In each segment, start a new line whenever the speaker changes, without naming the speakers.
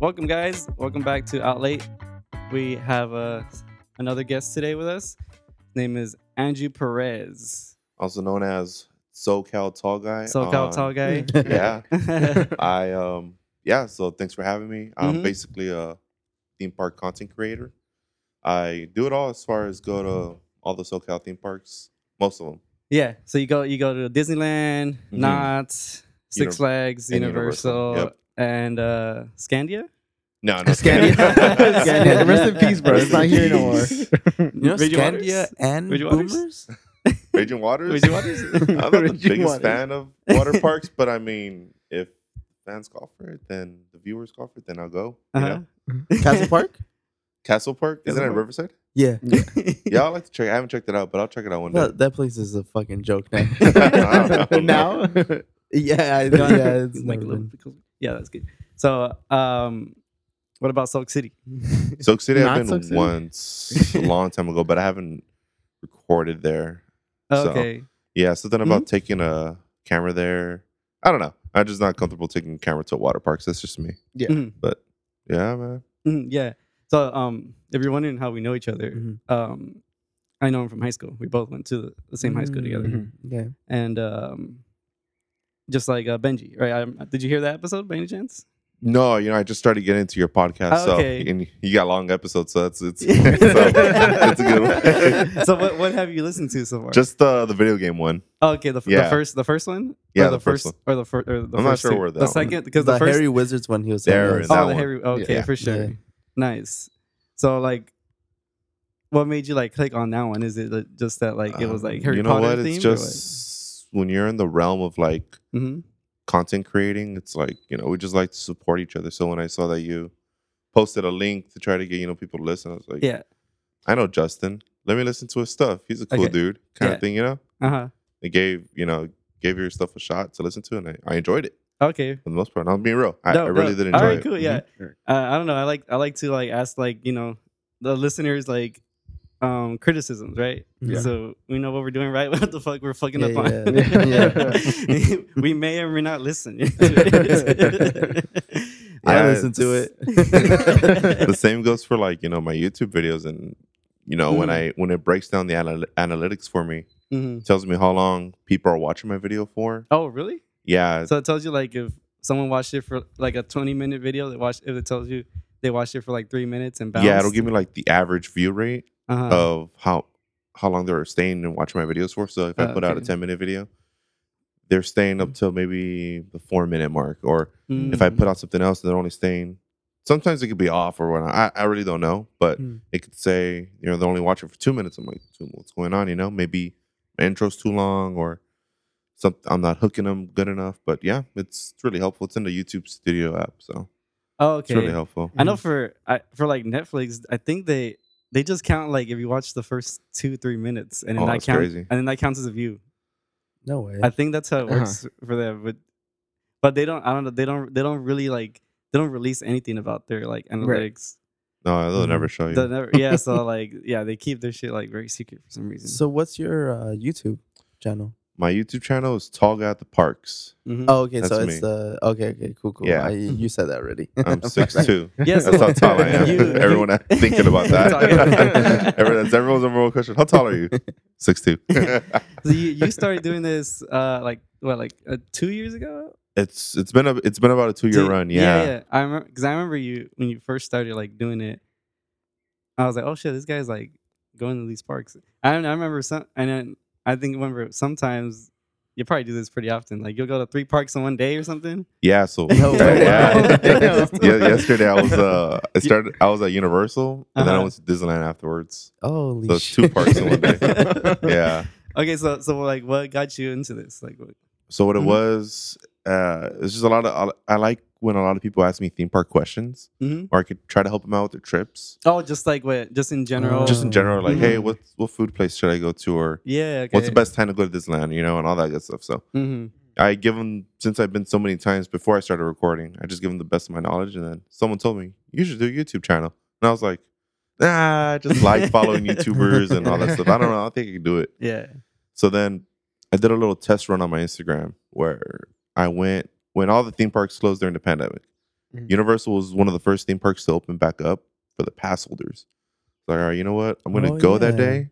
Welcome, guys. Welcome back to Out Late. We have uh, another guest today with us. His name is Andrew Perez,
also known as SoCal Tall Guy.
SoCal
on-
tall guy.
Yeah, I um yeah. So thanks for having me. I'm
Mhm.
basically a theme park content creator. I do it all as far as go to all the SoCal theme parks, most of them.
yeah. So you go you go to Disneyland,
Mhm.
Knott's, Six
Univ-
Flags,
and
Universal,
Universal, yep.
and uh, Scandia.
No, no
Scandia.
Scandia.
Scandia. Rest in peace, bro.
Rest
It's
in
not here no more.
peace.
You know
Raging Waters?
Scandia and
Raging Waters?
Boomers?
Raging Waters.
Would you want this?
I'm not the
Raging
biggest
Waters.
fan of water parks, but I mean, if fans call for it, then the viewers call for it, then I'll go. You
Uh-huh.
know?
Castle Park?
Castle Park, isn't
Castle
it
Park?
Riverside?
Yeah.
Yeah, I like to check. I haven't checked it out, but I'll check it out one day.
That, that place is a fucking joke now.
Now?
Yeah, I,
Gone.
yeah, it's
Like
never
a little
been.
pickle. Yeah, that's good. So, um, what about Silk City?
Soak City,
Not
I've been
Soak City.
once a long time ago, but I haven't recorded there. So-
Okay.
Yeah, something about
Mm-hmm.
taking a camera there. I don't know. I'm just not comfortable taking a camera to water parks. That's just me.
Yeah.
Mhm.
But yeah, man.
Mhm, yeah. So, um, if you're wondering how we know each other,
Mhm.
Mm.
um, I know him from high school. We both went to the, the same high school
Mm.
together,
Mhm. Yeah.
and um, just like uh, Benji, right? I, did you hear that episode by any chance?
No, you know, I just started getting into your podcast,
Oh, okay.
so and you got long episodes, so that's it's so, that's a good one.
so, what, what have you listened to so far?
just uh, the the video game one.
oh, okay. The, f- the
yeah.
first, the first one.
Yeah,
or the,
the first
or the first. Or the
I'm not
first
sure
two?
where that
the
one-
second because
Because
the,
the,
first
Harry Wizards one he was
There
saying.
is
Oh,
that
the
one.
Harry. Okay,
Yeah.
for sure.
Yeah.
Nice. So like, what made you like click on that one? Is it like, just that like it was
Um,
like Harry
you know
Potter
what?
themed?
It's
or what?
just when you're in the realm of like
Mhm.
content creating, it's like you know we just like to support each other. So when I saw that you posted a link to try to get you know people to listen, I was like,
yeah.
I know Justin. Let me listen to his stuff. He's a cool
Okay.
dude, kind
Yeah.
of thing, you know.
Uh huh.
It gave you know gave your stuff a shot to listen to, and I, I enjoyed it
Okay.
for the most part. I'm being real. I,
Dope,
I really
dope.
did enjoy
All right,
it.
cool. Yeah.
Mhm.
Uh, I don't know. I like I like to like ask like you know the listeners like um criticisms, right?
Yeah.
So we know what we're doing right. What the fuck we're fucking
Yeah,
up on?
yeah, yeah.
we may or may not listen.
I
Yeah,
listened to
it's-
it.
the same goes for like you know my YouTube videos, and you know when
Mm-hmm.
I when it breaks down the anal- analytics for me,
Mhm.
it tells me how long people are watching my video for.
Oh, really?
Yeah,
So it tells you like if someone watched it for like a 20 minute video, they watched if it tells you they watched it for like three minutes and bounced.
yeah, it'll give me like the average view rate
Uh-huh.
of how how long they're staying and watching my videos for. So if I
Oh,
put out a
okay.
ten minute video, they're staying up till maybe the four minute mark. Or
Mm.
if I put out something else, they're only staying. Sometimes it could be off or whatnot. I, I really don't know, but
Mm.
it could say you know they're only watching for two minutes. I'm like, "Dude, what's going on? You know, maybe my intro's too long or something. I'm not hooking them good enough. But yeah, it's really helpful. It's in the YouTube Studio app, so
oh,
it's
okay.
really helpful.
I know for I, for like Netflix, I think they they just count like if you watch the first two three minutes and then
Oh,
that
that's
counts
crazy.
and then that counts as a view.
no way.
I think that's how it
Uh-huh.
works for them, but but they don't. I don't know. They don't. They don't really like. They don't release anything about their like analytics.
No, they'll
Mm-hmm.
Mhm.
never show you.
They'll never- yeah. So like yeah, they keep their shit like very secret for some reason.
So what's your uh, YouTube channel?
My YouTube channel is Tall Guy at the Parks.
Mhm.
Oh, okay.
Mm-hmm. That's
so
me.
it's uh, okay, okay, cool, cool.
Yeah.
I, you said that already.
I'm six two.
Yeah, so
That's how tall I am.
you-
Everyone
you-
thinking about that.
Talking-
Everyone, that's everyone's number one question. How tall are you? Six two.
So you, you started doing this uh like what like uh, two years ago?
it's it's been a it's been about a two year
Two-
run. Yeah.
yeah. I remember because I remember you when you first started like doing it. I was like, oh shit, this guy's like going to these parks. I don't know. I remember some, and then I think remember sometimes you probably do this pretty often. Like you'll go to three parks in one day or something.
Yeah. So
No
yeah,
way.
yeah.
Damn.
Yeah, yesterday I was uh I started I was at Universal and then I
Uh-huh.
went to Disneyland afterwards.
Holy
So it's two
shit.
parts in one day. Yeah.
Okay, so so like, what got you into this? Like, what,
So what it
Mhm.
was, uh, it's just a lot of I like when a lot of people ask me theme park questions,
Mhm.
or I could try to help them out with their trips.
oh, just like what? Just in general.
Uh, just in general, like,
Mhm.
hey, what what food place should I go to, or
yeah. Okay.
what's the best time to go to Disneyland, you know, and all that good stuff. So
hmm
I give them since I've been so many times before I started recording, I just give them the best of my knowledge, and then someone told me you should do a YouTube channel, and I was like, nah, I just like following YouTubers and all that stuff. I don't know, I don't think I can do it.
Yeah.
So then I did a little test run on my Instagram where I went when all the theme parks closed during the pandemic.
Mhm.
Universal was one of the first theme parks to open back up for the pass holders. Like, all right, you know what? I'm gonna
Oh,
go that
yeah.
day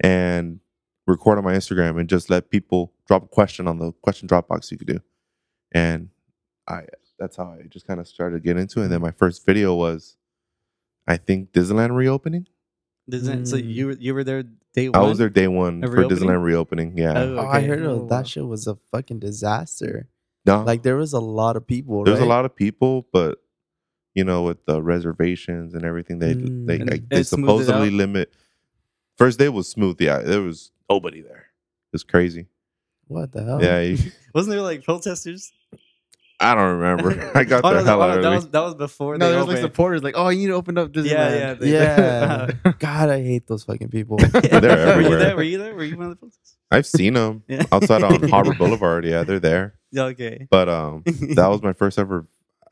and record on my Instagram and just let people drop a question on the question drop box you could do. And I that's how I just kind of started to get into it. And then my first video was I think Disneyland reopening.
Doesn't so
Mm.
you were you were there day one.
I was there day one
A
for
reopening?
Disneyland reopening. Yeah.
Oh,
Oh, I
okay.
heard
Oh,
of,
wow.
that shit was a fucking disaster.
no,
Like there was a lot of people.
there's a
right?
lot of people, but you know, with the reservations and everything, they
Mm.
they
And
like, they
it smoothed it
supposedly
out?
limit. First day was smooth. Yeah, there was nobody there. It's crazy.
What the hell?
Yeah, you-
Wasn't there like protesters?
I don't remember. I got
Oh,
there
no, that,
hell
oh, no,
early.
that was that was before
No,
they
there's like
opened.
supporters like, oh, you need to open up Disneyland.
yeah, yeah, they-
Yeah. God, I hate those fucking people.
They're
Were you
everywhere.
there? Were you there? Were you one of the protesters?
I've seen them
Yeah.
outside on Harbor Boulevard. Yeah, they're there.
Yeah, okay.
But um, that was my first ever.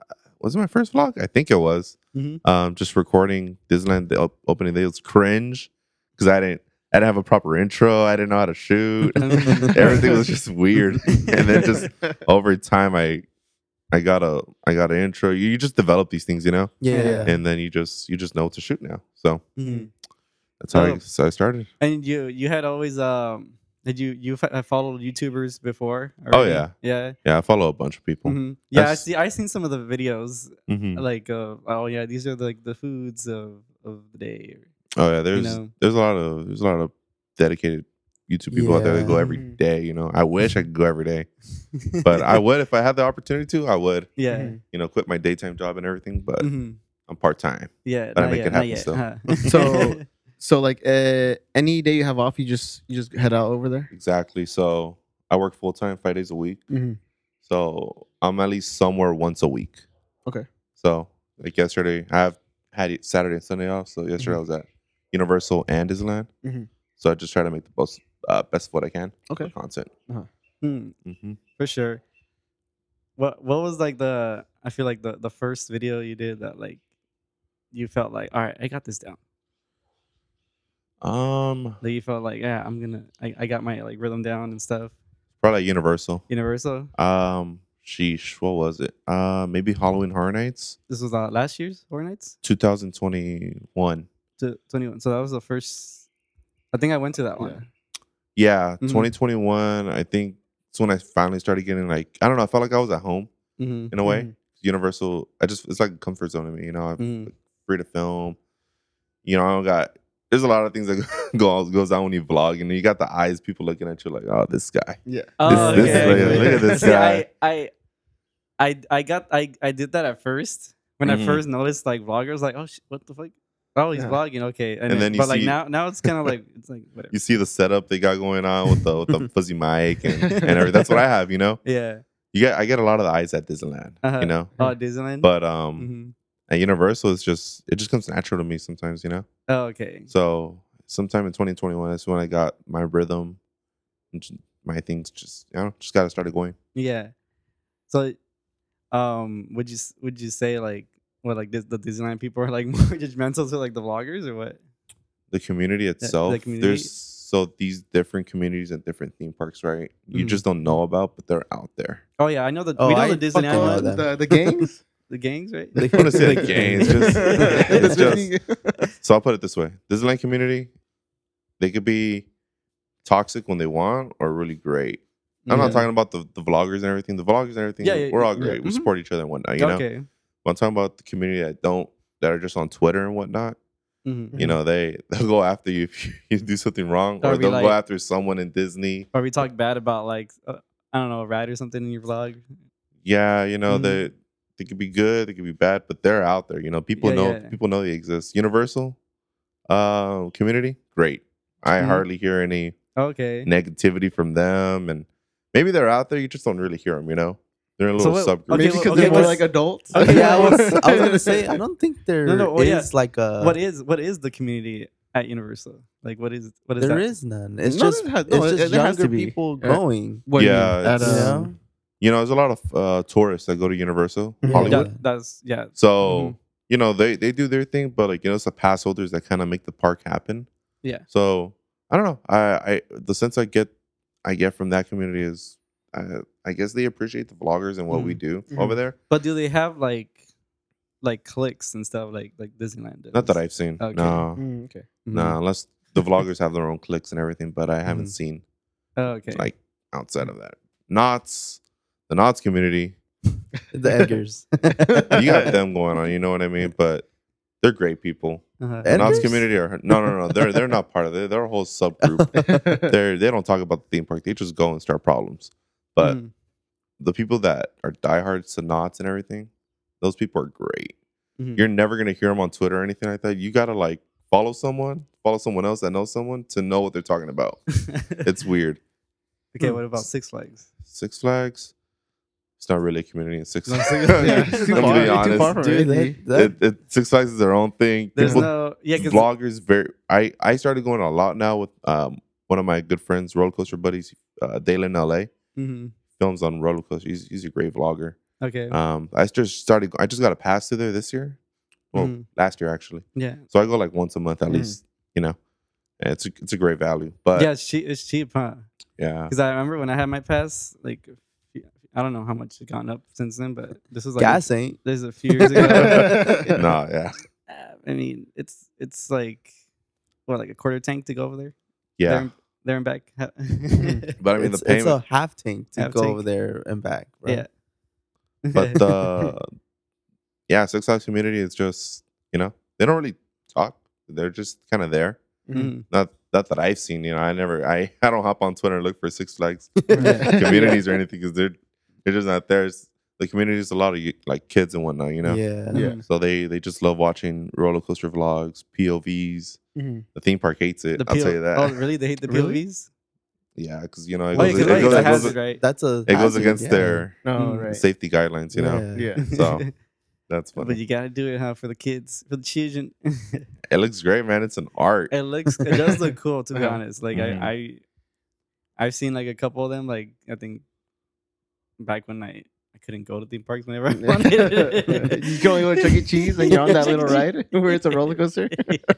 uh, Was it my first vlog? I think it was.
Mhm.
Um, just recording Disneyland the op- opening day It was cringe because I didn't. I didn't have a proper intro. I didn't know how to shoot. Everything was just weird. And then just over time, I I got a I got an intro. You, you just develop these things, you know,
yeah, yeah.
and then you just you just know what to shoot now. So
Mhm.
that's how, I,
Oh.
so I started.
And you you had always um did you you f- have followed YouTubers before?
Oh, yeah.
yeah,
Yeah, I follow a bunch of people.
Mhm. yeah. I
That's-
see. I seen some of the videos
Mhm.
like uh, oh yeah, these are like the foods of of the day.
Oh yeah, there's
know.
there's a lot of there's a lot of dedicated YouTube people out there that go
Yeah.
every day. You know, I wish I could go every day, but I Mm. would if I had the opportunity to. I would,
yeah.
Mhm.
you know, quit my daytime job and everything. But
Mhm.
I'm part time.
Yeah,
Gotta
not
make
yet,
it
not
happen
yet,
still.
huh?
So- so like, uh, any day you have off, you just you just head out over there.
Exactly. So I work full time, five days a week.
Mhm.
So I'm at least somewhere once a week.
Okay.
So like yesterday, I've had it Saturday and Sunday off. So
Mm-hmm.
yesterday I was at Universal and Disneyland.
Mhm.
So I just try to make the most uh, best of what I can.
Okay.
for Content.
Hmm.
hmm
for sure. What what was like the I feel like the the first video you did that like you felt like all right I got this down.
Um,
Like you felt like yeah I'm gonna I, I got my like rhythm down and stuff.
probably Universal.
Universal.
Um, sheesh, what was it? Uh, maybe Halloween Horror Nights,
This was uh, last year's Horror Nights
2021.
to 21. So that was the first. I think I went to that one.
Yeah,
Mm-hmm.
Mhm.
2021. I think it's when I finally started getting like I don't know. I felt like I was at home
hmm
in a way. Universal. I just it's like a comfort zone to me. You know, I'm
Mhm.
free to film. You know, I don't got. There's a lot of things that go goes on when you vlog, and you got the eyes people looking at you like, oh, this guy.
Yeah.
Oh,
this is
okay,
like-
okay.
look at
this
See, I,
guy.
I, I, I got, I, I did that at first when I
Mhm.
first noticed like vloggers, like, oh, sh- what the fuck? Oh, he's
Yeah.
vlogging, okay. And,
And
then,
then you
but like
see-
now, now it's kind of like it's like whatever.
You see the setup they got going on with the with the fuzzy mic and and everything. That's what I have. You know,
Yeah.
you get I get a lot of the eyes at Disneyland.
Uh-huh.
You know,
Oh, Disneyland.
Mm-hmm. but um.
Mhm.
at Universal, it's just it just comes natural to me sometimes, you know.
oh, okay.
So sometime in 2021, that's when I got my rhythm, and j- my things just you know just got to start going.
Yeah. So, um, would you s- would you say like what like this, the Disneyland people are like more judgmental to like the vloggers or what?
The community
the
itself,
community-
there's so these different communities and different theme parks, right? You
Mhm.
just don't know about, but they're out there.
Oh yeah, I know the
Oh,
we know
I
the
fucking
Disneyland
know
one,
that.
the the gangs.
the gangs, right?
I want to say the games. Just, it's just so I'll put it this way: Disneyland community, they could be toxic when they want, or really great. I'm
Yeah.
not talking about the, the vloggers and everything. The vloggers and everything,
Mm-hmm. Yeah, yeah,
we're all
yeah.
great. We
Mhm.
support each other and whatnot. You know,
Okay.
But I'm talking about the community that don't that are just on Twitter and whatnot.
Mhm.
You know, they they'll go after you if you, do something wrong,
Or
or
be
they'll
like-
go after someone in Disney.
Or we talk bad about like uh, I don't know a rat or something in your vlog.
Yeah, you know
Mhm.
they they could be good, they could be bad, but they're out there. You know, people
Yeah,
know
yeah.
people know they exist. Universal, uh, community, great. I
Mhm.
hardly hear any
Okay.
negativity from them, and maybe they're out there. You just don't really hear them. You know, they're in a
So what-
little subgroup.
okay,
Maybe
well,
because
okay,
they're more
what's-
like adults.
Okay,
yeah, I
well,
was, I was gonna say I don't think there is
no, oh, yeah.
like
uh,
a
what is what is the community at Universal? Like what is what is
there
that?
is none. It's
No,
just
it has- no,
it's
it-
just
there has to
younger
be.
people
Yeah.
going.
What do you mean?
Yeah,
At,
it's-
you
um,
know?
You know, there's a lot of uh, tourists that go to Universal
Mhm. Yeah.
Hollywood.
That- that's yeah.
So
Mhm.
you know they they do their thing, but like you know it's the pass holders that kind of make the park happen.
Yeah.
So I don't know. I I the sense I get I get from that community is I I guess they appreciate the vloggers and what we do
Mhm.
over there.
But do they have like like clicks and stuff like like Disneyland does.
Not that I've seen.
Okay.
No,
Mm, okay.
Mhm.
no. Unless the vloggers have their own clicks and everything, but I haven't
Mhm.
seen
Oh, okay.
like outside of that. Knots, the Knots community,
the Edgars.
you got them going on. You know what I mean? But they're great people.
uh-huh.
The
And-
Knots
Edgars?
community are no, no, no. They're they're not part of it. They're a whole subgroup. they're they don't talk about the theme park. They just go and start problems. But
Mhm.
the people that are diehards to knots and everything, those people are great.
Mhm.
You're never gonna hear them on Twitter or anything like that. You gotta like follow someone, follow someone else that knows someone to know what they're talking about. It's weird.
okay. What about Six Flags?
Six Flags, it's not really a community in Six
Not
Flags.
Six-
yeah,
it's
I'm
too
gonna
far-
be
too
honest.
far from
Dude, that, that,
It- it- Six Flags is their own thing.
There's
People-
no yeah. Cause
vloggers very I, I started going a lot now with um one of my good friends, roller coaster buddies, uh Dale in LA.
Mhm.
Films on roller coaster. He's, he's a great vlogger.
Okay.
Um, I just started. I just got a pass to there this year, well,
Mhm.
last year actually.
Yeah.
So I go like once a month at
Mm.
least. You know, and it's a, it's a great value. But
yeah.
yeah,
It's cheap. It's cheap, huh? Because I remember when I had my pass, like I don't know how much it gone up since then, but this was like a-
gas ain't.
there's a few years ago.
nah, yeah,
Uh, I mean, it's it's like what like a quarter tank to go over there.
yeah.
There and, there and back.
but I mean
it's,
the
it's a
payment,
half tank to
Half
go
tank.
over there and back. Bro.
yeah.
but the yeah Six Flags community is just you know they don't really talk. They're just kind of there.
Mhm.
Not not that I've seen. You know, I never I I don't hop on Twitter and look for Six Flags
Communities.
communities or anything because they're they're just not there. It's, the community is a lot of you- like kids and whatnot. You know.
yeah.
Yeah.
So they they just love watching roller coaster vlogs, POVs. The theme park hates it.
Mm-hmm. The
I'll
PO
tell you that.
Oh, really? They hate the
Really?
POVs?
Yeah, because you know it
Oh, yeah,
goes,
'cause,
it
like, it's
goes,
a
it goes,
hazard, right?
That's a.
it goes
hazard,
against
yeah.
their
Oh,
Mm.
right.
safety guidelines. You know,
Yeah.
So- that's
but
funny.
you gotta do it, huh? For the kids, for the children.
It looks great, man. It's an art.
it looks, it does look cool. To be
Yeah.
honest, like
Mm-hmm.
Mhm.
I, I, I've seen like a couple of them. Like I think back when I, I couldn't go to theme parks whenever I wanted.
you going on Chuck E. Cheese and you're on that little
Chuck E. Cheese.
ride where it's a roller coaster.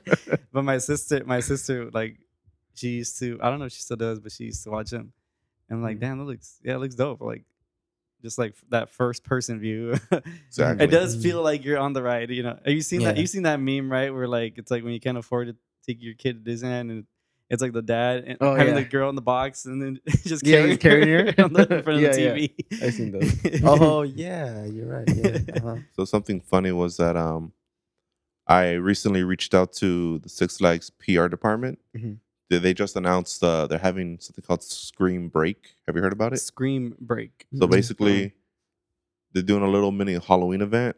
but my sister, my sister, like she used to. I don't know if she still does, but she used to watch him. And I'm like,
Mm-hmm.
damn, that looks yeah, it looks dope. Like just like that first person view.
Exactly.
it does feel like you're on the ride. You know, have you seen that?
Yeah.
You seen that meme right where like it's like when you can't afford to take your kid to Disneyland and. It's like the dad and
Oh,
having the
yeah.
girl in the box and then just
Yeah, he's
carrying
carrying her.
on the, in front
Yeah,
of
yeah.
the TV.
I've seen those.
Oh yeah, you're right. Yeah. Uh-huh.
So something funny was that um, I recently reached out to the Six Flags PR department.
Mhm.
They- They just announced uh, they're having something called Scream Break. Have you heard about it?
Scream break.
So
Mm-hmm.
basically, they're doing a little mini Halloween event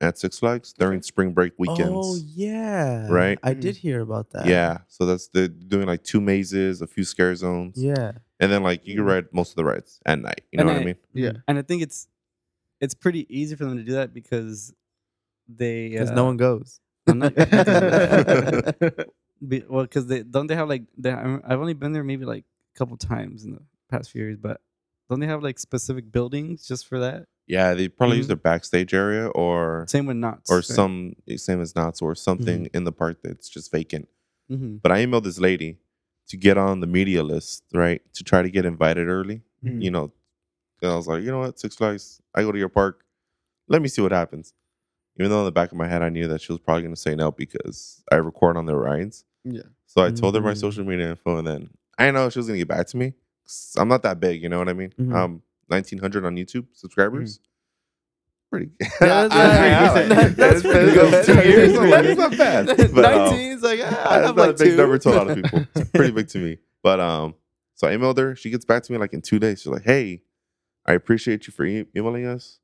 at Six Flags during spring break weekends.
Oh yeah.
Right?
I
Mm.
did hear about that.
Yeah, so that's they're doing like two mazes, a few scare zones,
Yeah.
and then like you can
Mm.
ride most of the rides at night. You know
At
what I
night.
mean?
Yeah.
and I think it's it's pretty easy for them to do that because they uh,
Because no one goes.
I'm not-
yeah.
be, well because they don't they have like they, I'm- I've only been there maybe like a couple times in the past few years, but don't they have like specific buildings just for that?
Yeah, they probably use their backstage area or
Same with knots
or some same as knots or something in the park that's just vacant.
hmm
But I emailed this lady to get on the media list, right, to try to get invited early.
Hmm.
Mhm.
You know, and I was like, you know what, Six Flags, I go to your park. Let me see what happens. Even though in the back of my head I knew that she was probably going to say no because I record on their rides. So I told her my
Mm.
social media info, and then I didn't know if she was gonna get back to me. 'cause I'm not that big, you know what I mean?
Mhm.
Um, 1900 on YouTube subscribers. Pretty.
Mm. Yeah, that's-
I- I- I-
that's- that's
it's been
pretty
those
good.
two years. so like, It's not bad. But, um,
19 is like, ah, I
that's not
have like
a big
two.
number to a lot of people. It's pretty big to me. But um, so I emailed her. She gets back to me like in two days. She's like, "Hey, I appreciate you for e- emailing us,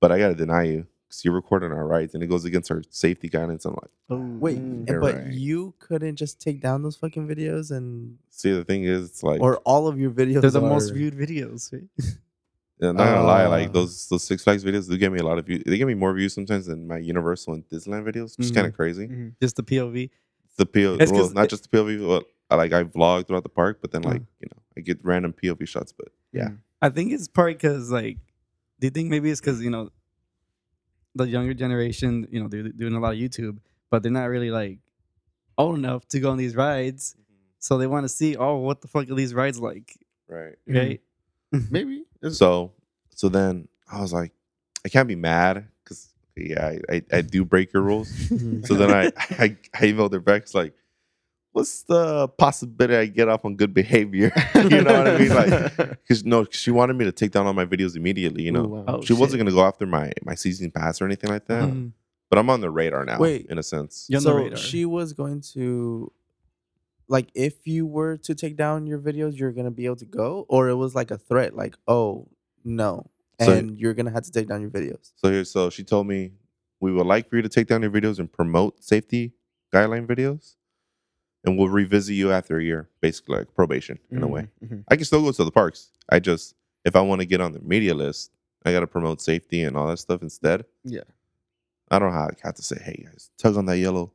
but I gotta deny you because you're recording our rights and it goes against our safety guidance." I'm like,
Wait, eh,
Mm.
You're
but
right.
you couldn't just take down those fucking videos and
"See, the thing is, it's like
or all of your videos.
they're the most
are-
viewed videos. right?
Yeah, I'm not gonna lie,
Uh,
like those those Six Flags videos do get me a lot of views. They get me more views sometimes than my Universal and Disneyland videos, which is
Mm-hmm.
kind of crazy.
Just the POV.
The POV,
It's
well,
'cause
not
it-
just the POV, but I, like I vlog throughout the park, but then
Uh.
like you know I get random POV shots. But yeah,
I think it's probably because like, do you think maybe it's because you know, the younger generation, you know, they're doing a lot of YouTube, but they're not really like old enough to go on these rides, so they want to see, oh, what the fuck are these rides like,
right.
Mhm.
right?
Maybe. It's-
So so then I was like, I can't be mad because yeah, I, I, I do break your rules.
Mm.
So then I, I, I emailed her back. It's like, what's the possibility I get off on good behavior? you know what I mean? Like, because no, 'cause she wanted me to take down all my videos immediately. You know,
Ooh, wow.
Oh,
she wasn't
shit.
gonna go after my my season pass or anything like that.
Mhm.
But I'm on the radar now.
Wait.
in a sense.
You're on the
so
radar.
she was going to, like, if you were to take down your videos, you're gonna be able to go, or it was like a threat, like, oh no,
So-
and you're gonna have to take down your videos.
So here, so she told me we would like for you to take down your videos and promote safety guideline videos, and we'll revisit you after a year, basically like probation in a
Mm.
way.
Mhm, mhm.
I can still go to the parks. I just if I want to get on the media list, I got to promote safety and all that stuff instead.
Yeah.
I don't know how I have to say, hey guys, tug on that yellow,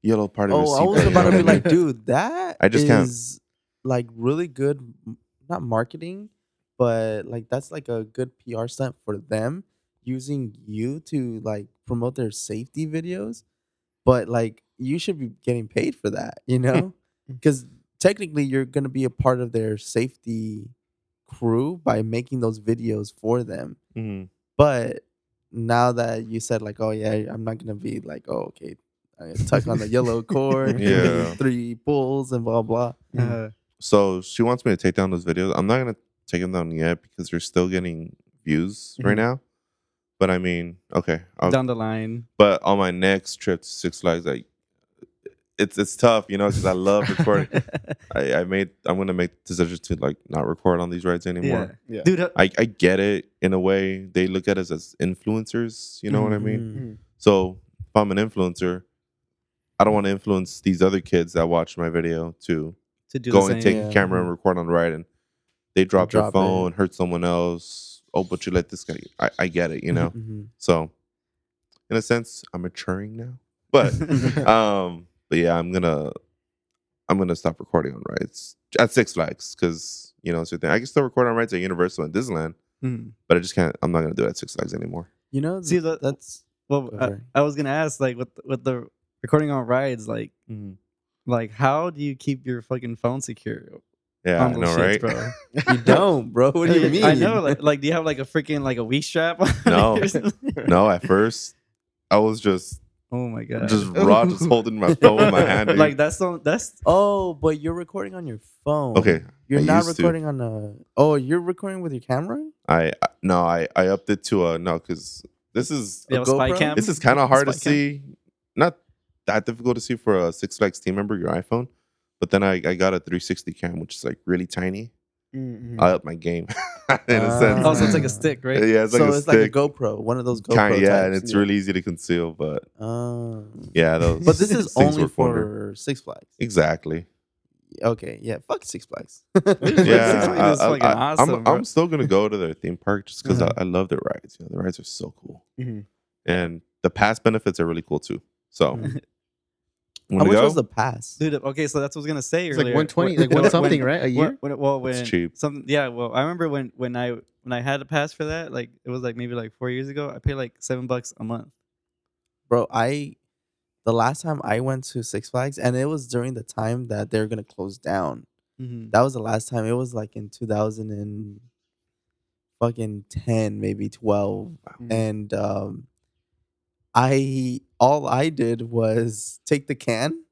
yellow part of
Oh,
your
I
seatbelt. you
was
know
about to
what
be
I mean?
like, dude, that
I just can't.
is, like really good, m- not marketing, but like that's like a good PR stunt for them using you to like promote their safety videos. But like you should be getting paid for that, you know? Because technically you're going to be a part of their safety crew by making those videos for them.
Mhm.
But now that you said like, oh yeah, I'm not gonna be like, oh okay, I gotta tuck on the yellow cord,
Yeah.
three bulls and blah blah.
Mm-hmm.
Uh,
So she wants me to take down those videos. I'm not gonna take them down yet because they're still getting views right
Mm-hmm.
Mhm.
now. But I mean, okay, I'll
down the line.
but on my next trip to Six Flags, like it's it's tough, you know, because I love recording. I, I made I'm gonna make the decision to like not record on these rides
Yeah.
anymore.
Yeah.
Dude, uh,
I, I get it in a way. They look at us as influencers, you know what I
Mm-hmm.
mean?
Mhm.
So if I'm an influencer, I don't want to influence these other kids that watch my video to
to do
go
the
and
same. Mm-hmm.
take a
Yeah.
camera and record on the ride and they drop, their
Drop it.
phone, hurt someone else. Oh, but you let this guy I, I get it, you know?
Mm-hmm.
Mhm.
So, in a sense, I'm maturing now. But um, but yeah, I'm gonna I'm gonna stop recording on rides at Six Flags because you know it's your thing. I can still record on rides at Universal and Disneyland,
Mm.
but I just can't. I'm not gonna do it at Six Flags anymore.
You know,
See,
th-
the-
that's
Well,
Go
I,
for it.
I was gonna ask, like, with with the recording on rides, like,
Mm.
like how do you keep your fucking phone secure?
Yeah, I
on
know,
those shits,
right?
bro?
you don't, bro. What do you mean?
I know, like, like, do you have like a freaking like a weak strap? on
No.
it or something?
no, at first I was just
Oh my god.
just raw, just holding my phone in my hand. dude.
like that's so that's
Oh, but you're recording on your phone.
okay,
You're
I
not
used to.
recording on a. Oh, you're recording with your camera.
I I- no, I I upped it to a no because this is
you
A
know, spy
GoPro?
cam.
This is kind of hard to
Spy cam.
see. Not that difficult to see for a Six Flags team member, your iPhone. But then I, I got a 360 cam, which is like really tiny.
Mhm.
I upped my game in a
Ah.
sense.
Mm. Oh, so it's like a stick, right?
Yeah, it's like
so
a
it's like a
stick.
GoPro, one of those GoPro.
kind, yeah, and
types.
it's really easy to conceal. But
Oh.
yeah, those.
But this is
things
only
work wonder.
for Six Flags.
exactly.
Okay, yeah, fuck Six Flags.
Dude,
Yeah,
Six Flags
I,
is
I,
fucking
I,
awesome,
am
bro.
I'm still gonna go to their theme park just because
Uh-huh.
I, I love their rides. You know, the rides are so cool,
Mm-hmm.
Mhm.
and the pass benefits are really cool too. So,
Mhm.
wanna
How much
go?
was the pass?
Dude, okay, so that's what I was gonna say
It's like
earlier.
120, like
When-
one something,
when-
right? A
when-
year.
when- well, when
It's cheap.
Something, yeah. Well, I remember when when I when I had a pass for that, like it was like maybe like four years ago. I paid like seven bucks a month.
bro i the last time i went to six flags and it was during the time that they were going to close down
Mhm.
that was the last time it was like in 2000 and fucking 10 maybe 12
Mm-hmm.
Mhm.
and um i all i did was take the can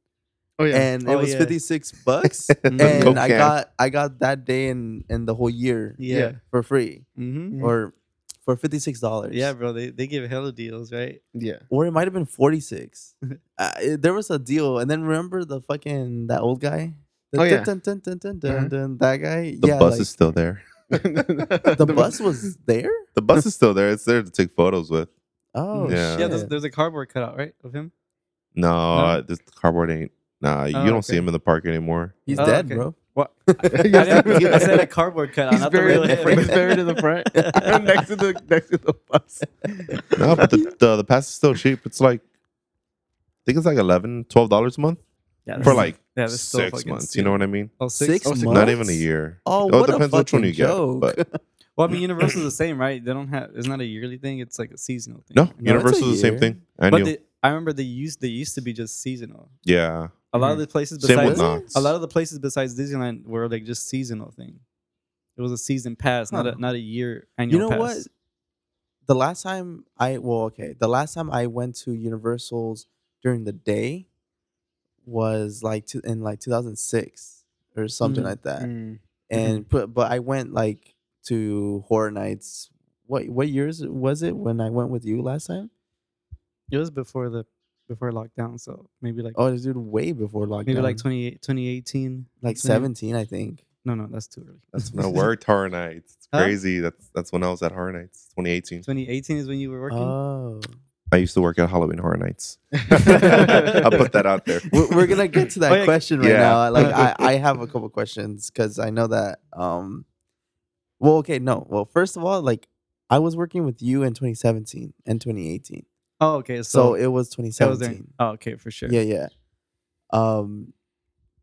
Oh yeah.
and it
Oh,
was
yeah.
56 bucks
Mhm.
and
Coke
i
can.
got i got that day and and the whole year
yeah.
for free
Mm-hmm.
Mhm.
or for 56 dollars
Yeah, bro. They they give hella deals, right?
yeah.
or it might have been 46 uh, it- there was a deal and then remember the fucking that old guy The
Oh, yeah.
dun, dun, dun, dun,
Uh-huh.
dun, dun, that guy
The
yeah
bus
like,
is still there.
the bus was there
The bus is still there. It's there to take photos with.
oh
Yeah.
yeah,
Yeah, there's, there's a cardboard cutout, right, of him.
No,
No?
this cardboard ain't. Nah, you
Oh,
don't see
okay.
him in the park anymore.
he's
Oh,
dead
okay.
bro
What?
I
I, didn't, I said a cardboard cutout,
He's
not the
buried,
real
in the
him.
front. He's buried in the front, next to the next to the bus.
No, but the, the the pass is still cheap. It's like, I think it's like 11 dollars a month
Yeah,
for
that's-
like
yeah, that's still
six
fucking
months.
stupid.
You know what I mean?
Oh,
Six
oh,
months?
Not even a year.
oh,
it
what
depends
a
which one
fucking
you get.
joke.
But
Well, I mean, Universal's the same, right? They don't have. It's not a yearly thing. It's like a seasonal thing.
no,
right?
No, it's a
Universal's the same
year.
thing. I
but
knew.
they, I remember they used they used to be just seasonal.
yeah,
A lot of the places
Mm-hmm. same with
besides
Knox.
a lot of the places besides Disneyland were like just seasonal thing. It was a season pass, not
Huh.
a not a year annual.
you know
pass.
what the last time I well, okay, the last time I went to Universal's during the day was like to, in like 2006 or something
Mhm.
like that.
Mm.
And but but I went like to horror nights. What what years was it when I went with you last time?
It was before the before lockdown, so maybe like
Oh, dude, way before lockdown.
maybe like 20, 2018. 20
like 17, I think.
No, no, that's too early.
That's when I worked horror nights. It's
Huh?
crazy. That's that's when I was at horror nights, 2018.
Twenty eighteen is when you were working.
Oh,
I used to work at Halloween horror nights. I'll put that out there.
we're, we're gonna get to that
Oh, yeah.
question right
Yeah.
now. Like, I, I have a couple questions because I know that. Um, well, okay, no. Well, first of all, like I was working with you in 2017 and 2018,
oh, okay.
so
So,
it was
that was there.
2017.
Oh, okay, for sure.
Yeah, yeah. Um,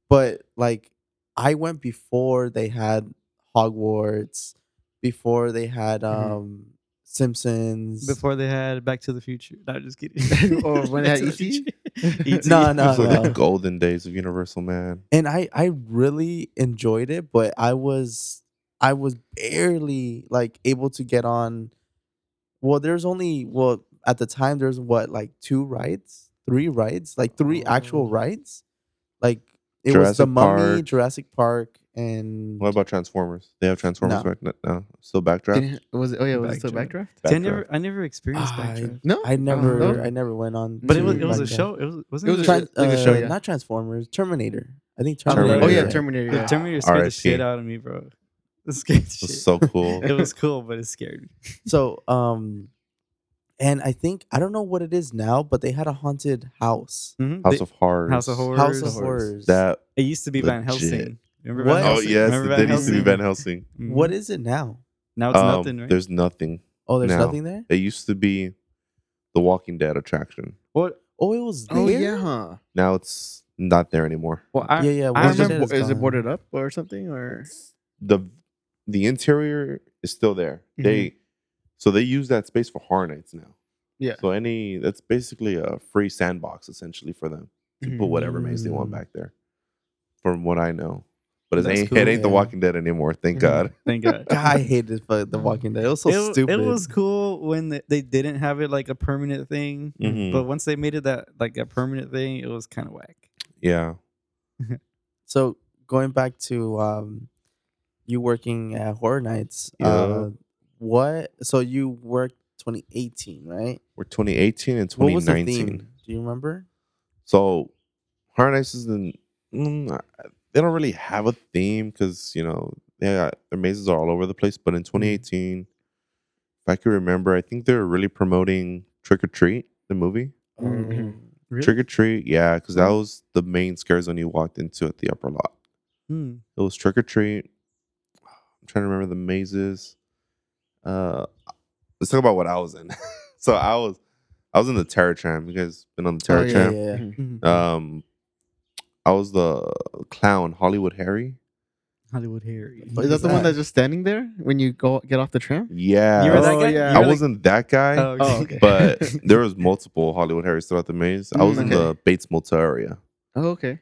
but like I went before they had Hogwarts, before they had
Mhm.
um Simpsons.
Before they had Back to the Future. No, I'm just kidding.
Or when they had
Back to the Future. E.T..
No, no,
Those were the
no.
golden days of Universal, man.
and I I really enjoyed it, but I was I was barely like able to get on. Well, there's only well at the time there's what like two rides, three rides, like three actual
Oh.
rides, like it was the
Jurassic
Mummy,
Park.
Jurassic Park, and
What about Transformers? They have Transformers
No.
back n- now. Still backdraft.
Didn't- was it? Oh yeah, was it still
Backdraft.
backdraft?
See, I
Backdraft.
never, I never experienced
Ah, I-
Backdraft.
No,
I never
Oh, no.
I never went on.
But it was,
to
it was a
like that.
show. It was, wasn't
It was a
Tran-
show. like
uh,
show, yeah.
Not Transformers, Terminator. I think Terminator.
Terminator.
Oh yeah,
Yeah.
Terminator.
The
Yeah.
Terminator scared the
RIP.
shit out of me, bro. It scared the
It was
shit.
so cool.
it was cool, but it scared me.
So, um, and I think I don't know what it is now, but they had a haunted house,
Mhm.
House
They-
of Horrors.
House of Horrors.
House of Horrors.
That.
It used to be Van
Legit.
Helsing. Remember
What?
Van
Oh
Helsing?
yes,
Remember
it did used to be
Helsing?
Van Helsing.
Mhm.
What is it now?
Now it's
Um,
nothing, right?
There's nothing.
Oh, there's
No.
nothing there.
It used to be the Walking Dead attraction.
What?
Oh, it was there.
Oh yeah, huh?
Now it's not there anymore.
Well, I,
yeah, yeah.
I
Walking
Is, it,
remember-
Dead
bo- is it
gone.
boarded up or something? Or
the The interior is still there.
Mm-hmm.
They so they use that space for horror nights now.
yeah,
So any that's basically a free sandbox essentially for them to
Hmm.
put
Oh,
whatever maze they want
Mm.
back there. From what I know, but it
That's
ain't
cool,
it ain't The
yeah.
Walking Dead anymore. Thank
Mm-hmm.
Mhm.
God.
Thank God.
God, I hated for The Walking Dead. It was so
it, w-
stupid.
it was cool when th- they didn't have it like a permanent thing,
Mhm.
but once they made it that like a permanent thing, it was kind of whack.
Yeah,
So going back to um, you working at Horror Nights.
Yeah.
Uh, what? So you worked 2018, right?
we're 2018 and
What was the
2019.
theme? Do you remember?
So harnesses and mm, I- they don't really have a theme because you know they got, their mazes are all over the place. But in
Mm-hmm.
2018, if I can remember, I think they were really promoting Trick or Treat, the movie.
Mhm.
Oh.
Really?
Trick or Treat, yeah, because that was the main scares when you walked into at the upper lot.
Hmm.
It was Trick or Treat. I'm trying to remember the mazes. Uh, let's talk about what I was in. so I was, I was in the Terror Tram. You guys been on the Terror
Oh, yeah,
Tram?
yeah, yeah.
Mhm.
Um, I was the clown, Hollywood Harry.
Hollywood Harry.
Oh, is that the
Yeah.
one that's just standing there when you go get off the tram?
Yeah,
You were that
Oh,
guy?
yeah.
You
I
were that-
wasn't that guy,
Oh, okay.
Oh, okay.
but there was multiple Hollywood Harrys throughout the maze. I was
Mm,
Mm-hmm.
in the Bates Motel area,
Oh, okay.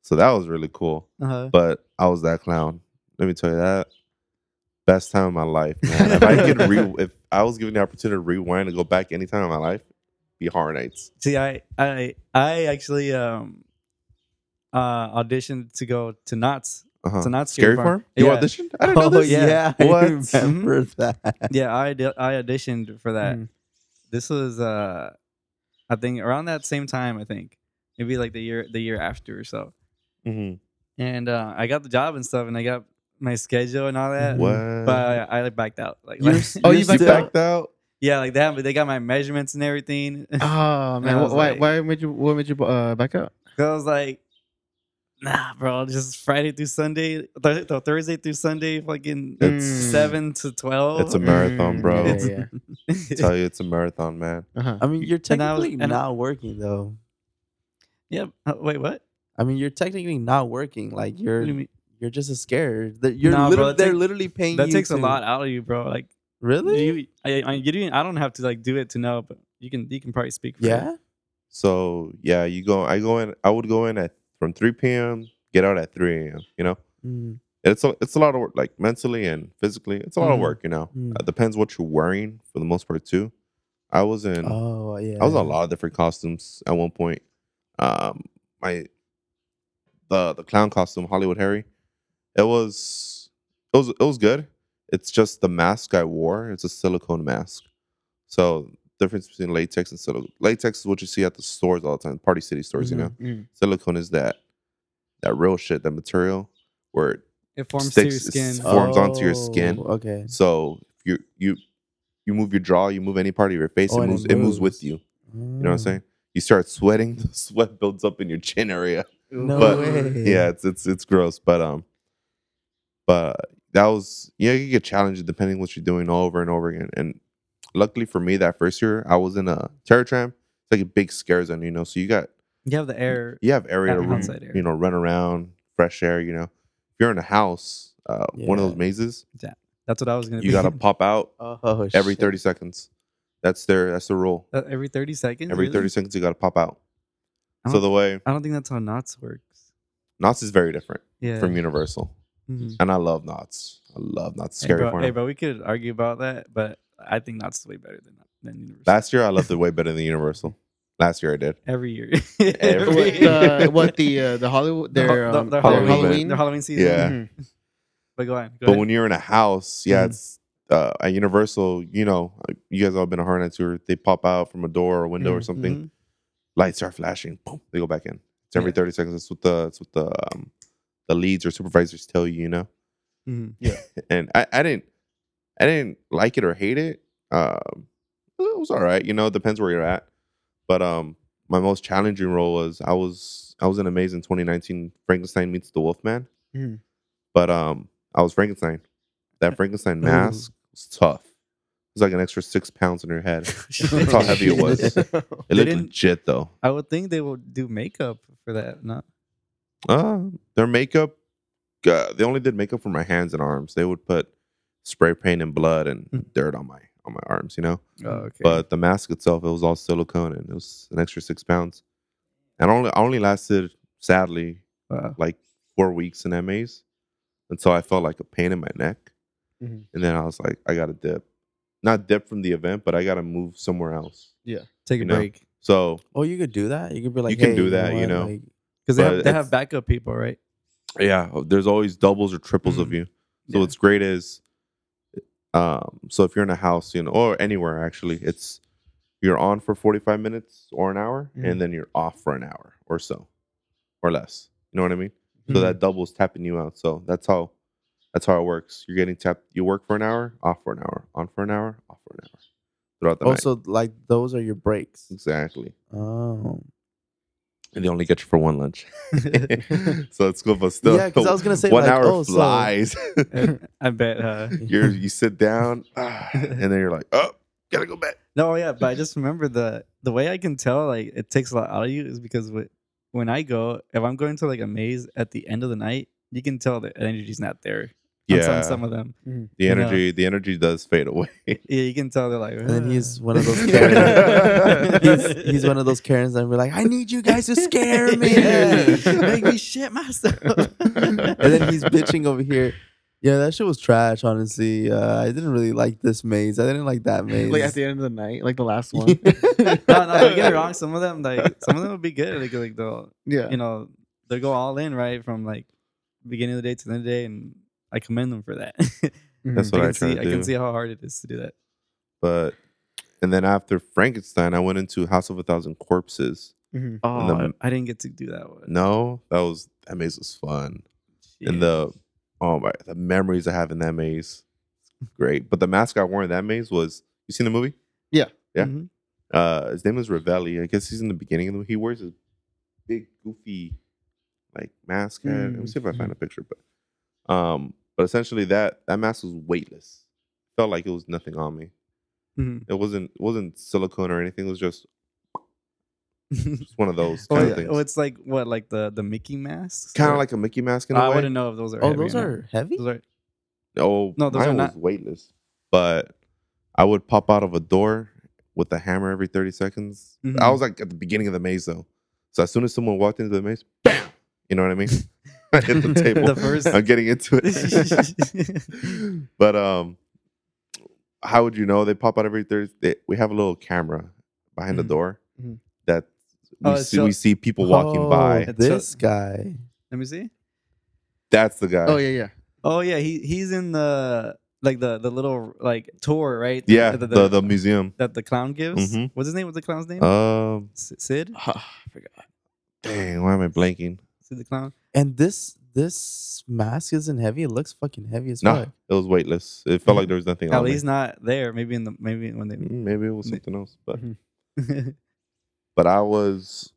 so that was really cool.
Uh-huh.
But I was that clown. Let me tell you that best time of my life, man. if I could, re- if I was given the opportunity to rewind and go back any time in my life, be horror nights.
See, I, I, I actually um, uh, auditioned to go to Knott's.
Uh-huh.
To Knott's
Scary Farm? You
Yeah.
auditioned? I didn't know
oh
this.
yeah.
yeah, Mm-hmm.
What?
I remember that.
Yeah, I, di- I auditioned for that.
Mhm.
This was, uh, I think, around that same time. I think maybe like the year, the year after or so.
Mhm.
And uh, I got the job and stuff, and I got my schedule and all that.
What?
But uh, I, I like backed out. Like,
You're
like-
s-
Oh,
you're
you
you
backed
still-
backed out.
yeah, like that. But they got my measurements and everything.
Oh
I
man,
was
wh- why
like-
why made you what made you uh, back out?
So I was like, nah, bro, just Friday through Sunday, th- th- Thursday through Sunday, fucking
It's
Mm.
seven to twelve.
it's a marathon,
Mm,
bro.
Yeah, yeah.
tell you, it's a marathon, man.
Uh-huh.
I mean, you're
And I was-
technically
and I-
not working though.
yep. Uh, wait, what?
I mean, you're technically not working. Like
What do you
you're
mean?
you're just a scared. That you're
Nah, bro,
literally
that
they're
take-
literally paying.
That
you
takes a
to-
lot out of you, bro. Like,
Really?
you, I, I, you didn't, I don't have to like do it to know, but you can, you can probably speak. For it.
Yeah.
So yeah, you go. I go in. I would go in at from three p.m. Get out at three a.m. You know,
Mm.
it's a it's a lot of work, like mentally and physically. It's a lot of
Mhm.
work, you know.
Mm.
Uh, depends what you're wearing for the most part too. I was in
Oh yeah.
I was in a lot of different costumes at one point. Um, my the the clown costume, Hollywood Harry. It was it was it was good. It's just the mask I wore. It's a silicone mask. So difference between latex and silicone. Latex is what you see at the stores all the time, Party City stores.
Mm-hmm.
You know, silicone is that that real shit, that material where it
It forms
Sticks
to your
is-
skin.
Oh. forms onto your skin.
Mm-hmm. Oh, Okay.
So you you you move your jaw, you move any part of your face,
Oh,
it
and it
moves. It moves
moves.
with you. You
Mm.
know what I'm saying? You start sweating, the sweat builds up in your chin area.
Mm. No
But-
way.
Yeah, it's it's it's gross, but um, but that was yeah, you get challenged depending what you're doing over and over again. And luckily for me, that first year I was in a terror tram. It's like a big scare zone, you know. So you got
You have the air.
you have area to
Out-
run,
outside area.
you know run around, fresh air. You know, if you're in a house, uh, one of
Yeah.
those mazes,
That's what I was gonna.
you
be.
gotta pop out
Oh,
every
shit.
30 seconds. That's their that's the rule.
Uh, every thirty seconds.
Every
really?
30 seconds you gotta pop out.
I
So
don't-
the way
I don't think that's how knots works.
Knots is very different
Yeah.
from Universal.
Mhm.
And I love Knots. I love Knots.
Hey
Scary
bro,
porno.
hey, bro, we could argue about that, but I think knots is way better than than universal.
Last year I loved it way better than Universal. Last year I did.
every year.
Every-
what the what the uh, the Hollywood
The
their,
ho- the-
um,
their
their
Halloween event.
Halloween.
their Halloween season.
Yeah.
Mhm.
But go on. Go
But
ahead. Mm-hmm.
when you're in a house, yeah,
Mhm.
it's uh, at Universal, you know, uh, you guys all been a Horror Nights tour. They pop out from a door or a window or
Mm-hmm,
something.
Mhm.
Lights are flashing. Boom. They go back in. It's every
Yeah.
30 seconds. That's what the that's what the um, the leads or supervisors tell you, you know.
Mhm.
and I, I didn't I didn't like it or hate it. Um, it was all right, you know. It depends where you're at. But um, my most challenging role was I was I was in Amazing 2019 Frankenstein meets the Wolfman.
Mhm.
But um, I was Frankenstein. That Frankenstein
Oh.
mask was tough. It was like an extra six pounds on your head. That's how heavy it was. It
They
looked
didn't-
legit though.
I would think they will do makeup for that. Not
Uh, their makeup. Uh, they only did makeup for my hands and arms. They would put spray paint and blood and
Mhm.
dirt on my on my arms. You know.
oh, okay.
But the mask itself, it was all silicone and it was an extra six pounds. And only I only lasted, sadly,
Wow.
like four weeks in MAs until I felt like a pain in my neck.
Mhm.
And then I was like, I gotta dip. Not dip from the event, but I gotta move somewhere else.
take a
you know,
break
So
Oh, you could do that. You could be like,
You can
"Hey,
do that, you
what,
know."
like,
because they,
but
have, they have
it's-
backup people, right?
yeah, oh, there's always doubles or triples of
Mm-hmm.
you. So
Yeah.
what's great is um so if you're in a house, you know, or anywhere actually, it's you're on for 45 minutes or an hour
Mhm.
Mm-hmm.
and then you're off for an hour or so or less. You know what I mean?
Mm-hmm.
So that double's tapping you out. So that's how that's how it works. You're getting tapped you work for an hour, off for an hour, on for an hour, off for an hour throughout the night.
also, like those are your breaks.
Exactly.
Oh,
And they only get you for one lunch. so it's cool, but still
yeah. Because I was gonna say
one
like,
hour
oh, so-
flies.
I bet. Uh,
you're you sit down ah, and then you're like, oh, gotta go back.
no, yeah, but I just remember the the way I can tell like it takes a lot out of you is because wh- when I go, if I'm going to like a maze at the end of the night, you can tell the energy's not there. on some,
Yeah.
some of them.
The
you know.
energy, the energy does fade away.
Yeah, you can tell they're like.
And then he's one of those
Yeah.
Karens. he's, he's one of those Karens that be like, I need you guys to scare me.
Make me shit myself.
and then he's bitching over here. Yeah, that shit was trash, honestly. Uh, I didn't really like this maze. I didn't like that maze.
Like at the end of the night, like the last one.
no, no, don't get me wrong. Some of them, like some of them, would be good. Like, like they'll,
yeah.
you know, they go all in right from like beginning of the day to the end of the day, and I commend them for that.
That's
I
what I,
can
try
see,
to
I
do.
can see how hard it is to do that.
But and then after Frankenstein, I went into House of a Thousand Corpses.
Mhm.
Oh,
the-
I, I didn't get to do that one.
No, that was that maze was fun. And the oh my, the memories I have in that maze, great. But the mask I wore in that maze was you seen the movie? yeah.
Mhm.
Uh, his name is Ravelli. I guess he's in the beginning of the movie. He wears this big goofy like mask head. Let me see if I
Mm-hmm.
find a picture. But um, but essentially that that mask was weightless. Felt like it was nothing on me.
Mhm.
It wasn't it wasn't silicone or anything. It was just just one of those
Oh,
kind
yeah.
of things.
oh, it's like what, like the the Mickey masks?
kind of
Or-
like a Mickey mask in a
I
way.
wouldn't know if those are.
oh,
heavy or
those
not.
are heavy?
Those are.
Oh
No, those are
mine
not-
was weightless. But I would pop out of a door with a hammer every thirty seconds. I
Mhm.
was like at the beginning of the maze though, so as soon as someone walked into the maze, bam! You know what I mean? I hit the table.
The first-
I'm getting into it. but um, how would you know they pop out every Thursday? We have a little camera behind the
Mhm.
door
Mhm.
that we,
Mm-hmm. Oh, it
see,
show-
we see people walking by.
Oh,
So-
This guy.
Let me see.
That's the guy.
Oh yeah, yeah.
Oh yeah, he he's in the like the the little like tour, right?
yeah,
The-
the,
the-
the, museum.
that the clown gives.
Mhm.
What's his name? What's the clown's name?
Um,
S- Sid.
I forgot.
dang, why am I blanking?
Sid the clown.
And this this mask isn't heavy. It looks fucking heavy as
No,
fuck.
it was weightless. It felt like there was nothing.
Mm. At
on
least
it.
not there. Maybe in the maybe when
Mm, Maybe it was something else, but
Mm-hmm.
Mm.
they.
but I was,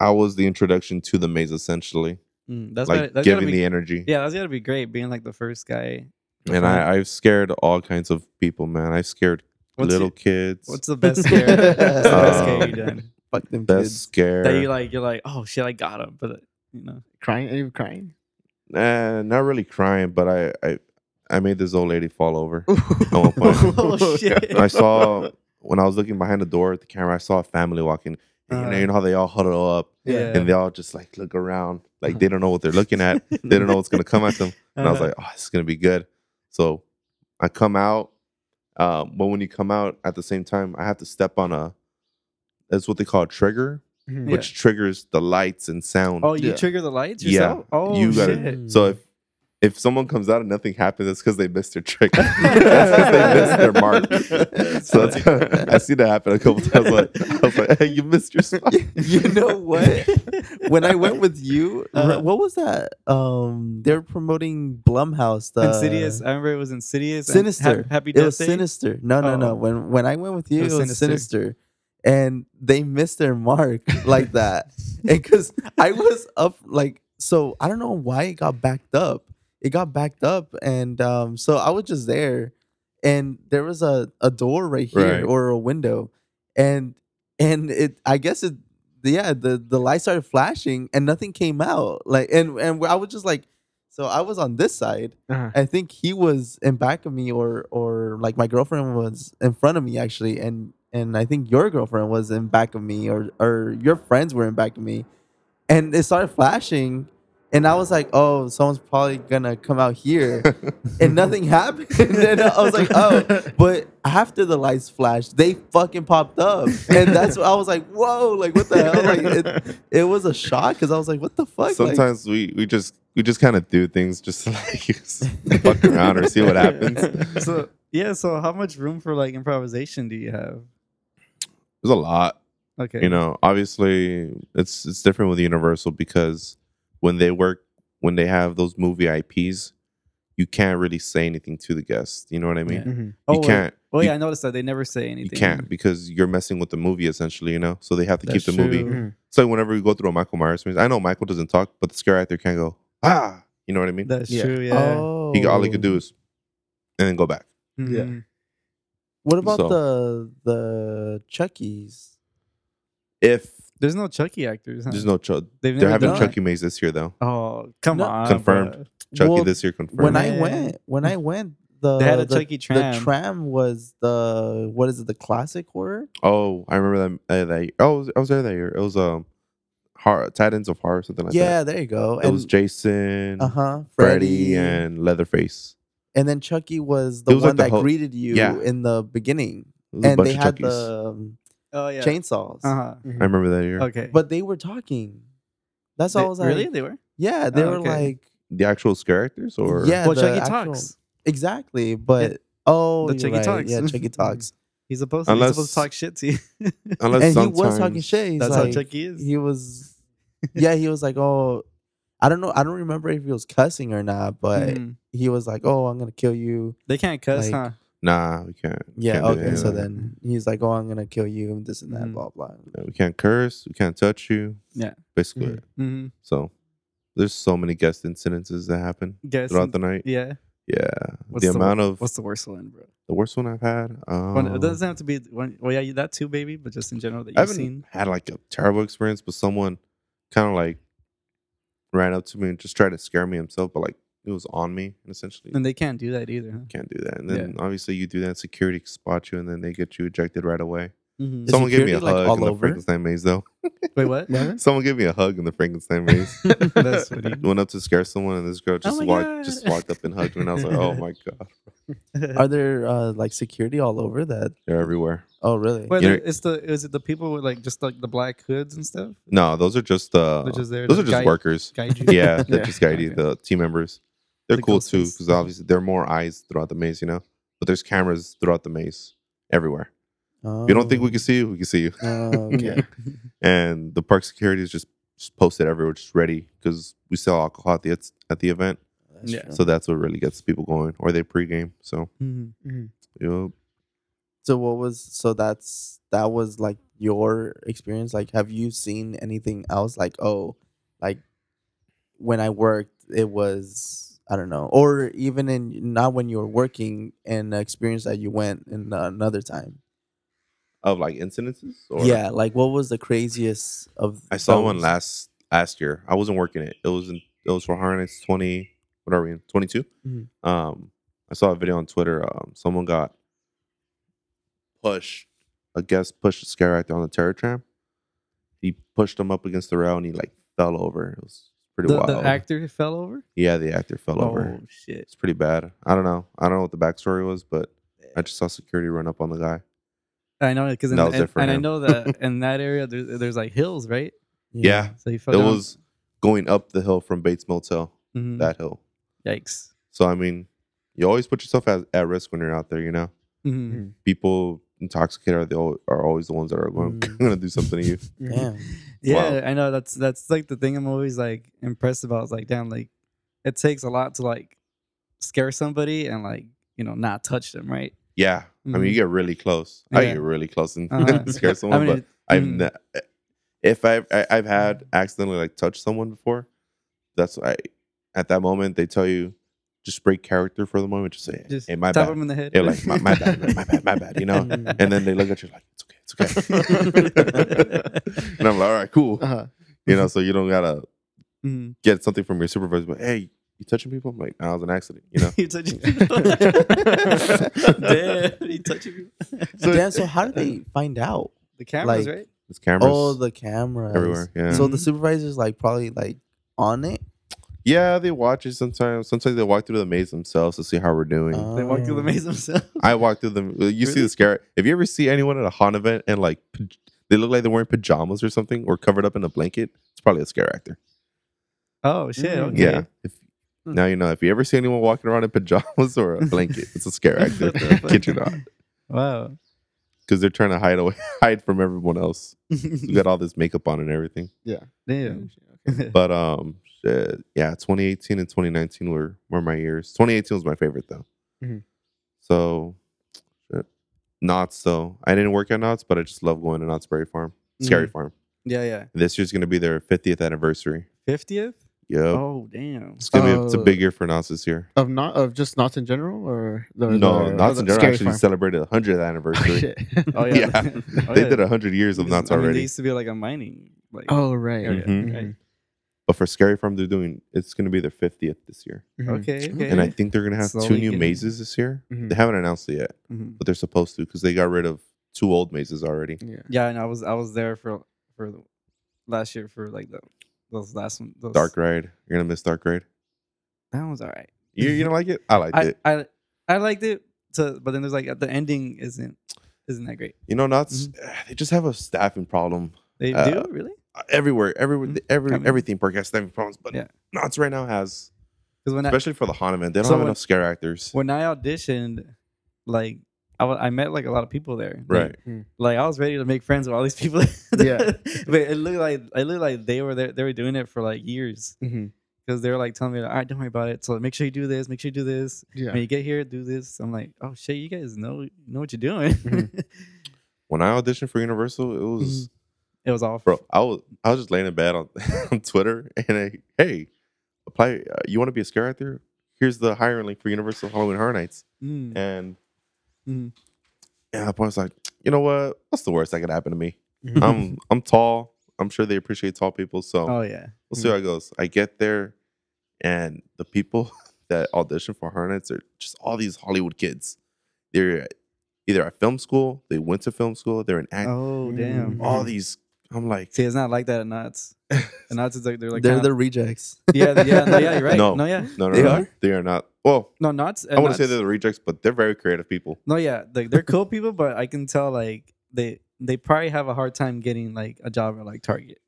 I was the introduction to the maze essentially,
Mm, that's
like
gotta, that's
giving
gotta be,
the energy.
yeah, that's gotta be great. Being like the first guy.
and I, I've scared all kinds of people, man. I've scared
What's
little
your-
kids.
what's the best scare? what's the best scare you
Um,
done?
Fuck them
best
kids.
scare?
That you like, you're like, oh shit, I got him. But you know,
Crying? Anyone crying?
Nah, not really crying, but I, I, I made this old lady fall over.
oh,
point. Oh, shit.
I saw when I was looking behind the door at the camera, I saw a family walking. And you, know,
Uh.
you know how they all huddle up
yeah.
and they all just like look around, like they don't know what they're looking at. they don't know what's gonna come at them. And
Uh-huh.
I was like, oh, this is gonna be good. So I come out. Um, but when you come out at the same time, I have to step on a. That's what they call a trigger,
Mm-hmm.
Yeah.
which triggers the lights and sound.
oh, you
Yeah.
trigger the lights
Yeah,
yourself. Oh
you gotta-
shit.
So if if someone comes out and nothing happens, that's because they missed their trick. that's because they missed their mark. So that's, I see that happen a couple times. Like, I was like, hey, you missed your spot.
you know what? when I went with you, r-
Uh-huh.
what was that? Um, Uh, they're promoting Blumhouse. The
Insidious. I remember it was Insidious. and Hap-
uh, Sinister.
Happy
It
Death
was
Day.
sinister. No, no,
Oh.
no. When when I went with you, it
was
was,
Sinister.
sinister. and they missed their mark like that. and because I was up, like, so I don't know why it got backed up. It got backed up, and um, so I was just there, and there was a a door right here
Right.
or a window, and and it I guess it yeah the the light started flashing and nothing came out like and and I was just like so I was on this side
Uh-huh.
I think he was in back of me or or like my girlfriend was in front of me actually and and I think your girlfriend was in back of me or or your friends were in back of me and it started flashing and I was like oh someone's probably gonna come out here and nothing happened and I was like oh but after the lights flashed they fucking popped up and that's what I was like whoa like what the hell like it, it was a shock because I was like what the fuck Like,
Sometimes we, we just we just kind of do things just to like fuck around or see what happens. There's
So yeah, so how much room for like improvisation do you have?
a lot,
Okay.
you know. Obviously, it's it's different with Universal because when they work when they have those movie IPs, you can't really say anything to the guests. You know what I mean?
Yeah.
Mhm.
oh,
you
wait.
can't.
Oh
you
yeah, I noticed that they never say anything.
You can't because you're messing with the movie essentially, you know. So they have to
That's
keep the
true.
movie. Mm-hmm. So whenever we go through a Michael Myers movie, I know Michael doesn't talk, but the scare actor can go ah. You know what I mean?
That's
Yeah.
true. Yeah.
oh
He all he could do is, and then go back.
yeah.
Mhm.
What about
So-
the the Chuckies?
If
There's no Chucky actors. Huh?
there's no Chuck,
They've
they're
never
having
done it.
Chucky Maze this year though.
Oh come
No.
on.
Confirmed.
bro.
Chucky
Well,
this year confirmed.
When I
Yeah.
went, when I went, the
They had a
Uh, the,
Chucky
The
tram.
tram was the what is it? The classic horror.
oh, I remember that. Uh, that oh, I was, I was there that year. It was um, horror, Titans of Horror, something like
yeah, there you go.
that. It was Jason,
uh huh,
Freddy, and Leatherface.
and then Chucky was the
was like
one
the
that
whole-
greeted you
Yeah.
in the beginning,
It was a
and
bunch
they
of
had
Chuckies.
the um,
Oh yeah.
chainsaws,
Uh
I remember that year.
huh. Okay.
but they were talking. That's all I
They-
was like.
really they were.
Yeah, they
Oh,
were
okay.
like
The actual scare actors, or
yeah.
well,
the
Chucky
actual-
talks.
exactly, but oh,
The
you're
Chucky
right.
talks.
Yeah, Chucky talks.
He's supposed.
Unless-
he's supposed to talk shit to you.
unless
and he was talking
sometimes-
shit. He's
That's
like,
how Chucky is.
he was yeah he was like oh i don't know i don't remember if he was cussing or not but
Mm-hmm.
Mhm.
he was like oh i'm gonna kill you
They can't cuss,
like-
huh?
Nah, we can't. we
yeah
can't do any
okay
of
so
that. Mm-hmm.
then he's like oh i'm gonna kill you and this and that
Mhm.
blah blah
Yeah, we can't curse. We can't touch you.
Yeah.
basically.
Mhm.
it.
hmm
So there's so many guest incidences that happen
Guess.
throughout the night.
yeah.
Yeah,
What's
the
the-
amount of
What's the worst one, bro?
the worst one I've had.
One-
Um,
it doesn't have to be one. Well, yeah, that too, baby. But just in general, that
I
you've
haven't
seen.
had like a terrible experience, but someone kind of like ran up to me and just tried to scare me himself, but like it was on me and essentially.
And they can't do that either. Huh?
can't do that. And
Yeah.
then obviously you do that, security can spot you, and then they get you ejected right away.
Mhm.
Is
Someone gave me a
security, like,
hug
all
in the
over?
Frankenstein maze, though.
Wait, what?
Someone gave me a hug in the Frankenstein maze.
That's funny.
Went up to scare someone, and this girl just
Oh my
walked,
God.
just walked up and hugged me. And I was like, "Oh my god,
Are there uh, like security all over that?
they're everywhere."
Oh, really?
Wait,
You're-
it's the is it the people with like just like the black hoods and stuff?
No, those are just uh,
They're just there
those
to
are just
guide-
workers.
Guide you.
Yeah, that
Yeah.
just guide you.
Okay.
The team members, they're
The
cool
ghost
too
face.
because obviously there are more eyes throughout the maze, you know. But there's cameras throughout the maze everywhere. If you don't think we can see you, we can see you.
Oh, okay.
Yeah.
And the park security is just, just posted everywhere, just ready because we sell alcohol at the at the event.
That's
Yeah.
true.
So that's what really gets people going, or they pregame. So
Mhm.
you know,
So what was so that's that was like your experience? Like have you seen anything else like oh like when I worked it was I don't know or even in not when you were working and the experience that you went in another time.
of like incidences. Or
yeah, like what was the craziest of
I saw one
those?
last last year. I wasn't working it. It was in it was for Harness twenty. What are we in twenty
Mhm.
Mm-hmm.
Um, I saw a video on Twitter. Um, someone got pushed. A guest pushed a scare actor on the terror tram. He pushed him up against the rail and he like fell over. It was pretty
The,
wild.
the actor fell over.
yeah, the actor fell over.
Oh shit!
It's pretty bad. I don't know. I don't know what the backstory was, but I just saw security run up on the guy.
I know because and,
That was it
and,
for
I
him.
know that in that area there's, there's like hills, right?
Yeah,
So he fell.
it
down.
was going up the hill from Bates Motel.
Mhm.
That hill.
Yikes.
So I mean, you always put yourself at, at risk when you're out there. You know,
Mhm.
people intoxicated are the al- are always the ones that are going
Mm.
going to do something to you.
Damn.
Yeah, I know. That's that's like the thing I'm always like impressed about. Is like, damn, like it takes a lot to like scare somebody and like you know not touch them, right?
Yeah, I mean, you
Mhm.
get really close. I
Yeah.
get really close and
Uh-huh.
scare
I
someone.
mean,
Oh, but I've
mhm.
ne- if I've I, I've had accidentally like touched someone before. That's why at that moment they tell you just break character for the moment. Just say,
just
"Hey, my
tap
bad."
them in the head.
Yeah, like my, my bad, my my bad, my bad. You know,
Mm.
and then they look at you like it's okay, it's okay. and I'm like, all right, cool.
Uh-huh.
You
Mm-hmm.
know, so you don't gotta
Mhm.
get something from your supervisor, but hey, you touching people? I'm like, nah, it was an accident, you know?
you touching people. damn, you touching people.
So
Damn, so how did they find out?
The cameras,
Like-
right?
it's cameras
Oh, the cameras
everywhere. Yeah.
So the supervisor's like probably like on it.
yeah, they watch it sometimes. Sometimes they walk through the maze themselves to see how we're doing.
They walk through the
Oh.
maze themselves.
I walk through them. uh, You see
Really?
the scare. If you ever see anyone at a haunt event and like pa- they look like they're wearing pajamas or something or covered up in a blanket, it's probably a scare actor.
Oh shit!
Mm.
Okay.
Yeah. If,
Hmm.
now you know. If you ever see anyone walking around in pajamas or a blanket, it's a scare actor.
What the fuck?
Kid you
uh,
not,
Wow.
because they're trying to hide away, hide from everyone else. You got all this makeup on and everything.
Mm-hmm.
Damn.
But um, shit, yeah, 2018 and 2019 were were my years. 2018 was my favorite though.
Mm-hmm.
Mhm.
So, shit. Knott's though. I didn't work at Knott's, but I just love going to Knott's Berry Farm, Scary
Mm-hmm.
Farm.
Yeah, yeah.
This year's gonna be their 50th anniversary.
Fiftieth.
Yep.
Oh damn.
It's gonna be it's a
Uh,
big year for Knott's this year.
Of not of just knots in general, or the,
no,
the,
Knott's in
the
general
scary
actually
farm?
celebrated 100th
Oh,
anniversary.
shit.
Oh yeah.
Yeah.
Oh,
they
yeah.
did 100 years of
Because,
Knott's
I mean,
already.
They used to be like a mining. Like,
oh Mm-hmm. right.
area,
Mhm.
right?
but for Scary Farm, they're doing it's gonna be their 50th this year.
Mhm.
Okay. Okay.
And I think they're gonna have two
Eh, Slowly
new
getting- Mm-hmm.
mazes this year.
Mhm.
They haven't announced it yet.
Mhm.
but they're supposed to because they got rid of two old mazes already.
Yeah.
Yeah, and I was I was there for for the, last year for like the those last one. Those,
Dark Ride, you're gonna miss Dark Ride.
That one's all right.
You you don't like it? I liked
I,
it.
I I liked it. To, but then there's like the ending isn't isn't that great.
You know, Knots
Mm-hmm.
they just have a staffing problem
They
Uh,
do really
Uh, everywhere. Everywhere,
Mhm.
every
I mean-
everything park has staffing problems, but
Yeah.
Knots right now has,
because when I
especially for the haunt event, they don't
So
have
when-
enough scare actors.
when I auditioned, like I wa- I met like a lot of people there. Like,
Right.
like I was ready to make friends with all these people.
Mm. Yeah.
but it looked like it looked like they were there, they were doing it for like years
Mhm.
because they were like telling me, "All right, don't worry about it. So make sure you do this. Make sure you do this.
Yeah.
When you get here, do this." I'm like, "Oh shit, you guys know know what you're doing."
Mhm.
When I auditioned for Universal, it was
Mm-hmm. it was all
bro. I was I was just laying in bed on, on Twitter and I, hey, apply. Uh, you want to be a scare actor? Here's the hiring link for Universal Halloween Horror Nights.
Mm,
And
mhm.
And the point's like, you know what? What's the worst that could happen to me?
Mhm.
I'm I'm tall. I'm sure they appreciate tall people. So
Oh yeah.
we'll see how it goes. I get there, and the people that audition for Hornets are just all these Hollywood kids. They're either at film school, they went to film school, they're in acting.
Oh
Mm.
damn.
All these, I'm like,
See, it's not like that at Knots. At Knots, it's like they're like
they're
kinda-
the rejects.
yeah, yeah, no, yeah. You're right.
No.
No, yeah,
no, no,
They
no,
are?
they are not. Well,
no, Knots.
I want to say they're the rejects, but they're very creative people.
No, yeah, like they're cool people, but I can tell like they they probably have a hard time getting like a job at like Target.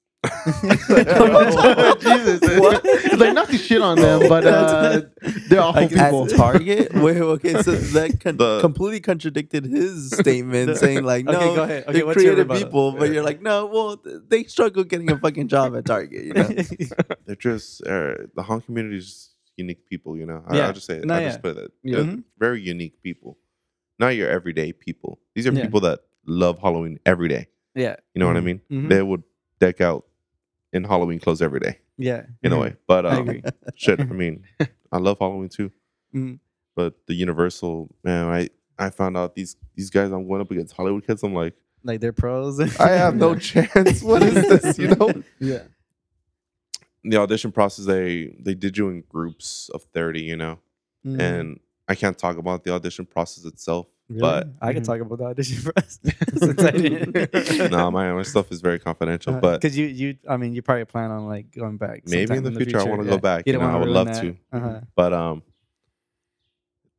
Oh, Jesus.
What?
It's like not to shit on them, but uh, they're awful
Like,
people.
At Target? Wait, okay, so that con-
The-
completely contradicted his statement saying like, no,
Okay, go ahead. Okay,
they're
what's your
creative
rebuttal?
people, but you're like, no, well, th- they struggle getting a fucking job at Target, you know?
They're just uh, the Han community is just unique people. You know, I,
Yeah.
I'll just say it.
No,
I
yeah.
just put it.
Yeah.
They're
Mhm.
Very unique people. Not your everyday people. These are
Yeah.
people that love Halloween every day.
yeah,
You know what I mean?
Mhm.
They would deck out in Halloween clothes every day
yeah.
in a
Mhm.
way. But
Mm-hmm. I
um,
agree.
shit, I mean, I love Halloween too.
Mhm.
But the Universal man, I I found out these these guys I'm going up against Hollywood kids. I'm like,
Like they're pros.
I have no chance. What is this? You know?
yeah.
the audition process they they did you in groups of 30 you know
Mm.
and i can't talk about the audition process itself
Really?
but
I can
Mhm.
talk about the audition for us since I didn't.
no my, my stuff is very
Uh,
confidential but
because you you I mean you probably plan on like going back
maybe
sometime
in the, future, i want to go back
You
you,
don't
know i
wanna
would
ruin
love
that.
to
Uh-huh.
but um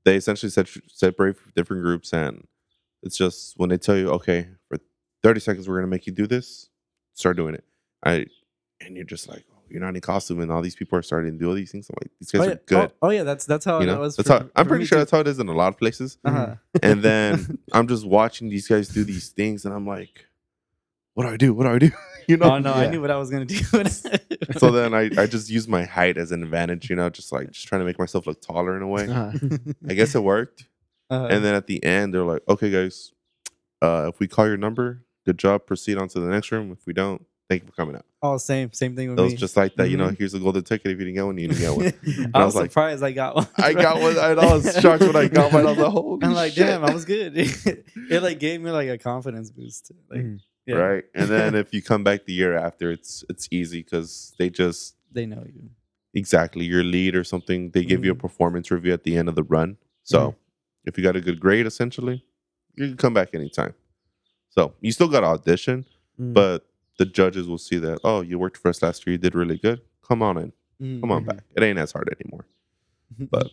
they essentially set, separate for different groups and it's just when they tell you okay for 30 seconds we're gonna make you do this start doing it i and you're just like oh, you're not in costume and all these people are starting to do all these things i'm like these guys
oh, yeah.
are good
Oh, oh, yeah, that's that's how
you
that
know
was.
that's
for-
how i'm
for
pretty
me,
sure
too.
that's how it is in a lot of places
Uh-huh.
and then I'm just watching these guys do these things, and I'm like, "What do I do? What do I do?" you know.
Oh no, I
Yeah.
knew what I was gonna do.
So then I, I just use my height as an advantage, you know, just like just trying to make myself look taller in a way.
Uh-huh.
I guess it worked.
Uh,
And then at the end, they're like, "Okay, guys, uh, if we call your number, good job. Proceed on to the next room. If we don't, thank you for coming out."
oh, same same thing with
It was
me.
just like that, you know.
Mhm.
Here's a golden ticket. If you didn't get one, you didn't get one.
I,
I
was
was like-
surprised I got one.
I got one. and I was shocked when I got mine. I was like, "Holy
I'm like,
shit.
damn, I was good. it like gave me like a confidence boost. Like,
Mhm.
yeah,
right." And then if you come back the year after, it's it's easy because they just
They know you.
exactly your lead or something they give you
Mm-hmm.
a performance review at the end of the run so if you got a good grade essentially you can come back anytime so you still got to audition
Mm.
but the judges will see that oh you worked for us last year you did really good come on in come on
Mm-hmm.
Mhm.
back it ain't as hard anymore but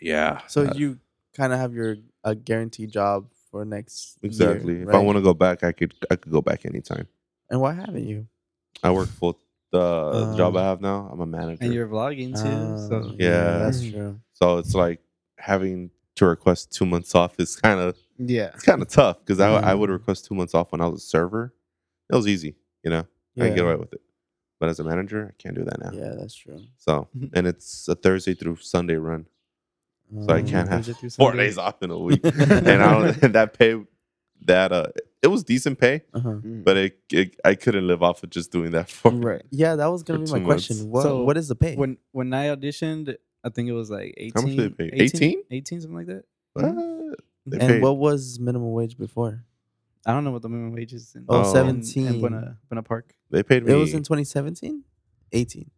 yeah
So
uh,
you kind of have your a guaranteed job for next year,
exactly if i
right?
want to go back i could i could go back anytime
And why haven't you?
i work full the
Um,
job i have now i'm a manager
And you're vlogging too, so
Ah,
Yeah.
that's
Mhm.
true.
so it's like having to request two months off is kind of
Yeah.
it's kind of tough because I, I would
Mhm.
request two months off when I was a server. It was easy, you know, I
Yeah.
can get away with it. But as a manager, I can't do that now.
Yeah, Mm-hmm. that's true.
So,
Mhm.
and it's a Thursday through Sunday run, so I
Um,
can't have
Thursday through
four
Sunday.
days off in a week. and I don't, and that pay, that uh, it was decent pay,
uh-huh.
but it, it I couldn't live off of just doing that for.
Mm. right.
Yeah, that was
For
gonna be my
two months.
question. What
So,
what is the pay?
when when I auditioned, I think it was like 18,
How much did they pay?
18,
18?
18, something like that.
What? They
and
paid-
what was minimum wage before?
I don't know what the minimum wage is in,
Oh,
in-
17.
in Buena, Buena Park.
they paid me.
It was in 2017, 18.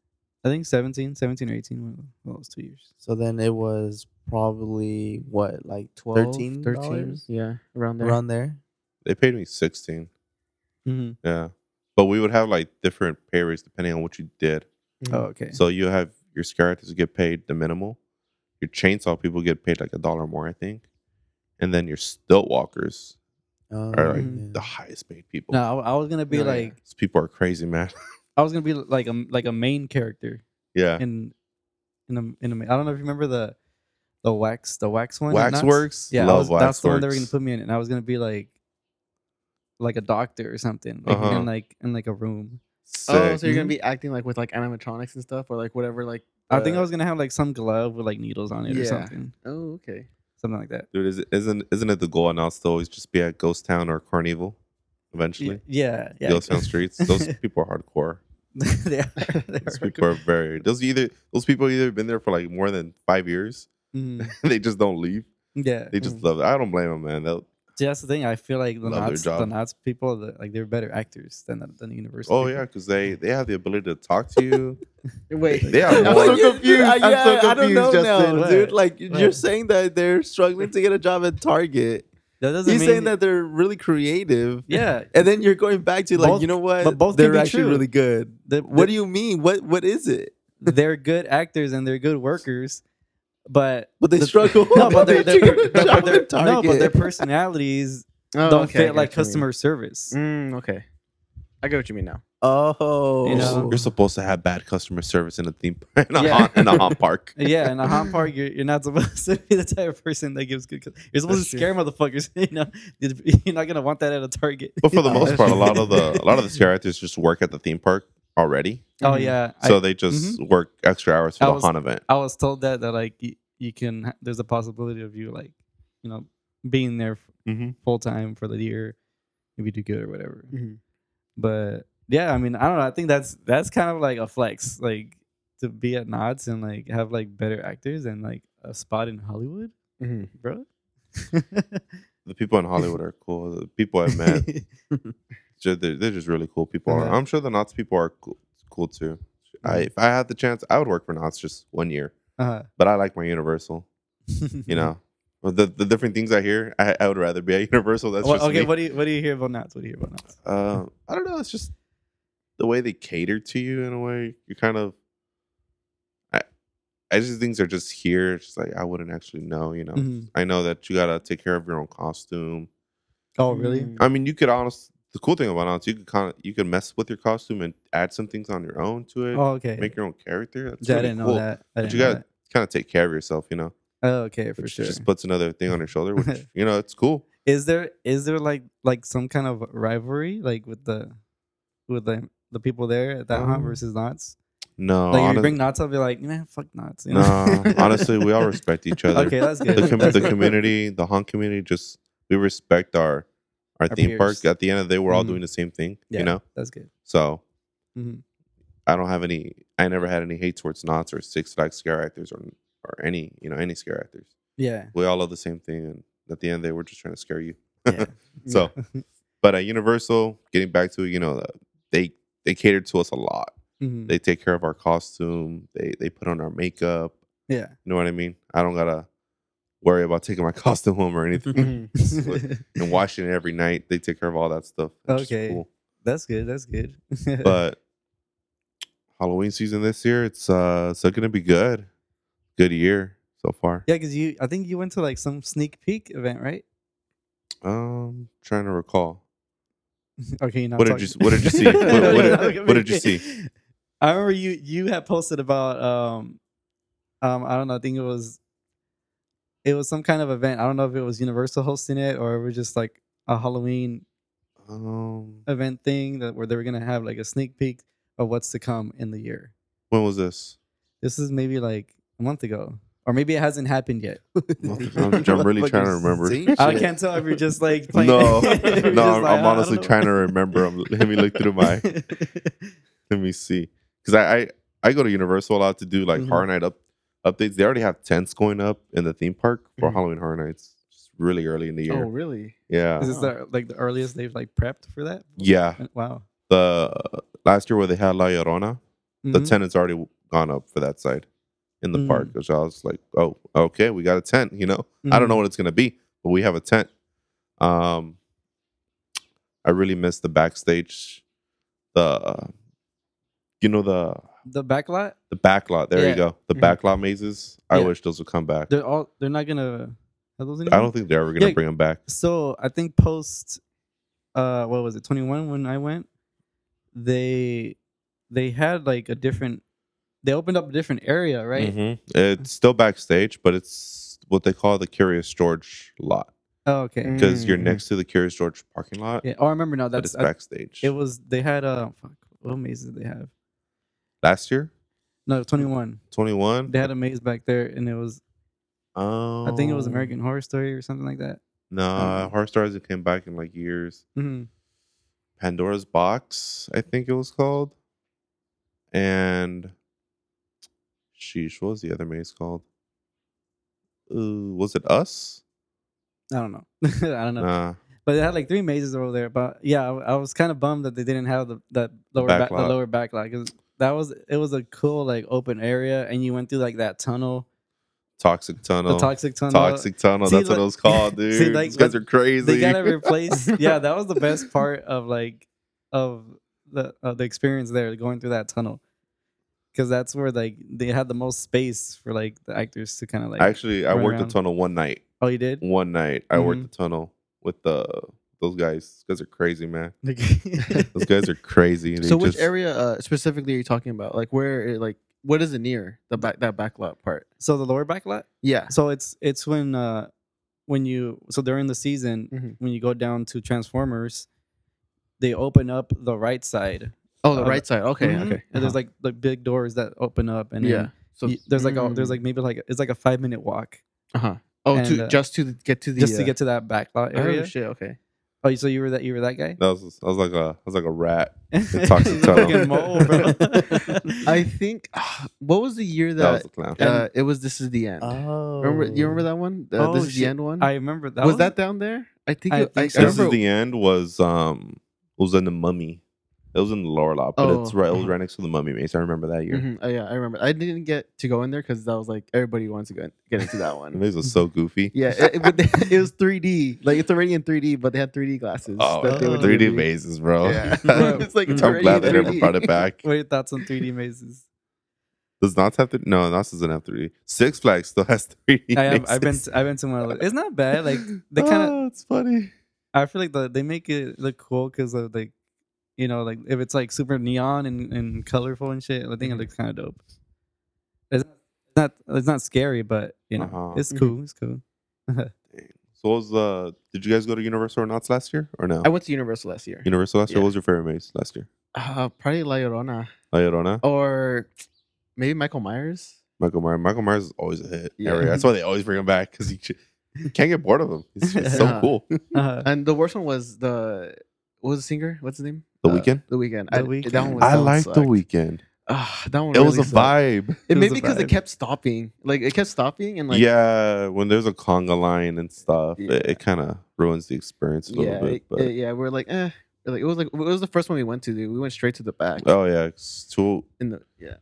I think 17, 17 or 18, one of them. well, it was two years.
So then it was probably what, like 12, 13,
13 Yeah, around there.
around there.
they paid me sixteen.
Mm-hmm.
Yeah, but we would have like different pay rates depending on what you did.
Mhm.
Oh, okay.
So you have your scarecrows get paid the minimal. Your chainsaw people get paid like a dollar more, I think. And then your stilt walkers
Um,
are like
Mhm.
the highest paid people.
no, I, I was gonna be
No, yeah.
like,
These people are crazy, man.
I was gonna be like a like a main character
yeah.
in in a, in a, I don't know if you remember the the wax the wax one at Knott's?
Waxworks.
yeah I
Love
was-
Waxworks.
that's the one they were gonna put me in and I was gonna be like like a doctor or something like,
Uh-huh.
in like in like a room
Oh, so
Sick.
you're gonna be acting like with like animatronics and stuff, or like whatever, like.
I think I
uh,
was gonna have like some glove with like needles on it or
Yeah.
something
Oh, okay.
something like that
Dude, is, isn't isn't it the goal and I'll still always just be at Ghost Town or Carnival
Y-
eventually?
yeah yeah
Ghost Town streets. Those people are hardcore.
they are, they
Those
are
people are very those either those people either been there for like more than five years.
Mm,
they just don't leave.
Mm-hmm. yeah
They just love it. I don't blame them, man. That,
See, that's the thing I feel like the
Love their
Knots the
job.
Knots people the, like they're better actors than the, than the university
oh
people.
yeah, because they they have the ability to talk to you.
Wait.
They are
I'm
more-
so
Yeah,
confused. I'm so confused, Justin.
What?
dude. Like
What?
you're saying that they're struggling to get a job at Target,
That doesn't
He's
mean
saying that they're really creative.
Yeah,
And then you're going back to like,
Both-
you know what?
but both can
they're
be
actually
true.
really good.
the,
What do you mean? What what is it?
they're good actors and they're good workers, but
But they
The-
struggle.
no, but
They
their their-
do a good
but
job
their-
with their
no, but their
target.
personalities
Oh,
don't
okay, I
fit
get
like
what you mean.
customer service.
Mm, okay, I get what you mean now.
Oh,
You know.
You're supposed to have bad customer service in a theme in a,
Yeah.
haunt, in a haunt park.
Yeah, in a hot park, you're, you're not supposed to be the type of person that gives good. cu- You're supposed
That's
to
true.
scare motherfuckers. You know, you're not gonna want that at a Target.
But for the
Oh,
most part, a lot of the a lot of the scare actors just work at the theme park already,
Oh
Mhm.
yeah, I-
so they just work extra hours for
I
the
was-
haunt event.
I was told that that like you, you can there's a possibility of you like you know being there
Mhm.
full time for the year if you do good or whatever.
Mhm.
But yeah, I mean I don't know. I think that's that's kind of like a flex, like to be at Knots and like have like better actors and like a spot in Hollywood,
Mhm.
bro.
The people in Hollywood are cool. The people I've met, ju- they're, they're just really cool people.
Yeah. Mm-hmm.
I'm sure the Knots people are cool, cool too. I, if I had the chance, I would work for Knots just one year.
uh,
But I like my Universal. You
Mm-hmm.
know, But the the different things I hear, I, I would rather be at Universal. That's
Well,
just
okay,
me.
what do you what do you hear about Knots? What do you hear about Knots?
Uh, I don't know. It's just the way they cater to you in a way. You kind of, I, I just things are just here. It's just like I wouldn't actually know. You know,
Mhm.
I know that you gotta take care of your own costume.
Oh really?
Mm.
I mean, you could honest. The cool thing about honest, you could kind of you could mess with your costume and add some things on your own to it.
Oh okay.
Make your own character. That's
Yeah, I
really
didn't know
cool.
that. I
But
didn't
you
know
gotta kind of take care of yourself. You know,
that. Oh, okay, for
which
sure.
just puts another thing on your shoulder. Which you know, it's cool.
is there is there like like some kind of rivalry like with the with the the people there at that hunt
Um,
versus knots
No,
like if you
honest-
bring knots up you're like man fuck knots you know?
no. honestly, we all respect each other.
okay that's good
the, com-
That's
the
good.
community, the honk community, just we respect our
Our
our, theme
peers.
park. At the end of the day, we're all
Mhm.
doing the same thing,
Yeah.
you know.
that's good
So
Mhm.
I don't have any. I never had any hate towards Knots or Six Flags scare actors or or any you know any scare actors.
yeah
We all love the same thing, and at the end of the day, we're just trying to scare you.
yeah
So, but at Universal, getting back to it, you know, the- they they cater to us a lot.
Mhm.
They take care of our costume. They they put on our makeup.
yeah
You know what I mean? I don't gotta worry about taking my costume home or anything.
Mm-hmm.
Mhm.
and washing it every night. They take care of all that stuff. which is
Okay. that's good that's good
But Halloween season this year, it's uh it's gonna be good. Good year so far.
yeah because you i think you went to like some sneak peek event right
Um trying to recall.
okay you're not
What did you
talking-
what did you see? What,
No,
what
you're
did-
not looking at
what
me.
did you see?
I remember you you had posted about um um I don't know I think it was it was some kind of event I don't know if it was Universal hosting it or it was just like a Halloween
Um
event thing that where they were gonna have like a sneak peek of what's to come in the year.
when was this?
This is maybe like a month ago or maybe it hasn't happened yet.
I'm- I'm really trying to remember.
I can't tell if you're just like playing.
No, no,
You're just like,
I'm, I'm
"Oh, I
honestly
don't know."
trying to remember. i let me look through my. Let me see, because I, I I go to Universal a lot to do like
Mm-hmm.
Mhm.
Horror Night up updates. They already have tents going up in the theme park for
Mhm.
Halloween Horror Nights, just really early in the
oh
year.
really?
Yeah,
Is this
Uh,
the, like the earliest they've like prepped for that?
yeah.
Wow.
The last year where they had La Llorona, the
Mm-hmm.
Mhm.
tent has already gone up for that side in the
Mhm.
Mm.
park. Which I was like, oh, okay, we got a tent. You know, I
Mm-hmm.
don't know what it's gonna be, but we have a tent. Um, I really miss the backstage, the uh, you know the
the back lot
the back lot. There
Yeah. Mm-hmm.
you go, the
Mhm.
back lot mazes. I
Yeah.
wish those would come back.
they're all they're not gonna have those anymore?
I don't think they're ever gonna
Yeah.
bring them back.
so i think post uh what was it 21 when i went they they had like a different they opened up a different area right
Mhm. It's still backstage, but it's what they call the Curious George lot
oh okay
Mm.
because you're
Mhm.
next to the Curious George parking lot,
yeah oh i remember now
but
that's
it's
I,
backstage.
it was they had uh fuck what mazes did they have
Last year,
no 21
twenty one.
they had a maze back there and it was
Oh,
i think it was american horror story or something like that
No, Horror Stars it came back in like years.
hmm
Pandora's Box, I think it was called. And sheesh, what was the other maze called? Ooh, was it Us?
i don't know i don't know
Nah.
but they had like three mazes over there. But yeah, I, I was kind of bummed that they didn't have the that lower
back
back, the
lot.
lower back lot because that was it was a cool like open area, and you went through like that tunnel
Toxic tunnel.
The toxic tunnel.
Toxic tunnel.
See,
that's what
like-
it was called,
See,
dude.
like,
These guys
like,
are crazy.
They gotta replace. yeah, that was the best part of like of the of the experience there, going through that tunnel, because that's where like they had the most space for like the actors to kind of like.
Actually, I
run
worked
around. Mm-hmm.
the tunnel one night.
oh, you did.
One night, I worked the tunnel with the those guys. Those guys are crazy, man. Those guys are crazy. They
So which
just-
area uh, specifically are you talking about? Like where? it- Like what is it near the back that backlot part?
so the lower back lot.
Yeah.
So it's it's when uh when you so during the season
Mhm.
when you go down to Transformers, they open up the right side.
Oh, the
Uh,
right side. Okay.
Mhm.
Okay. uh-huh.
And there's like the big doors that open up, and yeah.
So mm.
there's like a, there's like maybe like it's like a five minute walk
uh huh. Oh,
and,
to
uh,
just to get to the
just to
uh,
get to that back lot
Oh
area.
shit. Okay.
Oh, so you were that you were that guy?
That was I was like a I was like a rat.
The
toxic tunnel.
I think what was the year
That was
that,
a clown.
uh, it was? This is the end.
Oh,
remember? You remember that one? The
Oh,
this is the
shit.
end one.
I remember that
was, that down there? I think.
I
it- I,
think so.
I
This is
remember.
the end was um was in the mummy. It was in the lower lot, but it's
Oh,
right. It was
mm-hmm.
uh-huh.
right next to the mummy maze. I remember that year.
Mhm. Oh, yeah, I remember. I didn't get to go in there because that was like everybody wants to go in, get into that
The
one.
maze was so goofy.
Yeah, it, it, but they- it was 3D. Like it's already in 3D, but they had 3D glasses.
Oh,
that they would
3D
give you.
mazes, bro.
Yeah.
Bro,
it's like it's
I'm
already
glad they
in
never
3D.
brought it back.
What are your thoughts on 3D mazes?
Does Knott's have to? No, Knott's doesn't have 3D. Six Flags still has 3D.
I have, I've been
mazes.
to, I've been to one of those. It's not bad. Like they kind of
Ah, it's funny.
I feel like the, they make it look cool because of like, you know, like if it's like super neon and, and colorful and shit, I think it
Mhm.
looks kind of dope. It's not it's not scary, but you know,
Uh-huh.
it's
Mhm.
cool. It's cool.
So what was uh? Did you guys go to Universal or Knott's last year or no?
I went to Universal last year.
Universal last year.
Yeah.
What was your favorite maze last year?
Uh, probably La Llorona
La
Oh.
Llorona,
or maybe Michael Myers.
Michael Myers. Michael Myers is always a hit.
Yeah.
Area. That's why they always bring him back because you, ju- you can't get bored of him. He's just so
Yeah.
cool.
Uh,
And the worst one was the what was the singer? What's his name?
The
Uh,
Weeknd?
The weekend.
The Weeknd.
That one was,
I
that one
like the
sucked.
weekend.
Ah, that one.
It was a
really sucked.
vibe.
It,
It
maybe
was a
because it
vibe.
kept stopping. Like it kept stopping and like
yeah, when there's a conga line and stuff, it,
Yeah.
it kind of ruins the experience a little
yeah,
bit.
it-
But
it- yeah. We're like eh. Like it was like it was the first one we went to. Dude. We went straight to the back.
oh yeah, it's too
In the yeah.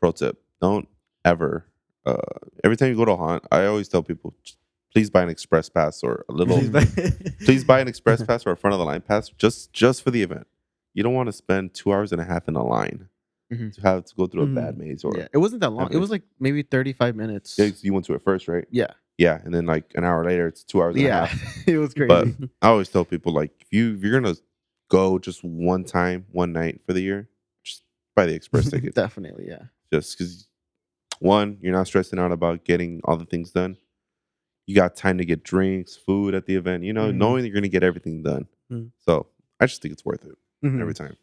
pro tip don't ever uh every time you go to a haunt i always tell people "Just please buy an express pass or a little
please buy-
please buy an express pass or a front of the line pass just just for the event you don't want to spend two hours and a half in a line
Mhm.
to have to go through
Mhm.
a bad maze or
Mm-hmm. yeah. It wasn't that long. It
Epic.
was like maybe thirty five minutes.
Yeah, 'cause you went to it first right
Yeah.
yeah and then like an hour later it's two hours and a
Yeah.
half
it was crazy.
But- i always tell people like if you if you're gonna go just one time one night for the year just buy the express ticket
Definitely, yeah.
just because one you're not stressing out about getting all the things done you got time to get drinks food at the event you know
Mm-hmm.
Mhm.
knowing that you're gonna get everything done
Mm.
so i just think it's worth it
Mm.
Mhm.
every time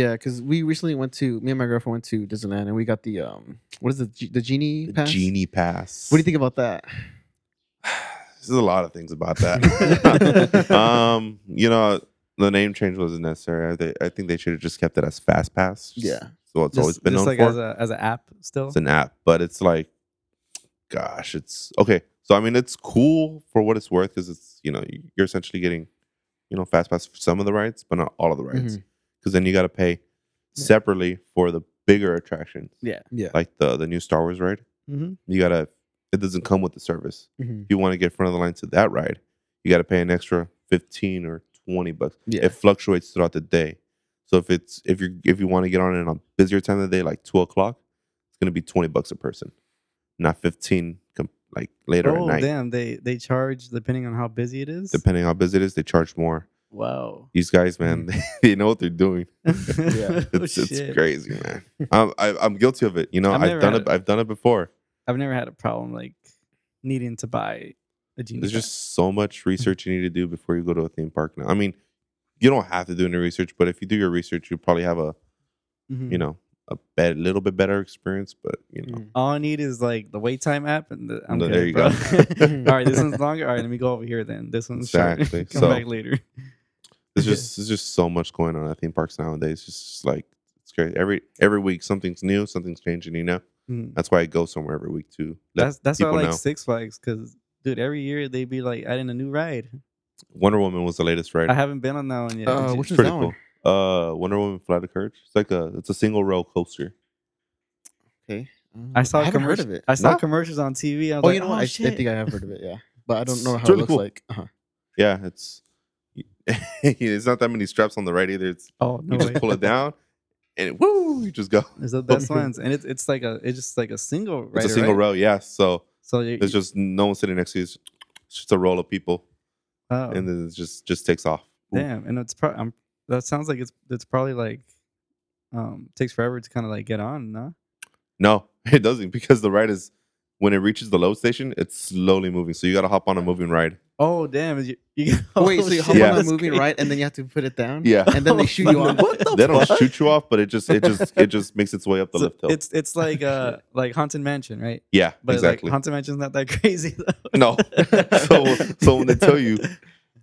Yeah, because we recently went to me and my girlfriend went to Disneyland and we got the um what is it G- the genie
The
pass?
genie pass
What do you think about that?
there's a lot of things about that um you know the name change wasn't necessary i, thi- I think they should have just kept it as fast pass just-
Yeah.
so it's
Just-
always been
just
known
like
for
as a as an app still.
it's an app, but it's like, gosh, it's okay. So I mean, it's cool for what it's worth because it's you know you're essentially getting, you know, fast pass for some of the rides, but not all of the rides because then you got to pay
Mm-hmm. Yeah.
separately for the bigger attractions,
Yeah. Mm-hmm.
yeah.
like the the new Star Wars ride.
Mhm.
You gotta it doesn't come with the service. If you want to get front of the line to that ride, you got to pay an extra fifteen or twenty bucks.
Yeah.
It fluctuates throughout the day. So if it's if you if you want to get on it on a busier time of the day, like two o'clock, it's gonna be twenty bucks a person, not fifteen. Com- like later
Oh
at night,
damn! They they charge depending on how busy it is.
depending on how busy it is, they charge more.
wow. Mm.
These guys, man, they know what they're doing.
Oh,
It's, it's
shit.
crazy, man. I'm I, I'm guilty of it. You know,
I've
I've,
never
done
had
it.
it.
I've done it before.
I've never had a problem like needing to buy a genie.
There's
pass.
just so much
Mm-hmm.
research you need to do before you go to a theme park. Now, I mean, you don't have to do any research, but if you do your research, you probably have a
Mhm.
you know a bet, little bit better experience. But you know,
Mhm.
All I need is like the wait time app, and the, I'm
No,
good.
there you
bro.
go.
All right, this one's longer. All right, let me go over here then. This one's short.
Exactly.
Come
So-
back later.
There's
Mm.
just there's just so much going on at theme parks nowadays. It's just like it's crazy. Every every week something's new, something's changing. You know,
Mm.
that's why I go somewhere every week to let
That's that's why I
people
like
know.
Six Flags because dude, every year they be like adding a new ride.
Wonder Woman was the latest ride.
I haven't been on that one yet.
Uh,
Did you-
which
it's
is
pretty
that
cool.
one?
Uh, Wonder Woman Flight of Courage. It's like a it's a single rail coaster.
Okay.
I saw
haven't heard
commercials.
of it.
I saw
No?
commercials on TV. I was
Oh,
like,
you know what? I, I
shit.
think I have heard of it. Yeah, but I don't know
It's
how it
really
looks
cool.
like. Uh-huh.
Yeah, it's it's not that many straps on the right either. It's
oh no
you
way.
just pull it down and it, woo, you just go.
It's the best ones, and it's it's like a it's just like a single
It's
writer.
a single
right?
row, yeah. So
So you,
there's just no one sitting next to you. It's just a roll of people,
oh,
and then it just just takes off. Ooh.
damn, and it's pro- I'm, that sounds like it's it's probably like um takes forever to kind of like get on, no?
No, it doesn't because the ride is when it reaches the load station, it's slowly moving. So you got to hop on a moving ride.
Oh damn! You, you,
Wait,
oh,
so you
shit,
hop on the
that's
moving
crazy.
right, and then you have to put it down.
Yeah.
and then they shoot you off.
What the
They don't
fuck?
shoot you off, but it just it just it just makes its way up the
So
lift hill.
It's it's like uh like haunted mansion, right?
yeah,
But
exactly.
like haunted mansion's not that crazy though.
no, so so when they tell you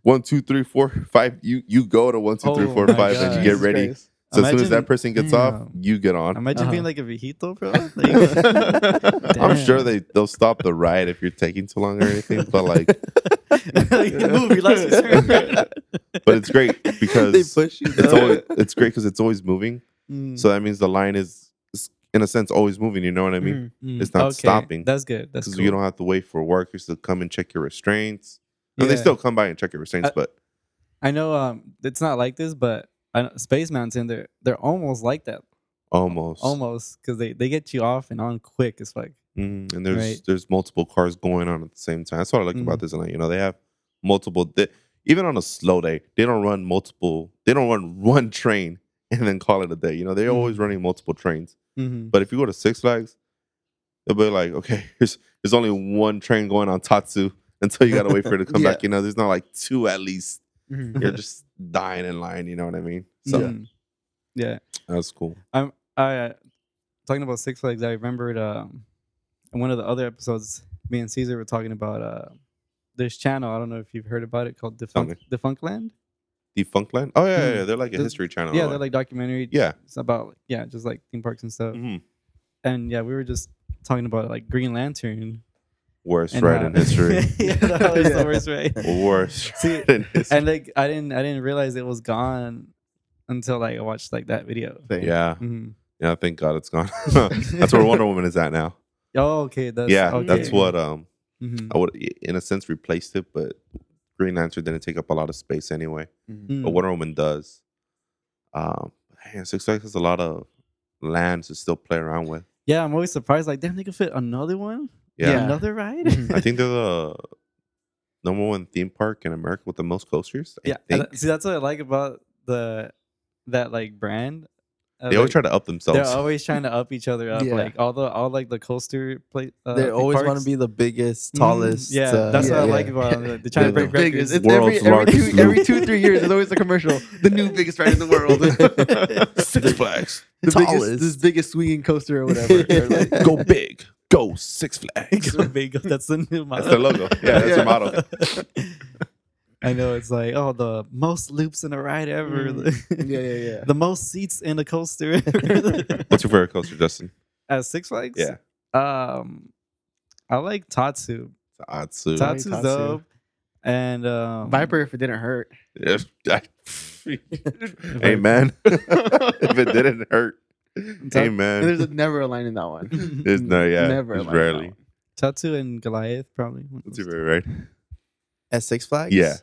one, two, three, four, five, you you go to one, two, three,
Oh
four,
my
five,
God.
and you get
Jesus
ready.
Christ.
So as soon as that
Imagine-
person gets off,
Damn.
you get on.
Imagine being
Uh-huh.
like a viejito, bro.
I'm sure
Damn.
they they'll stop the ride if you're taking too long or anything, but like,
Like, like move, relax, your turn.
but it's great because
they push you.
it's
down.
always it's great because it's always moving.
Mm,
So that means the line is, is in a sense always moving. You know what I mean?
mm,
it's not stopping.
That's good. That's
Because
cool.
you don't have to wait for workers to come and check your restraints. And they
Yeah.
still come by and check your restraints,
I-
but
I know um it's not like this, but I know, Space Mountain they're they're almost like that,
almost.
almost because they they get you off and on quick as fuck.
Mm, and there's
Right. Mm-hmm.
there's multiple cars going on at the same time. That's what I like about this. And you know, they have multiple. They, even on a slow day, they don't run multiple. They don't run one train and then call it a day. You know, they're always running multiple trains.
Mm-hmm.
But if you go to Six Flags, they'll be like, okay, there's there's only one train going on Tatsu until you gotta wait for it to come
Yeah.
back. You know, there's not like two at least.
Mm-hmm.
Mhm.
You're just dying in line. You know what I mean? So
mm. yeah,
that's cool.
I uh, talking about Six Flags. I remembered um, in one of the other episodes, me and Caesar were talking about uh, this channel. I don't know if you've heard about it called Defunk Defunkland.
Defunctland. Oh yeah, yeah,
Mm.
yeah. they're like a
The-
history channel.
Yeah, they're like documentary.
yeah.
It's about yeah, just like theme parks and stuff.
Mm-hmm.
And yeah, we were just talking about like Green Lantern.
Worst
and uh,
ride
how-
in history.
yeah, that was
Yeah.
the worst ride.
Worst
See,
ride in history.
and like I didn't I didn't realize it was gone until like I watched like that video.
Yeah,
Mhm.
yeah. Thank God it's gone. that's where Wonder Woman is at now.
Oh, okay. That's,
yeah,
okay.
that's
okay.
what um
Mhm.
I would in a sense replaced it, but Green Lantern didn't take up a lot of space anyway.
Mhm.
Mm.
But Wonder Woman does. Um, man, Six Flags has a lot of land to still play around with.
Yeah, I'm always surprised. Like, damn, they could fit another one.
Yeah, Mm-hmm.
Yeah.
another ride.
Mhm.
I think they're the number one theme park in America with the most coasters. I
yeah. and
think.
that- see, that's what I like about the that like brand. Uh,
they always
like,
try to up themselves.
They're always trying to up each other up.
Yeah.
Like all the all like the coaster play. Uh,
they
theme
always want
parks.
to be the biggest,
Mm,
tallest.
yeah,
uh,
that's what I
yeah.
like about them. They're trying to
They're
break
Big
records.
is- It's
World's
every, every,
largest
two, every
loop.
two, three years, there's always a commercial. The new biggest ride in the world.
Six Flags,
the biggest,
Tallest.
this biggest swinging coaster or whatever. Or like-
go big, go Six Flags.
So big, That's the new
That's
model.
their logo. Yeah, that's
Yeah.
their motto.
I know it's like oh the most loops in a ride ever,
Mm. yeah, yeah, yeah.
the most seats in a coaster ever.
What's your favorite coaster, Justin?
At Six Flags,
Yeah.
Um, I like Tatsu.
Tatsu.
Tat-
Tatsu's
Tatsu.
dope, and um,
Viper, if it didn't hurt.
Yeah, I- Amen. if it didn't hurt.
And
Amen.
there's never a line in that one.
There's no, yeah.
never a
There's
line in that
rarely.
one.
Tatsu and Goliath probably.
That's your favorite, right?
at Six Flags.
Yeah.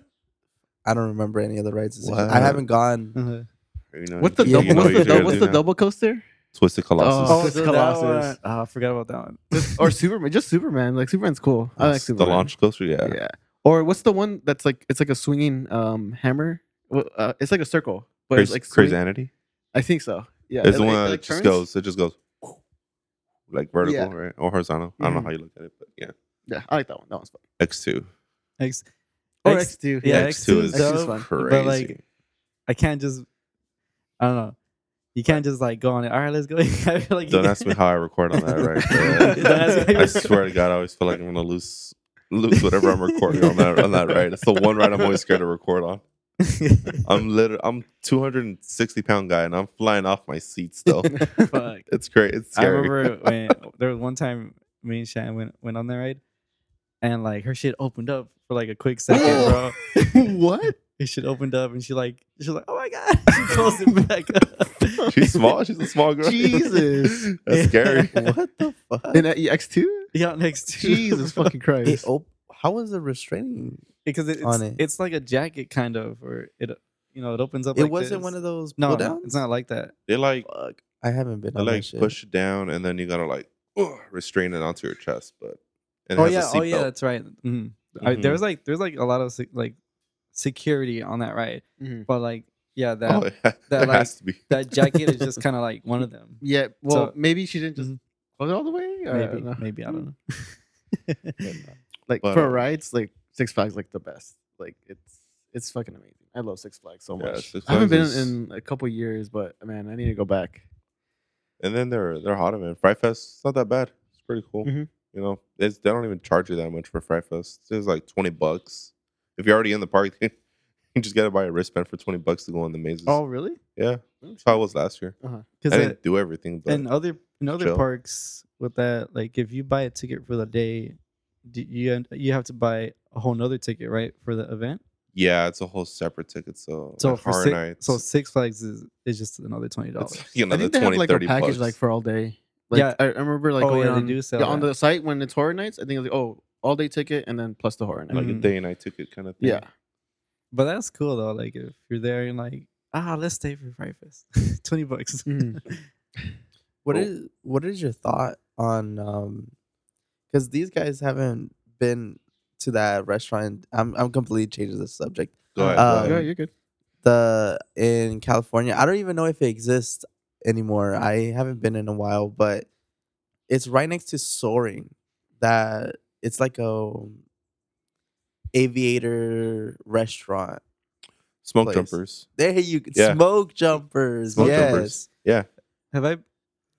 I don't remember any of the rides. at Six
Wow.
Flags. I haven't gone.
Uh-huh.
You know,
What's the
you know
Yeah.
double? What's
what
the,
you gotta
double, what's
do
the
now.
double coaster?
Twisted Colossus.
Oh,
Oh,
it's
so that
Colossus.
one. Oh, I forgot about that one.
or Superman? Just Superman. Like Superman's cool. I like
That's the
Superman.
launch coaster, yeah.
Yeah. Or what's the one that's like it's like a swinging um hammer? Wha- Uh, it's like a circle, but
Crazy,
it's like swing-
Crazanity.
I think so. Yeah.
There's
it
the
like-
one
it
that
like
just
turns.
goes, it just goes like vertical,
Yeah.
right? Or horizontal. I don't know
Mhm.
how you look at it, but yeah.
Yeah, I like that one. That one's fun.
X2.
X,
Or
X-
X two.
yeah, X2 is
is
dope,
fun.
crazy.
but, like, I can't just. I don't know. You can't just like go on it. All right, let's go. I feel like you
Don't
can-
ask me how I record on that, right?
Don't ask me how you
I swear to God, I always feel like I'm gonna lose lose whatever I'm recording on that on that ride. It's the one ride I'm always scared to record on. I'm literally I'm 260 pound guy and I'm flying off my seat still.
Fuck.
It's great. It's
I
scary.
remember when there was one time me and Shan went went on that ride, and like her shit opened up for like a quick second, bro.
what?
and shit opened up, and she like she's like, oh my god, she closed it back up.
She's small. She's a small girl.
Jesus.
That's scary.
what the fuck?
In X two?
Yeah, next to
Jesus fucking
It
Christ!
op- how was it restraining?
because it, it's
on it.
it's like a jacket kind of, or it you know it opens up.
It
like
wasn't
this.
one of those
no,
pull
no,
downs.
it's not like that.
They like
Fuck, I haven't been
they
on
like
that shit.
push it down and then you gotta like restrain it onto your chest, but and it
Oh
has a
yeah, oh yeah,
seatbelt.
that's right. Mhm. I,
Mhm.
there was like there's like a lot of se- like security on that ride,
Mhm.
but like yeah, that
Oh, yeah.
that,
That
like-
has to be.
that jacket is just kind of like one of them.
Yeah. Well,
So-
maybe she didn't just
Mhm.
close it all the way. or I
Maybe,
don't know.
maybe I don't know.
Like
But,
for
uh,
rides, like Six Flags, like the best. Like it's it's fucking amazing. I love Six Flags so
Yeah,
much.
Six
I haven't been
Flags
in a couple years, but man, I need to go back.
And then they're they're hot man. Fry Fest, it's not that bad. It's pretty cool.
Mhm.
You know, it's, they don't even charge you that much for Fry Fest. It's like twenty bucks. If you're already in the park, you just gotta buy a wristband for twenty bucks to go on the mazes.
Oh, really?
yeah, that's how it was last year. I
Because
didn't do everything, but
in other in other
chill.
parks with that, like if you buy a ticket for the day, do you end- you have to buy a whole nother ticket right for the event.
yeah, it's a whole separate ticket. So
So
like,
for
horror
six,
nights,
so Six Flags is, is just another twenty
it's
dollars.
like another
I think they
20,
have like a
30
package
bucks.
like for all day. Like,
Yeah.
I I remember like
Oh,
going
yeah, they
on,
do sell
yeah, on
that.
the site when it's horror nights. I think it's like oh, all day ticket and then plus the horror night.
like a
Mhm.
day and night ticket kind of thing.
mm. Yeah.
But that's cool though. Like if you're there and like ah, let's stay for breakfast, twenty bucks.
Mm-hmm. What
Oh.
is what is your thought on um because these guys haven't been to that restaurant I'm I'm completely changing the subject.
Go ahead.
Uh,
go
yeah,
ahead.
you're good.
The in California, I don't even know if it exists anymore. I haven't been in a while, but it's right next to Soaring. That it's like a aviator restaurant.
Smoke
place.
jumpers.
There you go.
Yeah.
smoke jumpers.
Smoke
yes.
jumpers. Yeah.
Have I?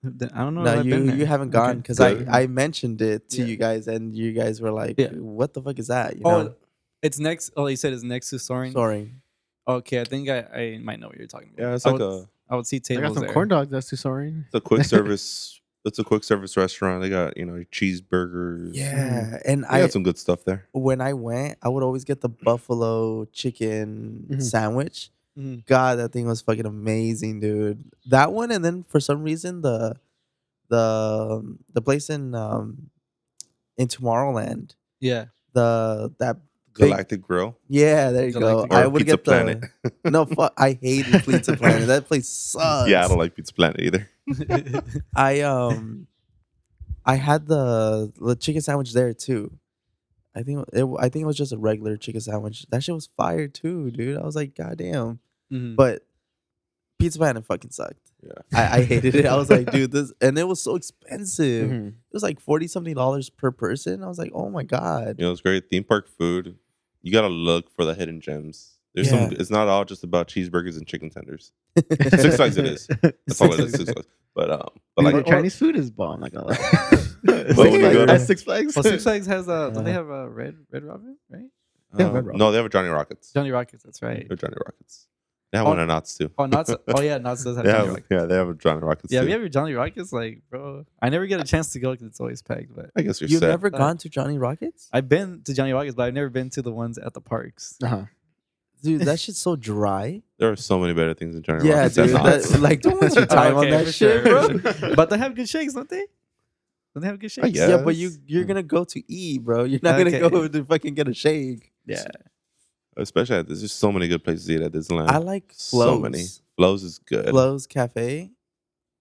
I don't know.
No,
if I've
you
been there.
you haven't
Okay.
gone because
Good.
I I mentioned it to
Yeah.
you guys and you guys were like,
Yeah.
"What the fuck is that?" You
Oh,
know,
it's next. Oh, you said it's next to Soaring.
sorry.
Okay, I think I, I might know what you're talking about.
Yeah, it's
I
like
would,
a-
I would see
I
tables
got some
there.
corn dogs. That's too sorry.
It's a quick service. It's a quick service restaurant. They got you know cheeseburgers.
Yeah, and
they
I
got some good stuff there.
when I went, I would always get the buffalo chicken
Mhm.
sandwich.
Mhm.
God, that thing was fucking amazing, dude. That one, and then for some reason the the the place in um in Tomorrowland,
Yeah,
the that Big-
Galactic Grill.
yeah, there you
Galactic
go.
Or
I would
Pizza
get the no fuck. I hated Pizza Planet. That place sucks.
Yeah, I don't like Pizza Planet either.
Mm-hmm.
I um, I had the the chicken sandwich there too. I think it, I think it was just a regular chicken sandwich. That shit was fire too, dude. I was like, goddamn.
Mhm.
But Pizza Planet fucking sucked.
Yeah.
I, I hated it. I was like, dude, this, and it was so expensive.
Mm-hmm.
It
Mhm.
was like forty something dollars per person. I was like, oh my god.
You know, it's great theme park food. You gotta look for the hidden gems. There's some.
Yeah.
It's not all just about cheeseburgers and chicken tenders. Six Flags it is. That's all it is. Six Flags. But um, but
Dude,
like
the Chinese food is bomb. Like, but
when you go-
Six Flags.
well, Six Flags has a. Don't they
Uh-huh.
have a Red Red Robin? Right?
Yeah,
um,
Red Rock.
no, they have a Johnny Rockets.
Johnny Rockets. That's right.
They have Johnny Rockets. They have
Oh.
one at Knott's too.
Oh, Knott's. oh yeah, Knott's does have
They
Johnny
have-
Rockets.
yeah, they have a Johnny Rockets.
Yeah,
too.
we have your Johnny Rockets. Like, bro, I never get a chance to go because it's always packed. But
I guess you're
You've
set.
never
Uh,
gone to Johnny Rockets,
I've been to Johnny Rockets, but I've never been to the ones at the parks.
Uh-huh.
dude. That shit's so dry.
There are so many better things than Johnny
yeah,
Rockets.
dude.
than Knott's.
that- like, don't waste your
Oh,
time
okay,
on
for
that
sure,
shit,
for
bro.
sure. but they have good shakes, don't they? Don't they have good shakes?
guess.
Yeah, but you
Yes.
you're gonna go to E, bro. You're not
Okay.
gonna go to fucking get a shake.
Yeah.
Especially at, there's just so many good places to eat at Disneyland.
I like Flows.
So many. Flows is good.
Flows Cafe.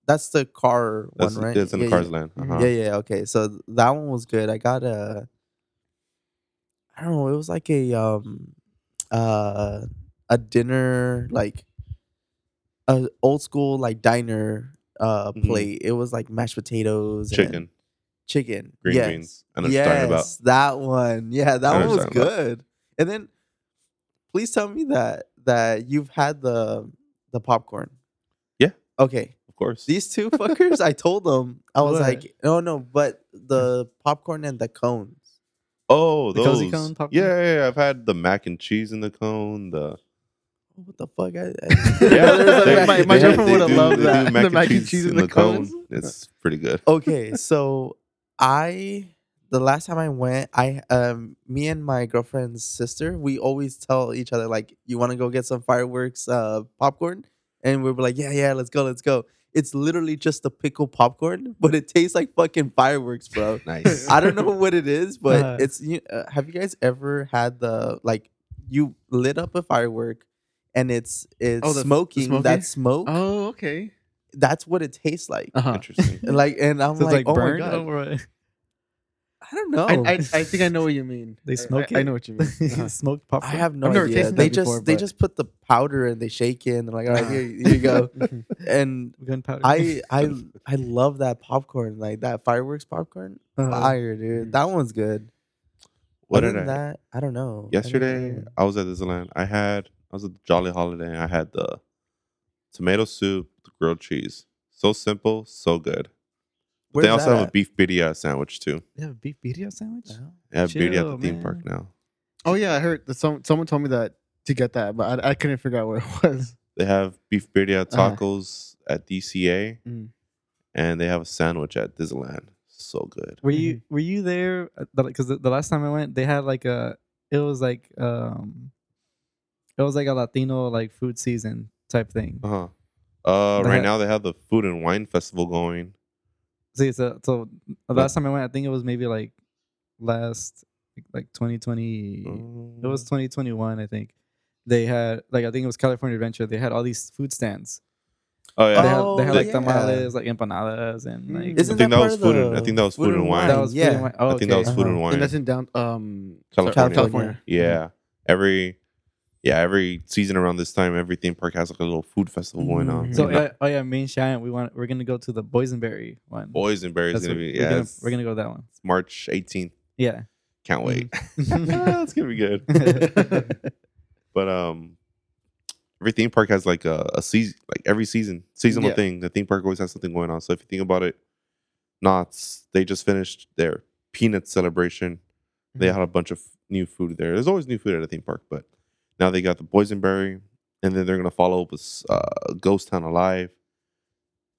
That's the car
That's,
one, right?
that's in
yeah,
Cars
yeah.
Land.
Mhm.
Uh-huh.
Yeah, yeah. Okay, so th- that one was good. I got a. I don't know. It was like a um, uh, a dinner like, a old school like diner uh
Mhm.
plate. It was like mashed potatoes, and
Chicken,
chicken,
green
yes.
beans. I know what you're talking about.
Yes, that one. Yeah,
I
that
know
one
what
was
you're talking
good. And then, please tell me that that you've had the the popcorn.
Yeah.
Okay.
Of course.
These two fuckers, I told them I was
What?
like, no, no, but the popcorn and the cones.
oh,
The
those.
cozy cone popcorn?
yeah, yeah, yeah. I've had the mac and cheese in the cone. The
Oh, What the fuck? I,
Yeah,
I,
they- my- my
they-
girlfriend
they
would've
do-
loved
they do
that. The mac and cheese in the cones?
It's pretty good.
okay, so I the last time I went, I um me and my girlfriend's sister, we always tell each other like, "You want to go get some fireworks uh popcorn?" And we were like, "Yeah, yeah, let's go, let's go." It's literally just a pickle popcorn, but it tastes like fucking fireworks, bro.
Nice.
I don't know what it is, but
Uh-huh.
Uh.
it's. You, uh, have you guys ever had the like you lit up a firework, and it's it's
Oh, the f- the
smoking
smoky?
that smoke?
Oh, okay.
That's what it tastes like.
Uh-huh.
Interesting.
And like, and I'm
So it's like
like, oh my
burned
god,
or what?
I don't know.
I, I, I think I know what you mean.
They
I-
smoke
I, I
it?
know what you mean. Uh-huh.
smoked
Oh.
popcorn.
I have no
I've never
idea.
tasted
They
that
just
before,
they
but-
just put the powder and they shake it and they're like, all right,
Ah.
here, here you go.
Mm-hmm.
and
gunpowder.
I I I love that popcorn, like that fireworks popcorn.
Uh,
Fire,
Mm.
dude. That one's good.
What
Other
did I?
than that, I don't know. I don't
Yesterday,
know.
I was at Disneyland. I had I was at the Jolly Holiday. and I had the tomato soup, the grilled cheese. So simple, so good. But
Where's
they also
that
have a
at?
beef birria sandwich too.
they have a beef birria sandwich.
No.
They have birria at the
Chill,
theme park
man.
now.
Oh yeah, I heard that some someone told me that to get that, but I, I couldn't figure out what it was.
They have beef birria
Uh-huh.
tacos at DCA,
Mm.
and they have a sandwich at Disneyland. So good.
Were you
Mm-hmm.
were you there? Because the, the last time I went, they had like a it was like um it was like a Latino like food season type thing.
Uh-huh. Uh
They
Right
had-
now they have the food and wine festival going.
See, so, so the
Yeah.
last time I went, I think it was maybe like last like, like 2020. It
Mm. Uh,
was 2021, I think. They had like I think it was California Adventure. They had all these food stands.
Oh
They
yeah.
had they had
Oh,
like
yeah.
tamales, like empanadas, and like
Mm.
I
Isn't
think that,
that part
was
of
food. And, I
the
think that was food, and wine.
that was
yeah.
yeah. Wine. Oh,
I think that was
okay.
food and
Uh-huh.
wine.
And that's in down um sorry,
California.
California.
Yeah. Every yeah, every season around this time, every theme park has like a little food festival going on.
Mhm.
So
And that-
yeah, oh yeah, me and Cheyenne, we want we're gonna go to the boysenberry one.
boysenberry is
That's
gonna
what-
be
we're
yeah,
gonna-
it's
we're gonna go to that one.
March 18th.
Yeah.
Can't wait.
Mhm.
it's gonna be good. But um, every theme park has like a, a season, like every season, seasonal
Yeah.
thing. The theme park always has something going on. So if you think about it, Knott's they just finished their peanut celebration. They
Mhm.
had a bunch of new food there. There's always new food at a theme park, but now they got the boysenberry, and then they're gonna follow up with uh, Ghost Town Alive,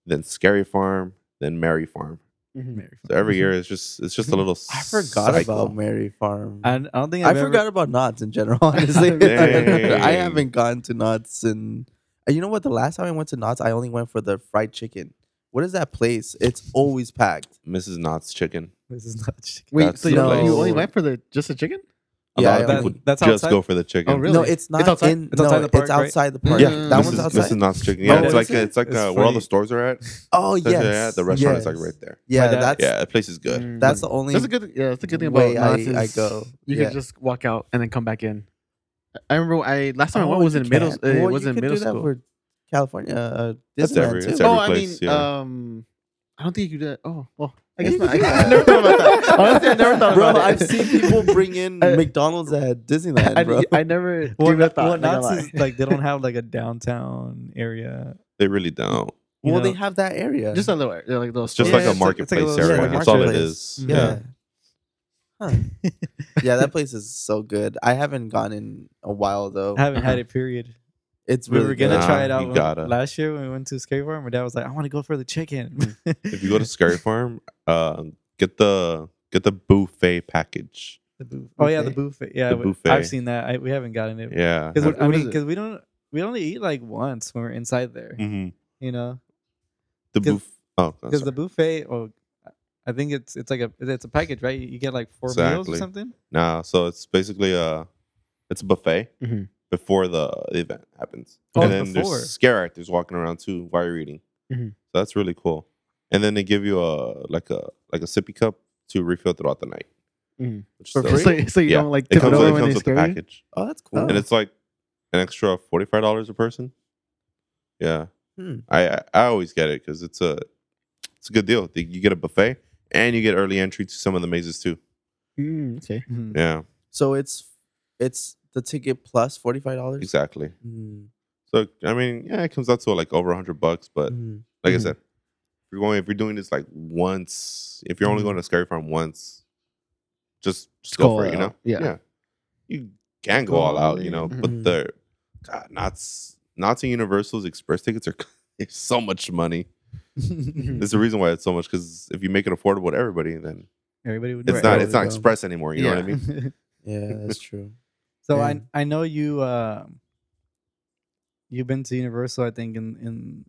then Scary Farm, then Merry Farm.
Mm-hmm.
Mhm.
Mary
So
Farm.
every year it's just it's just a little.
I forgot
cycle.
about Mary Farm.
I, I don't think
I
I've ever-
forgot about knots in general. Honestly, I
Dang.
haven't gone to knots and you know what? The last time I went to knots, I only went for the fried chicken. What is that place? It's always packed.
Mrs. Knott's chicken.
This is not chicken.
Wait,
That's
so you,
the
place.
you only went for the just the chicken?
A
Yeah,
lot of
I
people
only- That's
just go
outside?
for the chicken.
Oh, really?
No, it's not.
outside-
in,
it's outside
no,
the park,
it's
right?
outside the park.
Yeah.
Mrs.
that one's
Mrs.
outside.
Knott's chicken.
Oh,
Yeah,
what
it's like
is
a,
it?
it's like
It's
uh, where all the
funny.
stores are at.
Oh
That's-
yes,
yeah, the restaurant is like
yes.
right there.
Yeah,
dad-
that's
yeah, the place is good.
Mm.
that's the only.
That's a good. Yeah, that's a good thing about
way I-
Knott's is
I go.
You
Yeah.
can just walk out and then come back in. I remember I last time I
Oh,
went was
you
in middle.
can't.
uh, It
Well,
was
you
in
could
middle
do that
school.
for California. Uh,
That's
Disneyland
every-
too.
that's every-
oh,
place,
I mean,
yeah.
um, I don't think you could. do- Oh, well, I guess
You
not. I,
could do
I never thought about that. Honestly, I never thought
bro,
about
I've
it.
seen people bring in
I-
McDonald's at Disneyland, bro.
I, I never gave
Well,
it a
not,
thought.
well,
not gonna
Knott's
lie.
is, like they don't have like a downtown area.
They really don't.
you
well, they
know?
have that area.
just a little, like those.
It's just
Yeah,
like a
it's like- it's like
marketplace
a little-
area.
yeah,
that's all it
marketplace. Mm.
is. Yeah.
Yeah. Huh. yeah, that place is so good. I haven't gone in a while though.
I haven't had it. Period.
It's
we
really
were gonna
good.
try it
Nah,
out
you
when-
gotta.
last year when we went to skate farm. My dad was like, "I want to go for the chicken."
Hmm. If you go to Scary Farm, uh, get the get the buffet package.
the buffet. oh yeah, the
buffet.
buffet. Yeah,
The
we-
buffet.
I've seen that. I, we haven't gotten it
Yeah.
because
What-
I
what is
mean,
it?
because we don't we only eat like once when we're inside there.
Mhm.
You know,
The
'Cause-
buff. Oh, I'm
because
sorry.
the buffet. Oh, I think it's it's like a it's a package, right? You get like four meals or
Exactly.
something.
nah. So it's basically a it's a buffet
Mhm.
before the event happens,
Oh,
and then
before.
there's scare actors walking around too while you're eating.
Mhm.
So that's really cool. And then they give you a like a like a sippy cup to refill throughout the night,
Mhm.
which
For
is
free?
dope.
So, so you
Yeah.
don't like
It
tip it
comes,
over
it
when
comes
they
with the
scare you.
package.
Oh, that's cool.
and it's like an extra forty five dollars a person. Yeah,
Hmm.
I I, I always get it because it's a it's a good deal. Th- You get a buffet and you get early entry to some of the mazes too.
Mm, okay.
Mhm.
Yeah,
so it's it's the ticket plus forty five dollars. Mm.
exactly. So I mean, yeah, it comes out to like over hundred bucks. But
Mm.
like I
Mhm.
said, if you're going if you're doing this like once, if you're only
Mhm.
going to Scary Farm once, just just
Just
go
go
for it. You
all
know,
out. Yeah.
you can go
Go
all
all
out. You
in.
know,
Mhm.
but the God, Knott's Knott's and Universal's express tickets are it's so much money. There's a reason why it's so much because if you make it affordable to everybody, then
Everybody would.
It's
know.
not.
There
It's
we
not
go.
express anymore. You know what I mean?
Yeah, that's true.
so
Yeah.
I I know you um you've been to Universal I think in in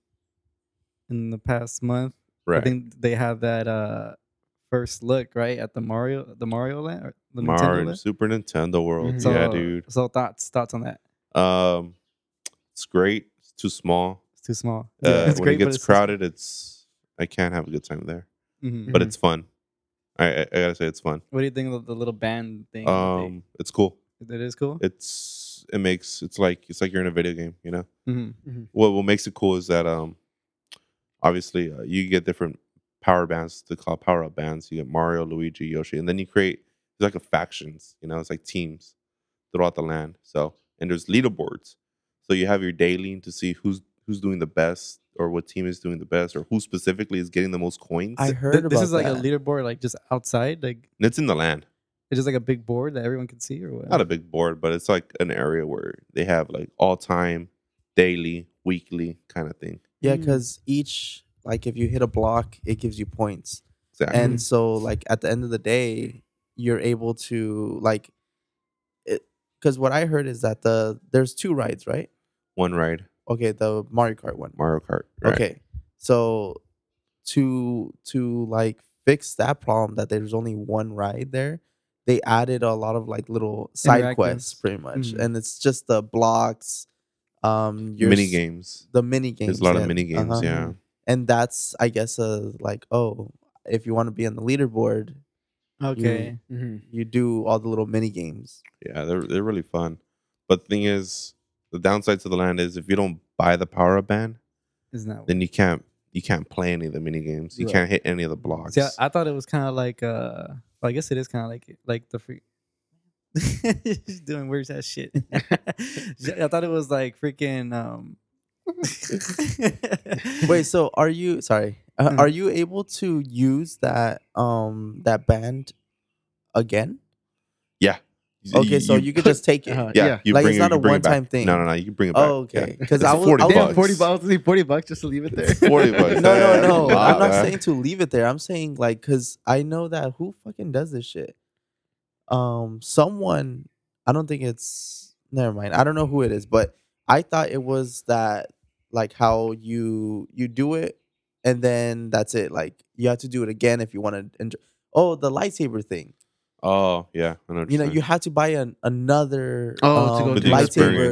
in the past month. I
Right.
think they have that uh first look right at the Mario the Mario land or the Nintendo Mm-hmm.
Mario
land.
Super Nintendo World.
Mhm.
So,
Yeah, dude.
So thoughts thoughts on that?
Um, it's great. It's too small.
It's too small.
uh,
it's
when
great,
it
but
gets
it's too small.
crowded, it's I can't have a good time there,
Mhm.
but
Mhm.
it's fun. I, I, I gotta say it's fun.
What do you think of the little band thing? that they-
Um, it's cool.
that is cool.
It's it makes it's like it's like you're in a video game. You know
Mhm.
what what makes it cool is that um, obviously uh, you get different power bands to call power up bands. You get Mario, Luigi, Yoshi, and then you create it's like a factions. You know it's like teams throughout the land. So and there's leaderboards. So you have your daily to see who's who's doing the best or what team is doing the best or who specifically is getting the most coins.
I
Th-
heard
This
about
is like a
that.
leaderboard, like just outside, like
And it's in the land.
it's just like a big board that everyone can see, or what?
Not a big board, but it's like an area where they have like all time, daily, weekly kind of thing.
Yeah,
Mm.
because each like if you hit a block, it gives you points,
Mm-hmm.
Exactly.
and so like at the end of the day, you're able to like, it because what I heard is that the there's two rides, right?
One ride,
Okay, the Mario Kart one.
Mario Kart. Right?
Okay, so to to like fix that problem that there's only one ride there, they added a lot of like little side quests,
Interactives.
pretty much,
Mm-hmm.
Mhm.
and it's just the blocks, um, your
Mini
s-
games.
the mini games.
There's a lot of
yeah,
mini games.
uh-huh.
Yeah.
and that's I guess a like oh if you want to be on the leaderboard,
okay.
Mm-hmm.
you do all the little mini games.
Yeah. They're, they're really fun. But the thing is, the downside to the land is if you don't buy the power up band,
Isn't that?
then you can't you can't play any of the mini games. You
Right.
can't hit any of the blocks.
See, I, I thought it was kind of like uh, well, I guess it is kind of like it- like the free. She's doing weird ass shit. I thought it was like freaking. um
Wait, so are you sorry? Uh,
Mm.
are you able to use that um that band again?
You- Uh,
Okay, so you, could just take it.
uh-huh.
yeah,
yeah.
you
Like,
bring
it's
it,
not
you
a
bring it back.
one-time thing.
No, no, no. You can bring it back.
Oh, okay.
Yeah.
Because
It's
I was,
40
I was-
bucks.
Damn, forty bucks. Leave forty bucks just to leave it there.
It's 40 bucks.
No,
Yeah,
no,
that's a
no.
lot,
I'm not
man.
saying to leave it there. I'm saying like because I know that who fucking does this shit. Um, someone. I don't think it's. Never mind. I don't know who it is, but I thought it was that like how you you do it and then that's it. Like you have to do it again if you want to enjoy. Oh, the lightsaber thing.
Oh, yeah. I know what you're
You know,
saying.
you have to buy an another
Oh, to go
um,
do the
lightsaber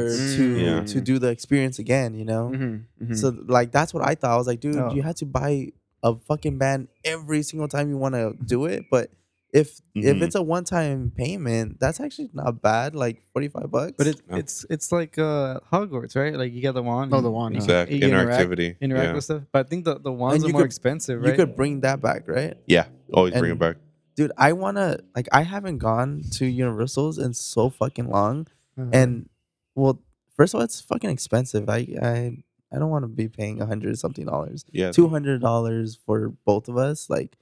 experience.
to
Mm. Yeah.
to do the experience again. You know.
Mm-hmm.
So like that's what I thought. I was like, dude,
Oh.
you had to buy a fucking band every single time you want to do it. But if if
Mm-hmm.
Mhm.
it's a one time payment, that's actually not bad. Like forty five bucks.
But it,
No.
it's it's like uh Hogwarts, right? Like you got the wand.
Oh, the
and
wand,
you
yeah.
can-
Exactly.
you interact-
Interactivity.
interact
yeah.
with stuff. But I think the the wands
you
are more
could-
expensive,
you
right?
could bring that back, right?
Yeah. Always bring it
And-
back.
Dude, I wanna like I haven't gone to Universals in so fucking long.
Uh-huh.
And well, first of all, it's fucking expensive. I I I don't want to be paying a hundred something dollars.
Yeah.
two hundred dollars for both of us, like.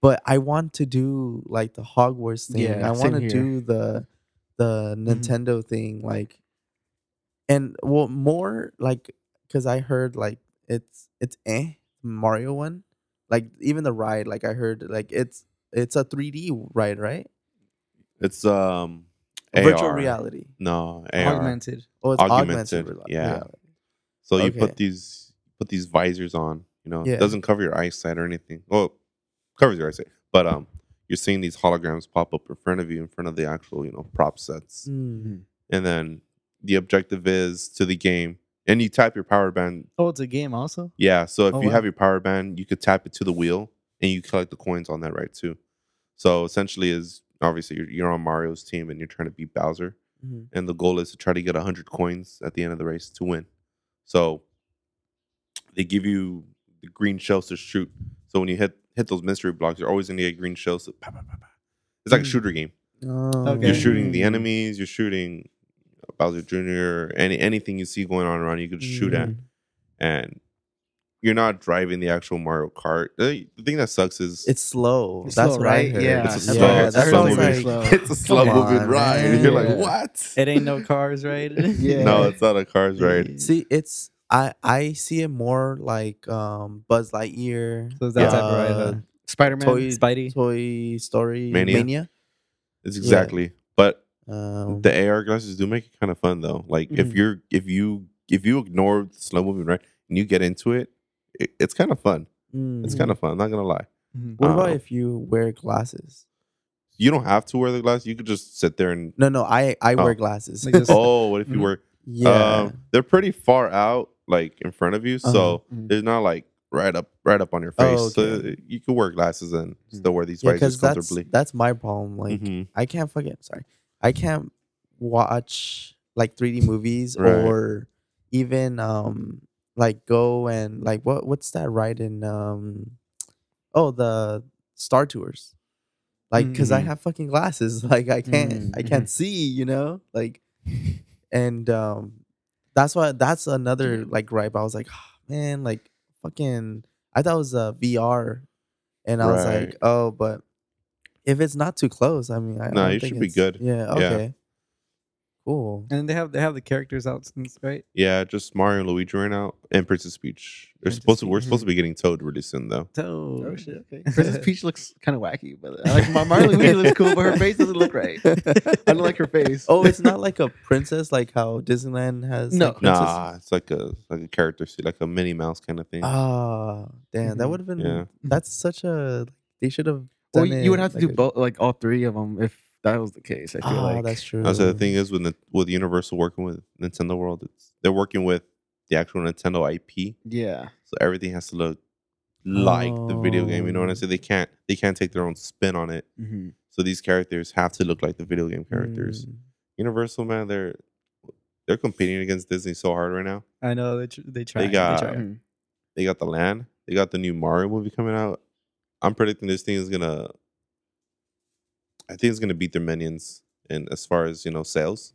But I want to do like the Hogwarts thing.
Yeah,
I
same
want to
here.
do the the
Mm-hmm.
Nintendo thing, like, and well, more like because I heard like it's it's eh Mario one, like even the ride, like I heard like it's it's a three D ride, right?
It's um
Virtual
AR.
reality.
No, AR.
augmented.
Oh, it's augmented.
Augmented,
reali-
yeah.
reality.
So you
Okay.
put these put these visors on, you know.
Yeah.
It doesn't cover your eyesight or anything. Well, covers your eyesight. But um you're seeing these holograms pop up in front of you in front of the actual, you know, prop sets.
Mm.
And then the objective is to the game and you tap your power band.
Oh, it's a game also.
Yeah, so if
Oh,
you
wow.
have your power band, you could tap it to the wheel and you collect the coins on that right too. So essentially is obviously you're, you're on Mario's team and you're trying to beat Bowser.
Mhm.
Mm-hmm.
and the goal is to try to get 100 coins at the end of the race to win so they give you the green shells to shoot so when you hit hit those mystery blocks you're always going to get green shells to pa, pa, pa, pa. it's like a
Mm.
shooter game
Oh.
Okay.
you're shooting the
Mm.
enemies you're shooting bowser jr any anything you see going on around you could shoot at
Mm.
and you're not driving the actual mario kart the, the thing that sucks is
It's slow.
It's
That's
slow,
what I
right?
heard.
Yeah.
It's a
That's what
slow-
I-
it's a
that's
slow
what I was
movie.
like-
it's a slow
Come
moving
on,
ride and
man.
you're
Yeah.
like what
It ain't no cars, right?
Yeah.
no it's not a car's ride
See, it's I I see it more like um Buzz Lightyear.
So it's that
type
of uh, ride, huh?
Spider Man.
Toy-
Spidey.
Toy Story
Mania?
Mania.
It's
Yeah.
exactly. But
Um,
the AR glasses do make it kind of fun though. Like if
Mhm.
you're if you if you ignore the slow moving right and you get into it, it it's kind of fun. It's
mm.
kind of fun. I'm not gonna lie.
mm-hmm.
What about
uh,
if you wear glasses?
You don't have to wear the glasses. You could just sit there and
No, no, I I
Oh.
wear glasses.
Like this-
oh, what if you
Mhm.
were?
yeah.
Um, they're pretty far out, like in front of you, so
Uh-huh. Mhm.
they're not like right up right up on your face.
Oh,
So you could wear glasses and still wear these
yeah,
visors
because that's
comfortably.
that's my problem. Like
Mhm.
I can't fucking sorry. I can't watch like 3D movies
Right.
or even um like go and like what what's that ride in um oh the Star Tours. Like cuz I
Mhm.
have fucking glasses like I can't I
Mm.
Mhm.
can't see, you know? Like and um that's why that's another like gripe. I was like, "Ah, man, like fucking I thought it was a VR and I was
Right.
like, oh, but if it's not too close, I mean, I
No,
don't
you
think
should be
it's-
good.
Yeah.
Yeah.
Okay. Cool.
And they have they have the characters out since right.
Yeah, just Mario and Luigi right now, and Princess Peach. They're
Princess
supposed to, we're
Peach.
mm-hmm.
supposed to be getting Toad really soon though.
So
Oh shit! Okay. Princess Peach looks kind of wacky, but I like Mar- Marley Weedy looks cool, but her face doesn't look right. I don't like her face.
Oh, it's not like a princess, like how Disneyland has.
No.
like, princesses?
Nah, it's like a like a character suit, like a Minnie Mouse kind of thing.
Ah, damn, that
Mhm.
would have been.
Yeah.
That's such a. They should have.
Well,
done
you would
it
have to
like
do
a-
both, like all three of them, if that was the case. I feel
Ah,
like
that's true.
Also, the thing is with Nin- with Universal working with Nintendo World, it's, they're working with the actual Nintendo IP,
Yeah.
so everything has to look like the video game. You know what I
Oh.
say? They can't they can't take their own spin on it.
Mm-hmm.
So these characters have to look like the video game characters.
Mm.
Universal man, they're they're competing against Disney so hard right now.
I know they tr- they try.
got-
they try.
They got the land. They got the new Mario movie coming out. I'm predicting this thing is gonna. I think it's gonna beat their minions, and as far as you know, sales.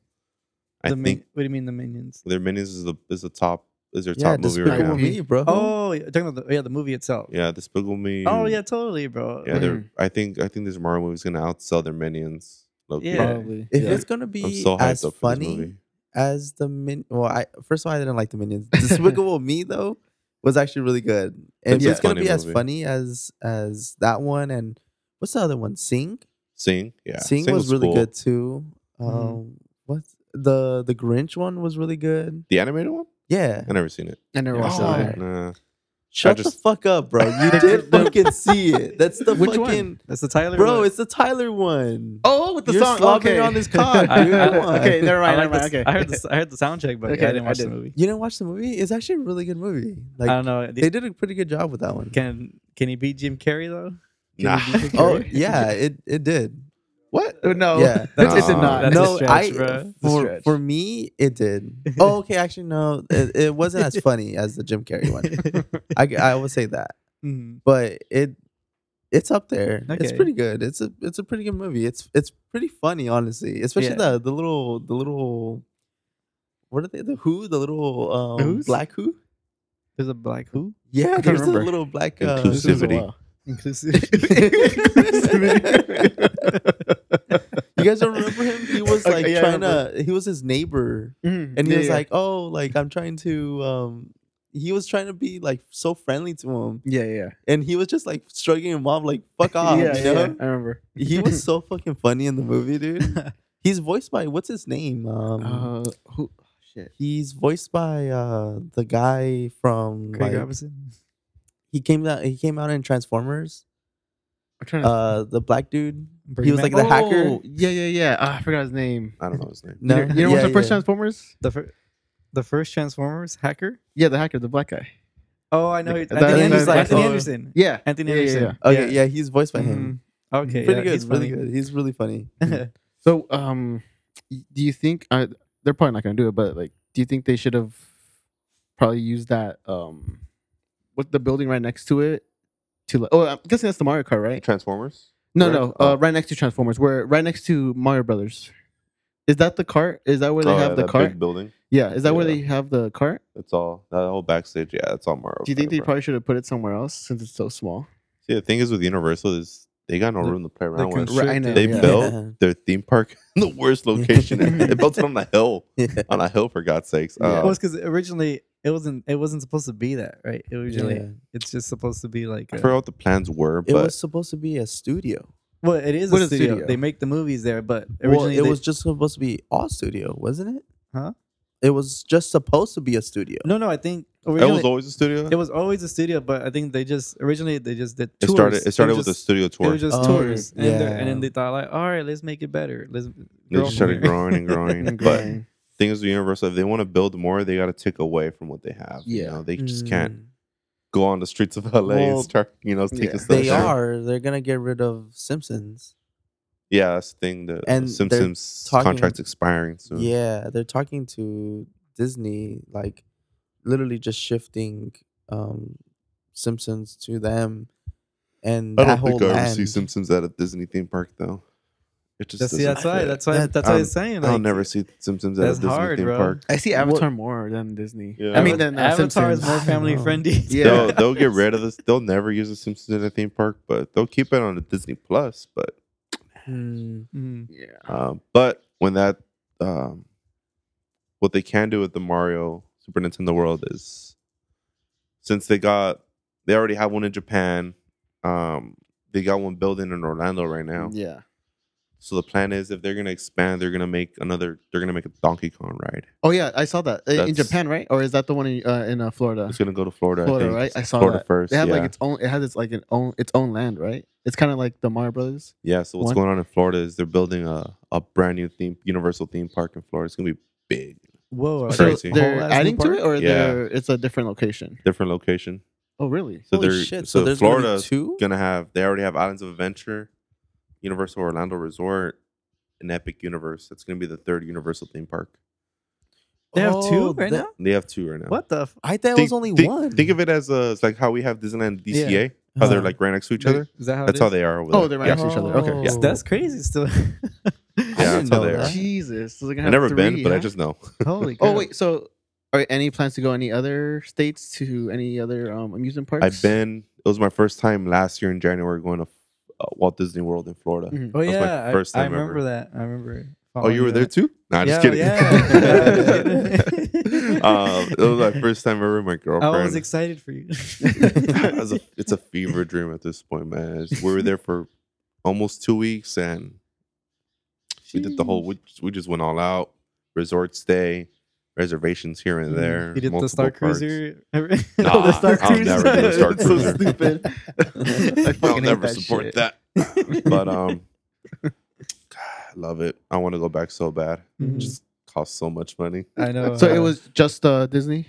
I
the
think
min- what do you mean the minions?
their minions is the is the top is their
Yeah,
top movie right
Despicable
now.
Me, bro.
Oh, yeah, talking about the yeah the movie itself.
Yeah, Despicable Me.
Oh
and-
yeah, totally, bro.
yeah. They're,
Mm-hmm.
I think I think this Mario movie is gonna outsell their minions. low-key.
Yeah.
Probably.
If
yeah.
it's gonna
I'm
be
so hyped
as
up for this
funny
movie.
as the min, well, I first of all I didn't like the minions. Despicable Me though was actually really good, and
It's
it's,
a
gonna
funny
be as
movie.
funny as as that one. And what's the other one? Sing.
Sing, yeah,
Sing, was, really
cool.
good too. Um,
Mhm.
what the the Grinch one was really good.
The animated one,
Yeah,
I never seen it.
I never watched
Oh.
that.
Okay.
Nah.
shut
just-
the fuck up, bro. You did fucking see it. That's the
Which one?
fucking
That's the Tyler.
bro.
one.
It's the Tyler one.
Oh, with the
You're
song.
slobbering
Okay.
on this cock,
dude. Come on.
okay, never
I, like
mind. never mind.
the-
Okay.
I heard the I heard the soundtrack, but yeah,
Okay,
I didn't
I
watch the
didn't.
movie.
You didn't watch the movie? It's actually a really good movie. Like
I don't know.
they did a pretty good job with that one.
Can can he beat Jim Carrey though?
Nah.
Oh yeah, it it did.
What? No.
Yeah.
It, it
Nah.
did not.
That's a
no,
stretch,
I
bro.
a
for,
stretch.
for me it did. Oh, okay. Actually, no, it, it wasn't as funny as the Jim Carrey one. I g- I will say that,
Mhm.
but it it's up there. It's
Okay.
pretty good. It's a it's a pretty good movie. It's it's pretty funny, honestly. Especially
Yeah.
the the little the little what are they? The Who? The little um,
Who's?
Black Who?
There's a black who
Yeah,
can't
there's a
remember.
little black. Uh,
This is a
Inclusivity.
while.
inclusive.
You guys don't remember him? He was
Okay,
like
yeah, I
trying to. He was his neighbor,
Mhm.
and he
Yeah,
was
yeah.
like, "Oh, like I'm trying to." um He was trying to be like so friendly to him,
Yeah, yeah.
and he was just like struggling him off, like "fuck off,"
yeah,
you
yeah,
know.
I remember.
He was so fucking funny in the movie, dude. He's voiced by what's his name? Um,
Uh, who? Shit.
he's voiced by uh the guy from
Craig
like,
Robinson.
he came out he came out in Transformers.
I'm trying to.
Uh, the black dude.
Bernie
he was
Mac.
like the hacker.
Oh, Yeah, yeah, yeah. Ah, I forgot his name.
I don't know his name.
No,
you know what's
yeah,
the first
yeah.
Transformers?
The fir- the first Transformers hacker.
Yeah, the hacker, the black guy.
Oh, I know.
Like,
it-
that-
Anthony
that-
Anderson.
that-
Anthony
oh.
Anderson.
Yeah.
Anthony
Yeah, yeah,
Anderson.
yeah. Mm-hmm.
Okay, Oh, yeah. he's voiced by him.
Mhm. Okay,
Pretty
yeah,
good,
he's
really
funny.
good. He's really funny.
So, um, y- do you think I, they're probably not going to do it? But like, do you think they should have probably used that um, what the building right next to it to like? Oh, I'm guessing that's the Mario Kart, right?
Transformers.
No,
right?
no,
Oh.
uh, right next to Transformers. Where right next to Mario Brothers. Is that the cart? Is that where they
Oh,
have
yeah,
the
that
cart?
big building.
yeah, is that where
Yeah.
they have the cart?
It's all that whole backstage. Yeah, it's all Mario.
Do you think
Kart,
they
bro.
probably should have put it somewhere else since it's so small?
See, the thing is with Universal is they got no
They're-
room to play around with.
constrained. Right, I know,
They
yeah.
built
Yeah.
their theme park in the worst location. they built it on the hill,
Yeah.
on a hill for God's sakes.
Yeah.
Um,
Well, it's because originally it wasn't it wasn't supposed to be that, right? It was just like
Yeah.
it's just supposed to be like
I
a,
forgot what the plans were,
It
but
was supposed to be a studio.
well, it is
What
a
is
studio.
studio?
They make the movies there, but
Well,
originally
it
they-
was just supposed to be all studio, wasn't it?
Huh?
It was just supposed to be a studio.
no, no. I think
that
originally
was always a studio.
it was always a studio, but I think they just originally they just did.
It
tours.
started. It started with
was
a studio
It
tour.
was just
Oh,
tours, and, they're-
yeah.
and then they thought like, all right, let's make it better. Let's.
they
grow
just started
from here."
growing and growing.
And
but
growing.
thing is, with Universal, if they want to build more, they got to take away from what they have. you
Yeah.
know, they just can't
Mm.
go on the streets of LA
Mm. Well,
and start, you know, taking
yeah.
stuff.
They
down.
are. They're gonna get rid of Simpsons.
Yeah, that's the thing. The
And
and
they're
Simpsons
talking-
contract's expiring soon.
Yeah, they're talking to Disney, like literally just shifting um Simpsons to them, and
I
that
don't
whole
think I ever
land.
see Simpsons at a Disney theme park though. It just
That's, see,
doesn't
that's why.
fit.
That's why.
That-
That's why I'm
I'm-
saying.
I'll
like,
never see Simpsons at a
That's
Disney
hard,
theme
bro.
park.
I see
What-
Avatar more than Disney.
Yeah.
I mean, than uh,
Avatar is
Simpsons.
more
I
family
know.
friendly.
Yeah.
They'll, they'll get rid of this. They'll never use the Simpsons in a theme park, but they'll keep it on the Disney Plus. But
Hmm.
Mm.
Yeah.
um, but when that um, what they can do with the Mario Super Nintendo World is since they got they already have one in Japan, um, they got one building in Orlando right now.
Yeah.
So the plan is if they're gonna expand, they're gonna make another. They're gonna make a Donkey Kong ride.
Oh yeah, I saw that Uh, in
That's-
Japan, right? Or is that the one in uh, in uh, Florida?
It's gonna go to Florida.
Florida,
I think.
right? I saw
Florida
that.
first.
They have
yeah.
like its own. It has its like an own its own land, right? It's kind of like the Mario Brothers.
yeah. So what's
one-
going on in Florida is they're building a, a brand new theme, Universal theme park in Florida. It's gonna be big,
Whoa,
It's
are they
crazy.
a whole
They're
ass new
adding to
park?
it, or
Yeah.
they're it's a different location.
different location.
Oh really?
So
Holy
they're
shit! So,
so,
there's Florida
Florida's
two.
gonna have. They already have Islands of Adventure, Universal Orlando Resort, and Epic Universe. That's gonna be the third Universal theme park.
They have
two
two right now?
They have two right now.
What the? F-
Oh, I thought it
Think-
was only
think,
one.
Think of it as a it's like how we have Disneyland DCA. How they're
Uh-huh.
like right next to each
They-
other.
Is that how?
That's
it
how
is?
they are. Over
Oh,
there.
they're right
Yeah.
next to each other. Okay.
Yeah.
That's crazy. Still.
Yeah,
didn't
that's how
know
they are.
that.
Jesus. So they're gonna
I've
have
never been,
three,
but I
huh?
just know.
Holy.
Oh
crap.
wait, so are any plans to go any other states to any other um, amusement parks?
I've been. It was my first time last year in January going to uh, Walt Disney World in Florida.
Mhm.
Oh
That was my
yeah, I-
first
I,
time
remember
ever.
that. I remember.
Oh, you were there too? Nah, just
Yeah,
kidding.
yeah.
um, it was my first time ever. with My
I
girlfriend.
was excited for you.
It was a, it's a fever dream at this point, man. It's- We were there for almost two weeks, and we did the whole. We, we just went all out. Resort stay, reservations here and there.
You Mm. did the
multiple
Star
parks.
Cruiser.
Nah,
the Star
I'll never do the Star
It's
so
Cruiser.
stupid. I fucking
I'll
hate
never
that
support
shit.
that. but um, I love it. I want to go back so bad.
Mhm.
Just cost so much money.
I know.
So it
uh,
was just uh, Disney.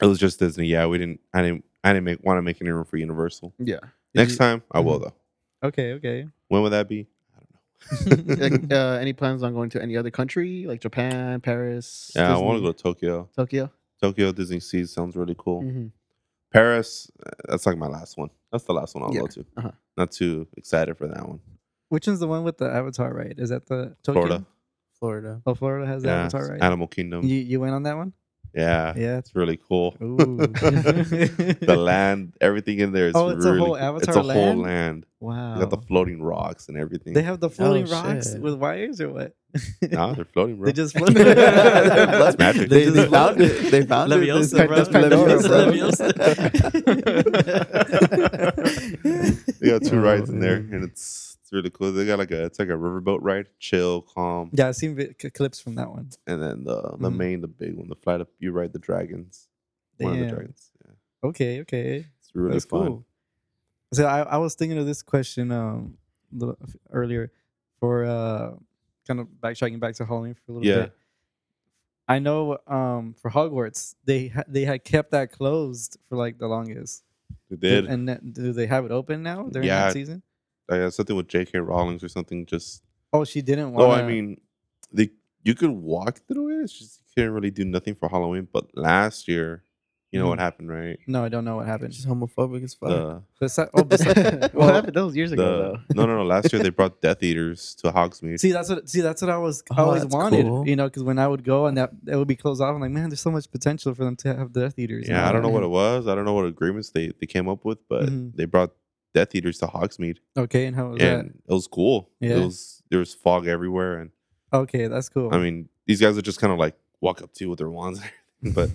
It was just Disney. Yeah, we didn't. I didn't. I didn't make want to make any room for Universal.
Yeah.
did
Next
you- Mm-hmm.
time, I will though.
Okay. Okay.
When would that be?
like, uh, any plans on going to any other country like Japan, Paris?
Yeah, I
Disney,
want to go to Tokyo.
Tokyo.
Tokyo Disney Sea sounds really cool.
Mm-hmm.
Mhm.
Paris, uh, that's like my last one. That's the last one I'll go
Yeah,
to.
uh-huh.
Not too excited for that one.
Which one's the one with the avatar? Right? Is that the Tokyo?
Florida.
Florida.
Oh, Florida has the
Yeah,
avatar,
it's
right?
Animal Kingdom.
You you went on that one?
Yeah,
Yeah.
it's really cool.
Ooh.
the land, everything in there is
Oh, it's a
really
whole
cool. It's
Avatar
a whole
land?
land.
Wow.
They got the floating rocks and everything.
They have the floating
Oh,
rocks
shit.
with wires or what?
nah, they're floating, bro.
They just float.
That's magic.
They,
just
they
float.
found it. They found
Leviosa,
it.
bro.
That's Pandora,
Leviosa, Leviosa.
they got two
Oh,
rides in there,
man.
and it's it's really cool. They got like a it's like a riverboat ride, chill, calm,
Yeah, I've seen vi- c- clips from that one.
and then the the
Mhm.
main, the big one, the flight up. You ride the dragons, one of the
Damn.
dragons. Yeah,
Okay, okay.
it's really
That's
fun.
cool. So I, I was thinking of this question um the, earlier for uh kind of backtracking back to Halloween for a little
Yeah.
bit. I know um for Hogwarts they ha- they had kept that closed for like the longest.
They
Do-
did.
And that- do they have it open now during
Yeah.
that season?
I had something with J.K. Rowling's or something. Just
Oh, she didn't want.
no, I mean, they you could walk through it. It's just you couldn't really do nothing for Halloween. But last year, you know
Mm-hmm.
what happened, right?
no, I don't know what happened.
She's homophobic as fuck.
The,
Besi- oh, besi-
what happened? That was years ago
the
though.
no, no, no. Last year they brought Death Eaters to Hogsmeade.
see, that's what see that's what I was I
Oh,
always
that's
wanted.
cool.
You know, because when I would go and that it would be closed off, I'm like, man, there's so much potential for them to have Death Eaters. and
Yeah, I
all
don't know
that."
what it was. I don't know what agreements they, they came up with, but
Mhm.
they brought Death Eaters to Hogsmeade,
Okay, and how was that?
and it was cool.
Yeah.
It was there was fog everywhere, and
Okay, that's cool.
I mean, these guys are just kind of like walk up to you with their wands, but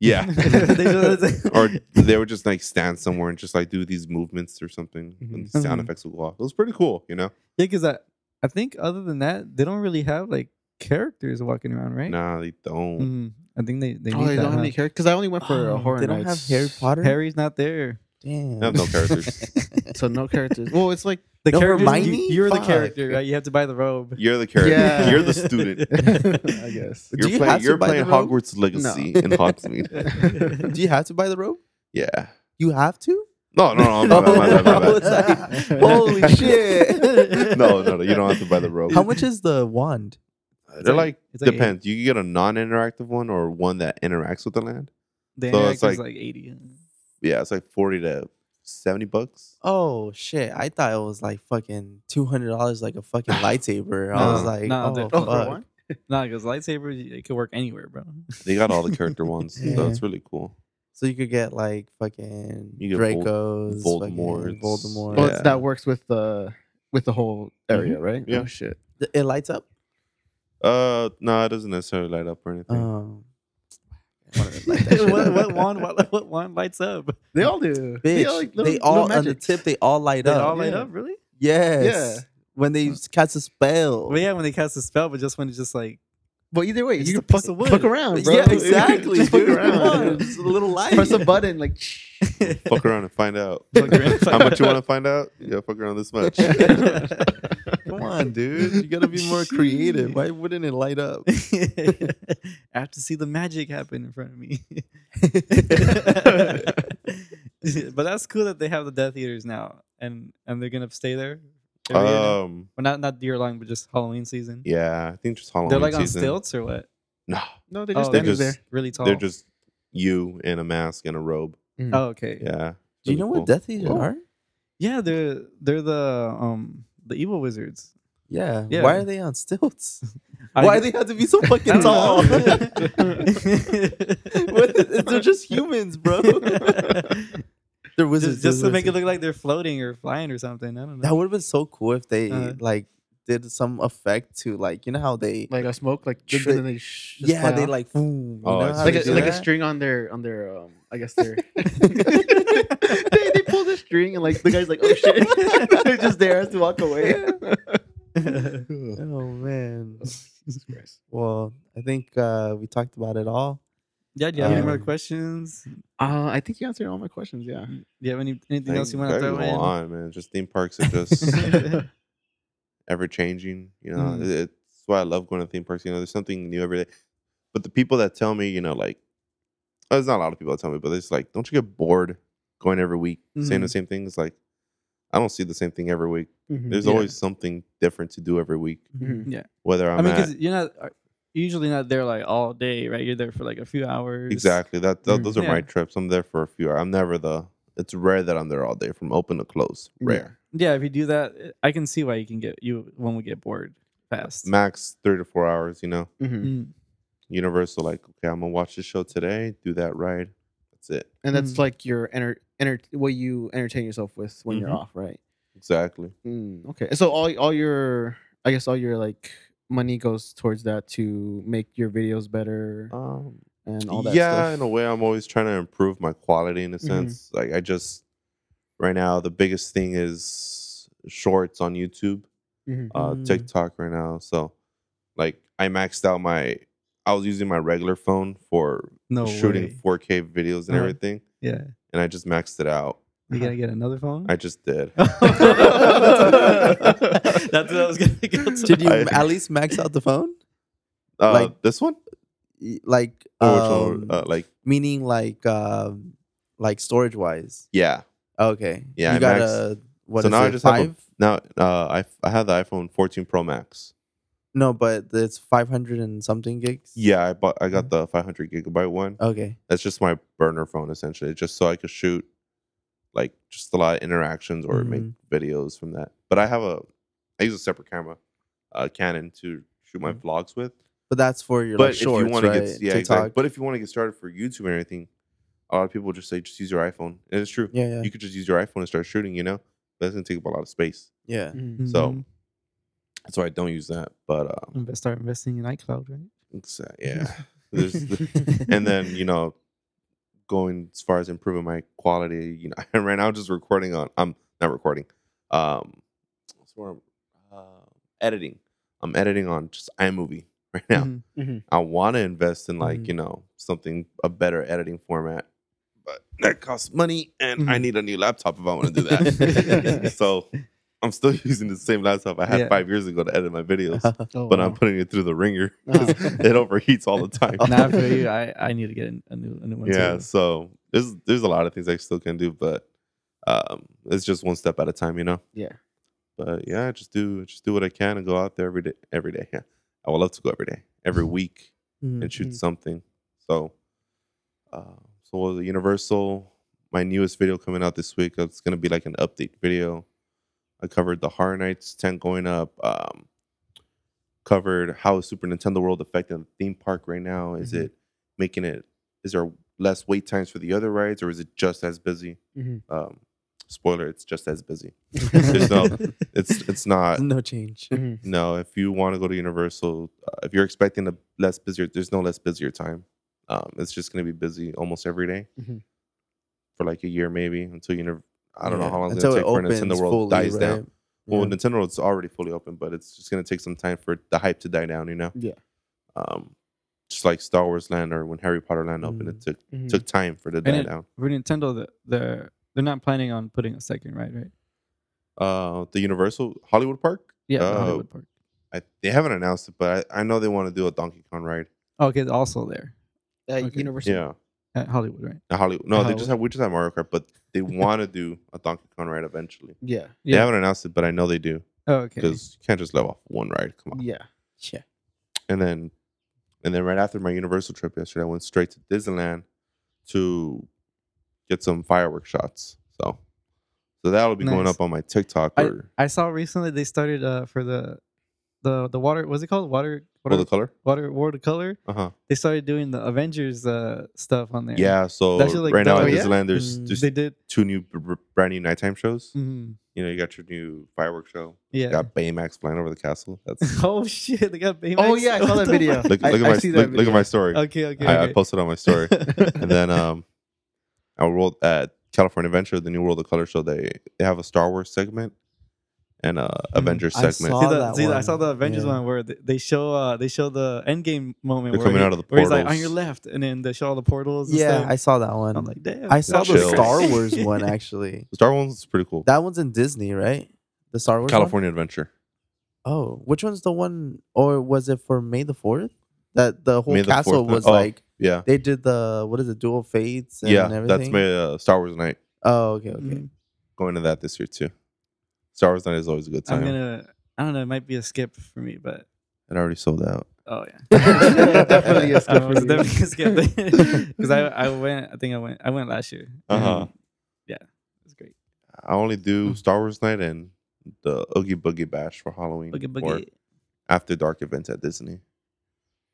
Yeah.
They just-
or they would just like stand somewhere and just like do these movements or something.
Mm-hmm.
And
Mhm.
the sound
Mhm.
effects would go off. It was pretty cool, you know?
Yeah, because I, I think other than that, they don't really have like characters walking around, right?
Nah, they don't.
Mm.
Mhm. I think they they
Oh,
need
they
that.
don't have
huh?
any characters. Because I only went for
Oh,
a horror.
They don't
Nights.
have Harry Potter.
Harry's not there.
Damn.
They have no characters.
so no characters. Well, it's like
The
No,
character,
Hermione?
you, are the
Fuck.
character, right? You have to buy the robe.
You're the character.
Yeah.
You're the student.
I guess.
Do
You're
you have
playing,
to
you're
buy the
playing
robe?
Hogwarts Legacy in Hogsmeade.
Do you have to buy the robe?
Yeah.
You have to?
No, no, no, no, no, no, no, no,
I
no,
was
no.
like, holy shit.
No, no, no, You don't have to buy the robe.
How much is the wand?
They're like,
like- it's like
depends. You can get a non-interactive one or one that interacts with the land.
The
So
so
it's
like,
like-
like eighty.
Yeah, it's like forty to seventy bucks.
Oh shit! I thought it was like fucking two hundred dollars, like a fucking lightsaber. I was
No.
like,
No,
oh,
dude.
Oh, for
fuck.
one?
No, because lightsabers it could work anywhere, bro.
They got all the character ones, so
Yeah.
it's really cool.
So you could get like fucking
You get Vol-
Dracos, fucking
Voldemorts.
Voldemort.
Well, it's-
Yeah.
that works with the with the whole
Mm-hmm.
area, right?
Yeah.
Oh shit.
Th- It lights up.
Uh, no, it doesn't necessarily light up or anything.
Um,
what, what wand? What, what wand lights up?
They all do.
bitch,
all, like, little-
they
little
all on the
magic.
tip. They all light
They
up.
all light
yeah.
up, really?
Yes.
Yeah.
When they s- cast a spell.
Well, yeah, when they cast a spell, but just when it's just like
But either way,
It's
you
the
can fuck,
piece of wood.
fuck around, bro.
Yeah, exactly.
Just fuck
dude. Come on,
around.
it's a little light.
Press a button, like.
Fuck around and find out.
Fuck around.
How much you want to find out? Yeah, fuck around this much.
Come on, dude. You gotta be more creative. Why wouldn't it light up?
I have to see the magic happen in front of me. but that's cool that they have the Death Eaters now, and and they're gonna stay there. every year now?
Um,
well, not not year long, but just Halloween season.
yeah, I think just Halloween
they're like on
season.
stilts or what?
No,
No, they're
Oh,
just
they're
standing
just-
there.
Really tall.
they're just you in a mask and a robe.
Oh, okay. Yeah.
Yeah.
Do you
really
know
cool.
what Death Eaters
Cool.
are?
they're they're the um the evil wizards.
Yeah.
Yeah.
Why are they on stilts?
I-
Why do they have to be so fucking
I
tall?
don't know.
What is- They're just humans, bro. They're wizards.
just, just
they're
to make it
wizards.
look like they're floating or flying or something. I don't know.
That would have been so cool if they
Uh-huh.
like did some effect to like you know how they
Like a smoke, like
Did
and
they-
then they sh- just
yeah
fly
they
off.
like boom.
Oh, I see.
how
like
they
a,
do
like a
that?
string on their on their um I guess their they they pull the string and like the guy's like oh shit they're just there has to walk away.
Oh man. Well, I think uh, we talked about it all.
yeah, do you have any more
Um,
questions?
Uh, I think you answered all my questions. Yeah.
Do you have any anything
Thank-
else you want to
gotta
throw
go
in?
on, man. Just theme parks are just ever changing. You know,
Mm.
It- it's why I love going to theme parks. You know, there's something new every day. But the people that tell me, you know, like, oh, there's not a lot of people that tell me, but it's like, don't you get bored going every week saying
Mm-hmm.
the same thing? It's like, I don't see the same thing every week. There's
Mm, Yeah.
always something different to do every week,
Mhm.
yeah,
whether
i
I'm
mean,
at,
because you're not uh, usually not there like all day, right? You're there for like a few hours.
exactly that. th-
Mhm.
Those are
Mm, Yeah.
my trips. I'm there for a few hours. I'm never the. It's rare that I'm there all day from open to close. Rare,
Yeah, if you do that, uh, I can see why you can get you one would get bored fast.
max three to four hours. You know,
Mhm.
Mm.
Universal. Like, okay, I'm gonna watch this show today. Do that ride. That's it.
And that's
Mhm.
like your enter enter what you entertain yourself with when you're
Mhm.
off, right?
Exactly.
Mm, okay. So all all your I guess all your like money goes towards that to make your videos better
Um,
and all that
yeah,
stuff.
in a way, I'm always trying to improve my quality in a
Mhm.
sense. Like, I just right now the biggest thing is shorts on YouTube,
Mhm.
uh,
Mm-hmm.
Mm.
TikTok right now. So, like, I maxed out my. I was using my regular phone for
No
shooting
way.
4K videos and
Uh-huh.
everything,
Yeah,
and I just maxed it out.
you gotta get another phone.
I just did.
That's what I was gonna go to.
Did you
I-
at least max out the phone?
Uh,
Like-
this one,
Y- Like,
Oh,
Or which one?
um,
Uh, like,
meaning like, um, like storage wise.
yeah.
Okay.
Yeah,
You
I
got
maxed-
a what
So
is
now I
it,
just have a-
five?
Now, uh, I I have the iPhone 14 Pro Max.
No, but it's five hundred and something gigs.
Yeah, I bought. I
Mm-hmm.
got the 500 gigabyte one.
Okay.
that's just my burner phone essentially it's just so i could shoot like just a lot of interactions or make
Mhm.
videos from that but i have a i use a separate camera uh canon to shoot my vlogs with
But that's for your
but
Mm-hmm. like, shorts,
if you want
right?
to get yeah exactly. but if you want to get started for youtube and everything a lot of people just say just use your iphone and it's true
yeah, yeah,
you could just use your iphone and start shooting you know but that's gonna take up a lot of space
yeah.
Mhm.
Mm-hmm.
so that's why i don't use that but
Mm-hmm.
um
Invest- start investing in iCloud, right?
it's, uh, yeah There's the- and then you know going as far as improving my quality. You know, right now I'm just recording on. I'm not recording. Um, what's the word? Uh, editing. I'm editing on just iMovie right now.
Mhm.
I want to invest in like
Mhm.
you know something a better editing format, but that costs money, and I
Mhm.
need a new laptop if I want to do that. so I'm still using the same laptop I had
Yeah.
five years ago to edit my videos,
Oh,
but
wow.
I'm putting it through the ringer. 'cause
Uh-huh.
it overheats all the time.
Now I feel you. I, I need to get a new a new one.
yeah,
too.
so there's there's a lot of things I still can do, but um, it's just one step at a time, you know.
yeah.
But yeah, just do just do what I can and go out there every day. Every day, yeah. I would love to go every day, every week and shoot
Mhm.
something. So, uh, so what was it, Universal, my newest video coming out this week. It's gonna be like an update video. I covered the Horror Nights tent going up. Um, covered how is Super Nintendo World affecting the theme park right now. Is
Mhm.
it making it? Is there less wait times for the other rides, or is it just as busy?
Mhm.
Mm-hmm.
Um, spoiler: It's just as busy. There's no. It's it's not.
no change.
Mhm.
No, if you want to go to Universal, uh, if you're expecting a less busier, there's no less busier time. Um, it's just going to be busy almost every day
Mm-hmm.
Mhm.
for like a year, maybe until you I don't know
Yeah,
how long it's
until
going to take for
opens
Nintendo World
fully,
dies
right?
down. Well,
Yeah.
Nintendo World's already fully open, but it's just going to take some time for the hype to die down. You know,
Yeah.
um, just like Star Wars Land or when Harry Potter Land opened,
Mm.
it took
Hmm.
Mhm.
took time for it to
And
die
it-
down.
For Nintendo, the, the they're not planning on putting a second ride, right?
Uh, the Universal Hollywood Park,
Yeah, the
Uh,
Hollywood Park.
I, they haven't announced it, but I, I know they want to do a Donkey Kong ride.
Oh, okay, it's also there
At
Okay.
Universal.
Yeah.
at Hollywood, right?
Not Hollywood. No, they
Hollywood.
Oh.
just have we just have Mario Kart, but they want to do a Donkey Kong ride eventually.
Yeah.
They
Yeah.
haven't announced it, but I know they do
Oh, okay.
because you can't just let off one ride. Come on.
Yeah.
Yeah.
And then, and then right after my Universal trip yesterday, I went straight to Disneyland to get some firework shots. So, so that'll be going
Nice.
up on my TikTok or
I saw recently they started uh for the the the water what's it called water
what
water
the color.
water world of color
Uh huh.
they started doing the Avengers uh stuff on there.
Yeah. So
That shit, like,
right now
dope.
at
Oh, yeah?
Disneyland, there's
Mm.
there's
they did.
two new br- br- brand new nighttime shows.
mhm,
You know, you got your new fireworks show.
yeah.
Got Baymax flying over the castle. That's
Oh shit! They got Baymax.
Oh yeah, I saw
What
that
the
video.
fuck?
look, look
I,
at
I
my
see
look,
that
look at my story.
Okay, okay.
I, I
okay.
posted on my story, and then um, I rolled at California Adventure, the New World of Color show. They they have a Star Wars segment and a Avengers
I
segment.
See
saw
the,
that
see the- I
one.
saw the Avengers
Yeah.
one where th- they show uh they show the Endgame moment
They're
where,
coming
he-
out of the
where he's like on
portals.
your left, and then they show all the portals. And
Yeah,
stuff.
I saw that
I'm
one.
like, damn.
I saw the
chill.
Star Wars one actually.
The Star Wars is pretty cool.
That one's in Disney, right? The Star Wars. one?
California Adventure.
Oh, which one's the one, or was it for May the Fourth? That the whole
May the
castle
4th,
was
oh.
like
Yeah,
they did the what is it, dual fates? And
yeah,
everything?
that's my uh, Star Wars night.
Oh, okay, okay.
Mhm.
Going to that this year too. Star Wars night is always a good
I'm
time.
gonna. I don't know. It might be a skip for me, but
It already sold out.
oh yeah.
Definitely a skip
I
for
was
you.
definitely skipped because I I went I think I went I went last year.
Uh-huh.
And, Yeah, it was great.
I only do
Mm.
Star Wars night and the Oogie Boogie Bash for Halloween
Boogie
or
boogie.
after dark events at Disney.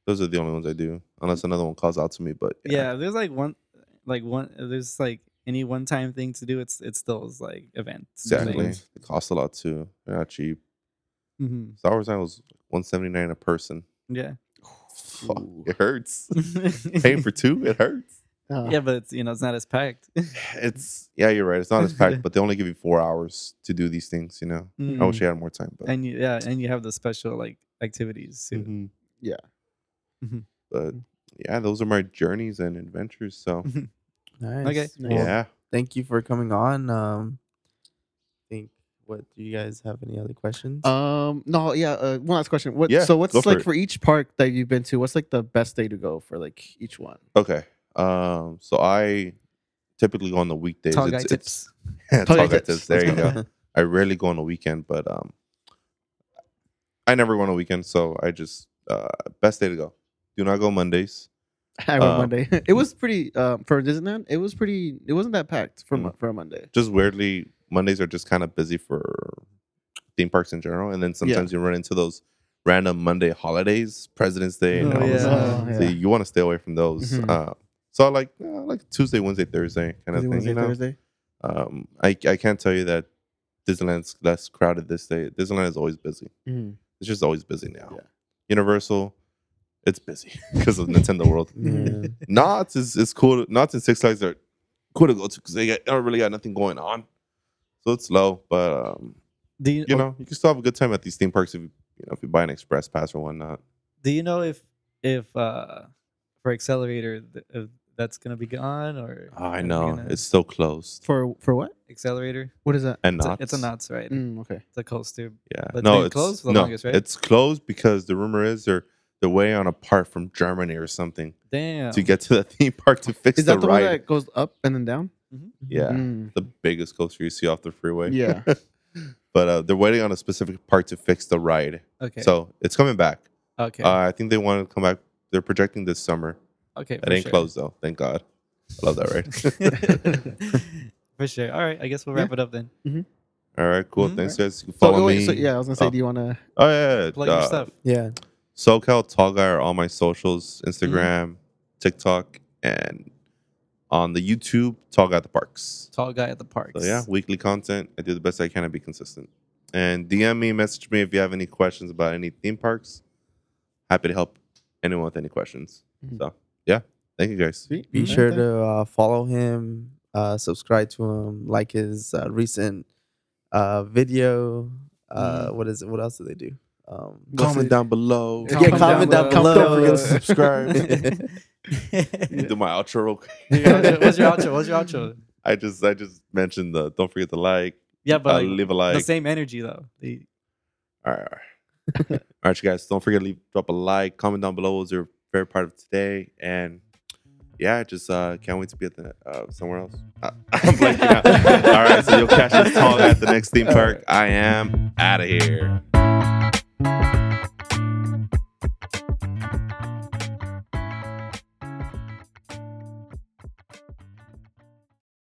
Those are the only ones I do, unless another one calls out to me. But
Mm-hmm. Yeah, there's like one, like one. If there's like any one time thing to do, it's it's those like events.
Exactly. It costs a lot too. They're not cheap.
hmm
Star Wars Night was one seventy nine a person.
Yeah.
Fuck, it hurts. Paying for Uh, two, it hurts.
Uh,
yeah, but it's, you know it's not as packed.
It's yeah, you're right. It's not as packed, but they only give you four hours to do these things. You know, I wish I had more time, but
Mm. and you, yeah, and you have the special like activities too.
Mhm.
Yeah.
Mhm.
but yeah, those are my journeys and adventures. So
Mm-hmm.
Nice.
Okay.
Well,
yeah,
Thank you for coming on. Um, I think. What do you guys have any other questions?
Um. No. Yeah. Uh, one last question. What?
Yeah,
so what's
go for
like
it.
for each park that you've been to? What's like the best day to go for like each one?
okay. Um, so I typically go on the weekdays.
Tall guy
It's- it's-
tips.
Yeah,
Tall guy
Tall guy
tips.
tips. There
Let's
you go. I rarely go on a weekend, but um, I never go on a weekend, so I just uh, best day to go. Do not go Mondays.
I went
Uh,
Monday. It was pretty. Um. For Disneyland, it was pretty. It wasn't that packed
Mm-hmm.
for Mo- for a Monday.
Just weirdly, Mondays are just kind of busy for theme parks in general, and then sometimes you run into those random Monday holidays, President's Day, and
Oh,
all this.
yeah. Mm-hmm.
So you want to stay away from those.
Mhm.
Uh, so I like uh, I like Tuesday, Wednesday, Thursday kind of
Is it
thing.
Wednesday,
you know?
Thursday.
Um, I I can't tell you that Disneyland's less
Mm.
crowded this day. Disneyland is always busy.
Mhm.
It's just always busy now.
Yeah.
Universal, It's busy because of Nintendo World.
Mm-hmm.
Yeah.
Knott's is, is cool. Knott's and Six Flags are cool to go to because they got- don't really got nothing going on. So it's low, but um,
Do you, oh,
you know you can still have a good time at these theme parks if you, you know if you buy an express pass or whatnot.
do you know if if uh for accelerator th- if that's gonna be gone or if
I
they're
know
gonna-
it's still closed
For for what?
accelerator.
What is that?
and
It's a,
not
it's a knots right?
Mm, okay.
It's a coaster.
Yeah,
But
no,
they've
it's
closed for the
no,
longest, right?
it's closed because the rumor is they're they're way on apart from Germany or something
Damn.
to get to the theme park to fix
Is that the, one
ride.
that goes up and then down?
yeah,
Mm,
the biggest coaster you see off the freeway.
yeah.
but uh, they're waiting on a specific part to fix the ride,
okay.
so it's coming back.
okay.
Uh, I think they want to come back. They're projecting this summer.
okay.
It ain't closed though. Thank God. I love that ride.
close. for sure. All right. I guess we'll wrap it up then.
All right, cool.
Mhm.
Thanks, guys. You can
So,
Follow
oh, wait,
me.
so, yeah, I was gonna say,
Oh.
do you wanna?
Oh yeah. yeah,
Plug
uh,
your stuff.
yeah.
SoCal Tall Guy are all my socials:
Mm-hmm.
Instagram, TikTok, and on the YouTube Tall Guy at the Parks.
Tall guy at the parks.
So yeah, weekly content. I do the best I can to be consistent. And DM me, message me if you have any questions about any theme parks. Happy to help anyone with any questions.
Mm-hmm.
Mhm.
So yeah, thank you guys.
Be
Mm-hmm.
sure to uh, follow him, uh, subscribe to him, like his uh, recent uh, video. Uh, What is it? What else do they do? Um,
Go Comment
down below.
Yeah, Comment comment down down below. below.
Don't forget to subscribe.
yeah.
do my outro real quick.
What's your outro? What's your outro?
I just I just mentioned the don't forget to like,
Yeah,
uh,
but like,
leave a like.
the same energy though. The-
All right, all right. all right, you guys. Don't forget to leave, drop a like, comment down below. What was your favorite part of today? And yeah, just uh, can't wait to be at the uh, somewhere else. Uh, I'm blanking out. all right, so you'll catch us talking at the next theme park. I am out of here.